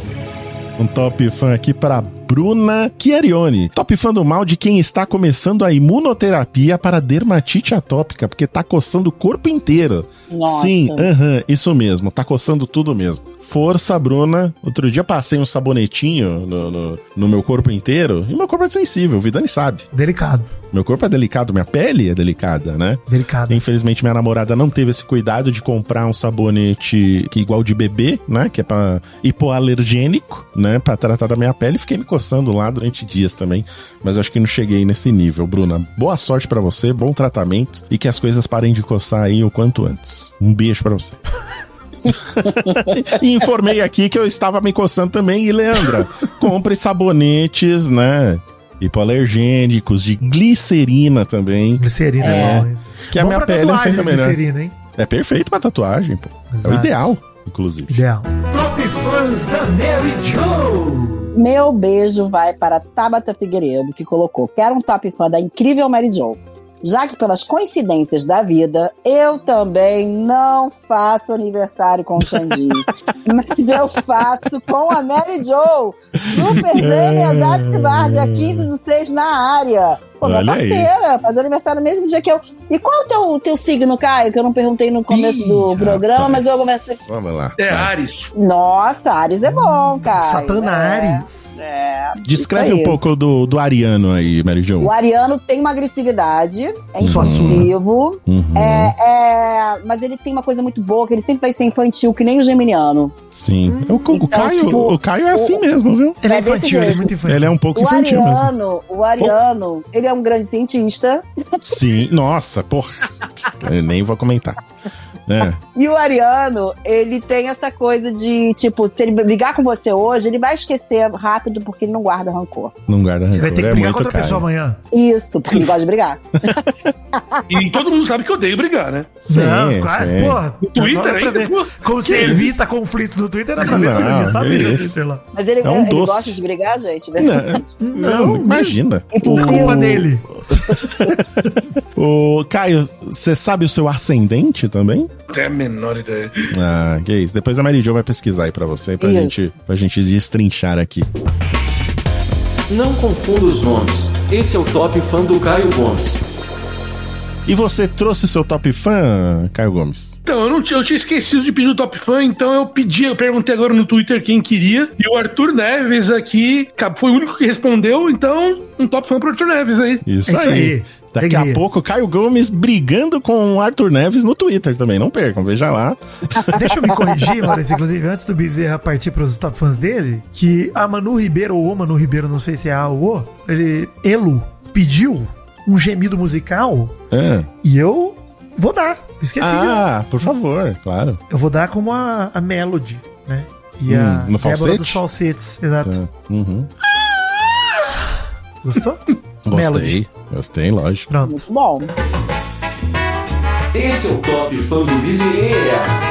Um top fã aqui para Bruna Chiarione. Top fã do mal de quem está começando a imunoterapia para dermatite atópica, porque tá coçando o corpo inteiro. Nossa. Sim, aham, isso mesmo, tá coçando tudo mesmo. Força, Bruna. Outro dia passei um sabonetinho no, no, no meu corpo inteiro. E meu corpo é sensível, o Vidani sabe. Delicado. Meu corpo é delicado, minha pele é delicada, né? Delicado. Infelizmente, minha namorada não teve esse cuidado de comprar um sabonete que igual de bebê, né? Que é pra hipoalergênico, né? Pra tratar da minha pele. Fiquei me coçando lá durante dias também. Mas eu acho que não cheguei nesse nível, Bruna. Boa sorte pra você, bom tratamento e que as coisas parem de coçar aí o quanto antes. Um beijo pra você. e informei aqui que eu estava me coçando também. E, Leandra, compre sabonetes, né? Hipoalergênicos, de glicerina também. Glicerina é. é bom, hein? Que a Bom minha pra pele eu sei tatuagem, também, né? glicerina, hein? É perfeito pra tatuagem, pô. É Exato. o ideal, inclusive. Ideal. Top fãs da Mary Joe. Meu beijo vai para Tabata Figueiredo, que colocou: Quero um top fã da incrível Mary Jo. Já que, pelas coincidências da vida, eu também não faço aniversário com o Xandi. mas eu faço com a Mary Jo. Super É. gêmeas ativar dia 15 do 6 na área. Pô, minha Olha aí. parceira, faz aniversário no mesmo dia que eu. E qual é o teu, teu signo, Caio? Que eu não perguntei no começo É, do programa, mas eu comecei. Vamos lá. É Ares. Nossa, Ares é bom, cara. Satanares. É. ah, Descreve isso aí. um pouco do, do ariano aí, Mary Jo. O ariano tem uma agressividade, é Só sua. impulsivo, Uhum. é, é, mas ele tem uma coisa muito boa, que ele sempre vai ser infantil, que nem o geminiano. Sim. é O, o Então, Caio, tipo, o Caio é assim mesmo, viu? Ele é, É desse infantil, ele é jeito. muito infantil. Ele é um pouco O infantil mesmo. ariano, o ariano, ele é um grande cientista, Sim. Nossa, porra. Eu nem vou comentar. É. e o ariano, ele tem essa coisa de, tipo, se ele brigar com você hoje, ele vai esquecer rápido porque ele não guarda rancor. Não guarda Ele vai rancor, ter que é brigar com muito outra Caio. pessoa amanhã. Isso, porque ele gosta de brigar. E todo mundo sabe que eu odeio brigar, né? Sim, não, claro, sim. porra. No Twitter dá Então, pra ainda, ver. pô. Como você isso? evita conflitos no Twitter, dá pra ver Não, todo dia, que sabe? Isso, isso. Twitter lá. Mas ele, É um ele doce. gosta de brigar, gente, é verdade. Não, não, imagina. Por culpa dele. O Caio, você sabe o seu ascendente também? Até a menor ideia. Ah, que isso. Depois a Mary Jo vai pesquisar aí pra você, pra, Isso. gente, pra gente destrinchar aqui. Não confunda os nomes. Esse é o top fã do Caio Gomes. E você trouxe seu top fã, Caio Gomes? Então, eu, não tinha, eu tinha esquecido de pedir o Top Fan, então eu pedi, eu perguntei agora no Twitter quem queria. E o Arthur Neves aqui ca- foi o único que respondeu, então um Top Fan pro Arthur Neves aí. Isso, É isso aí. aí. Daqui Tem a que ir. pouco, Caio Gomes brigando com o Arthur Neves no Twitter também. Não percam, veja lá. Deixa eu me corrigir, Maurício, inclusive, antes do Bezerra partir pros top fãs dele, que a Manu Ribeiro, ou o Manu Ribeiro, não sei se é A ou O, ele, Elo, pediu um gemido musical Ah, e eu vou dar. Eu Esqueci. Ah, por favor, claro. Eu vou dar como a, a Melody, né? E Hum, a no Débora falsete? dos falsetes, exato. Tá. Uhum. Gostou? Ah. Gostei, gostei, lógico. Pronto. Muito bom. Esse é o top fã do Bezerra.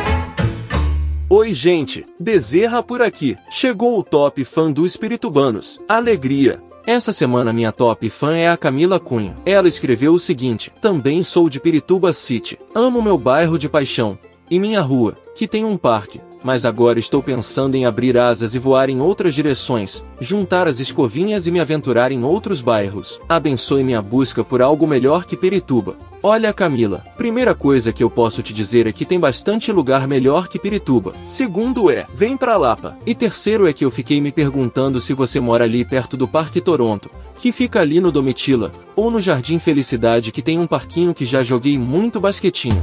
Oi, gente, Bezerra por aqui. Chegou o top fã do Espiritubanos. Alegria! Essa semana minha top fã é a Camila Cunha. Ela escreveu o seguinte: Também sou de Pirituba City. Amo meu bairro de paixão. E minha rua, que tem um parque. Mas agora estou pensando em abrir asas e voar em outras direções, juntar as escovinhas e me aventurar em outros bairros. Abençoe minha busca por algo melhor que Pirituba. Olha, Camila, primeira coisa que eu posso te dizer é que tem bastante lugar melhor que Pirituba. Segundo é, vem pra Lapa. E terceiro é que eu fiquei me perguntando se você mora ali perto do Parque Toronto, que fica ali no Domitila, ou no Jardim Felicidade, que tem um parquinho que já joguei muito basquetinho.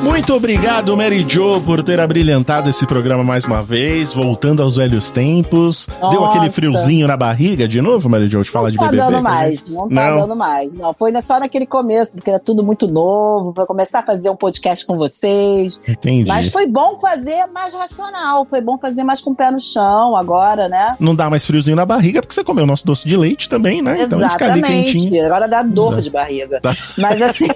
Muito obrigado, Mary Jo, por ter abrilhantado esse programa mais uma vez, voltando aos velhos tempos. Deu Nossa. aquele friozinho na barriga de novo, Mary Jo, de falar não de né? tá BBB? dando que a mais, gente- não tá dando mais. Não, foi só naquele começo, porque era tudo muito novo, pra começar a fazer um podcast com vocês. entendi. Mas foi bom fazer mais racional, foi bom fazer mais com o pé no chão agora, né? Não dá mais friozinho na barriga, porque você comeu o nosso doce de leite também, né? Então ele fica ali quentinho. Exatamente. Agora dá dor Dá. de barriga. Dá. Mas assim,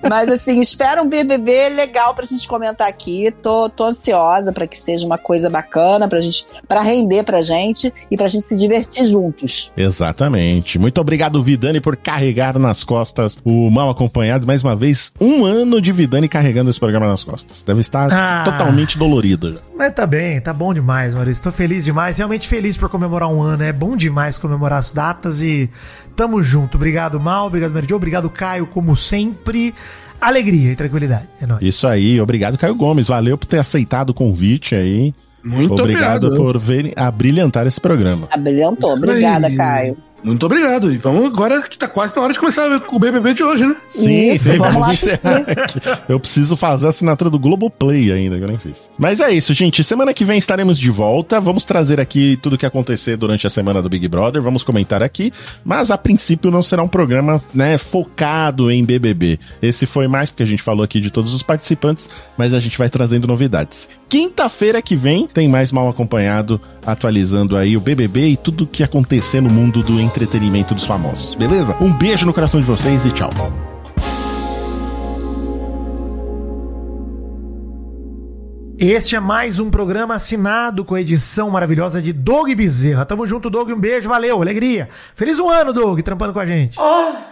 mas assim, espera um BBB legal pra gente comentar aqui. Tô, tô ansiosa pra que seja uma coisa bacana pra gente, para render pra gente e pra gente se divertir juntos. Exatamente. Muito obrigado, Vidani, por carregar nas costas o mal acompanhado. Mais uma vez, um ano de Vidani carregando esse programa nas costas. Deve estar Ah. totalmente dolorido. já. Mas tá bem, tá bom demais, Maurício. Tô feliz demais, realmente feliz por comemorar um ano. É bom demais comemorar as datas e tamo junto. Obrigado, Mal, obrigado, Meridio, obrigado, Caio, como sempre. Alegria e tranquilidade. É nóis. Isso aí, obrigado, Caio Gomes. Valeu por ter aceitado o convite aí. Muito obrigado. Obrigado por verem abrilhantar esse programa. Abrilhantou. Obrigada, Caio. Muito obrigado. E vamos agora que tá quase na hora de começar com o BBB de hoje, né? Sim, isso, sim vamos, vamos encerrar aqui. Eu preciso fazer a assinatura do Globoplay ainda, que eu nem fiz. Mas é isso, gente. Semana que vem estaremos de volta. Vamos trazer aqui tudo o que acontecer durante a semana do Big Brother. Vamos comentar aqui. Mas a princípio não será um programa né, focado em BBB. Esse foi mais porque a gente falou aqui de todos os participantes, mas a gente vai trazendo novidades. Quinta-feira que vem tem mais Mal Acompanhado atualizando aí o BBB e tudo o que acontecer no mundo do entretenimento dos famosos, beleza? Um beijo no coração de vocês e tchau. Este é mais um programa assinado com a edição maravilhosa de Doug Bezerra. Tamo junto, Doug. Um beijo, valeu, alegria. Feliz um ano, Doug, trampando com a gente. Oh.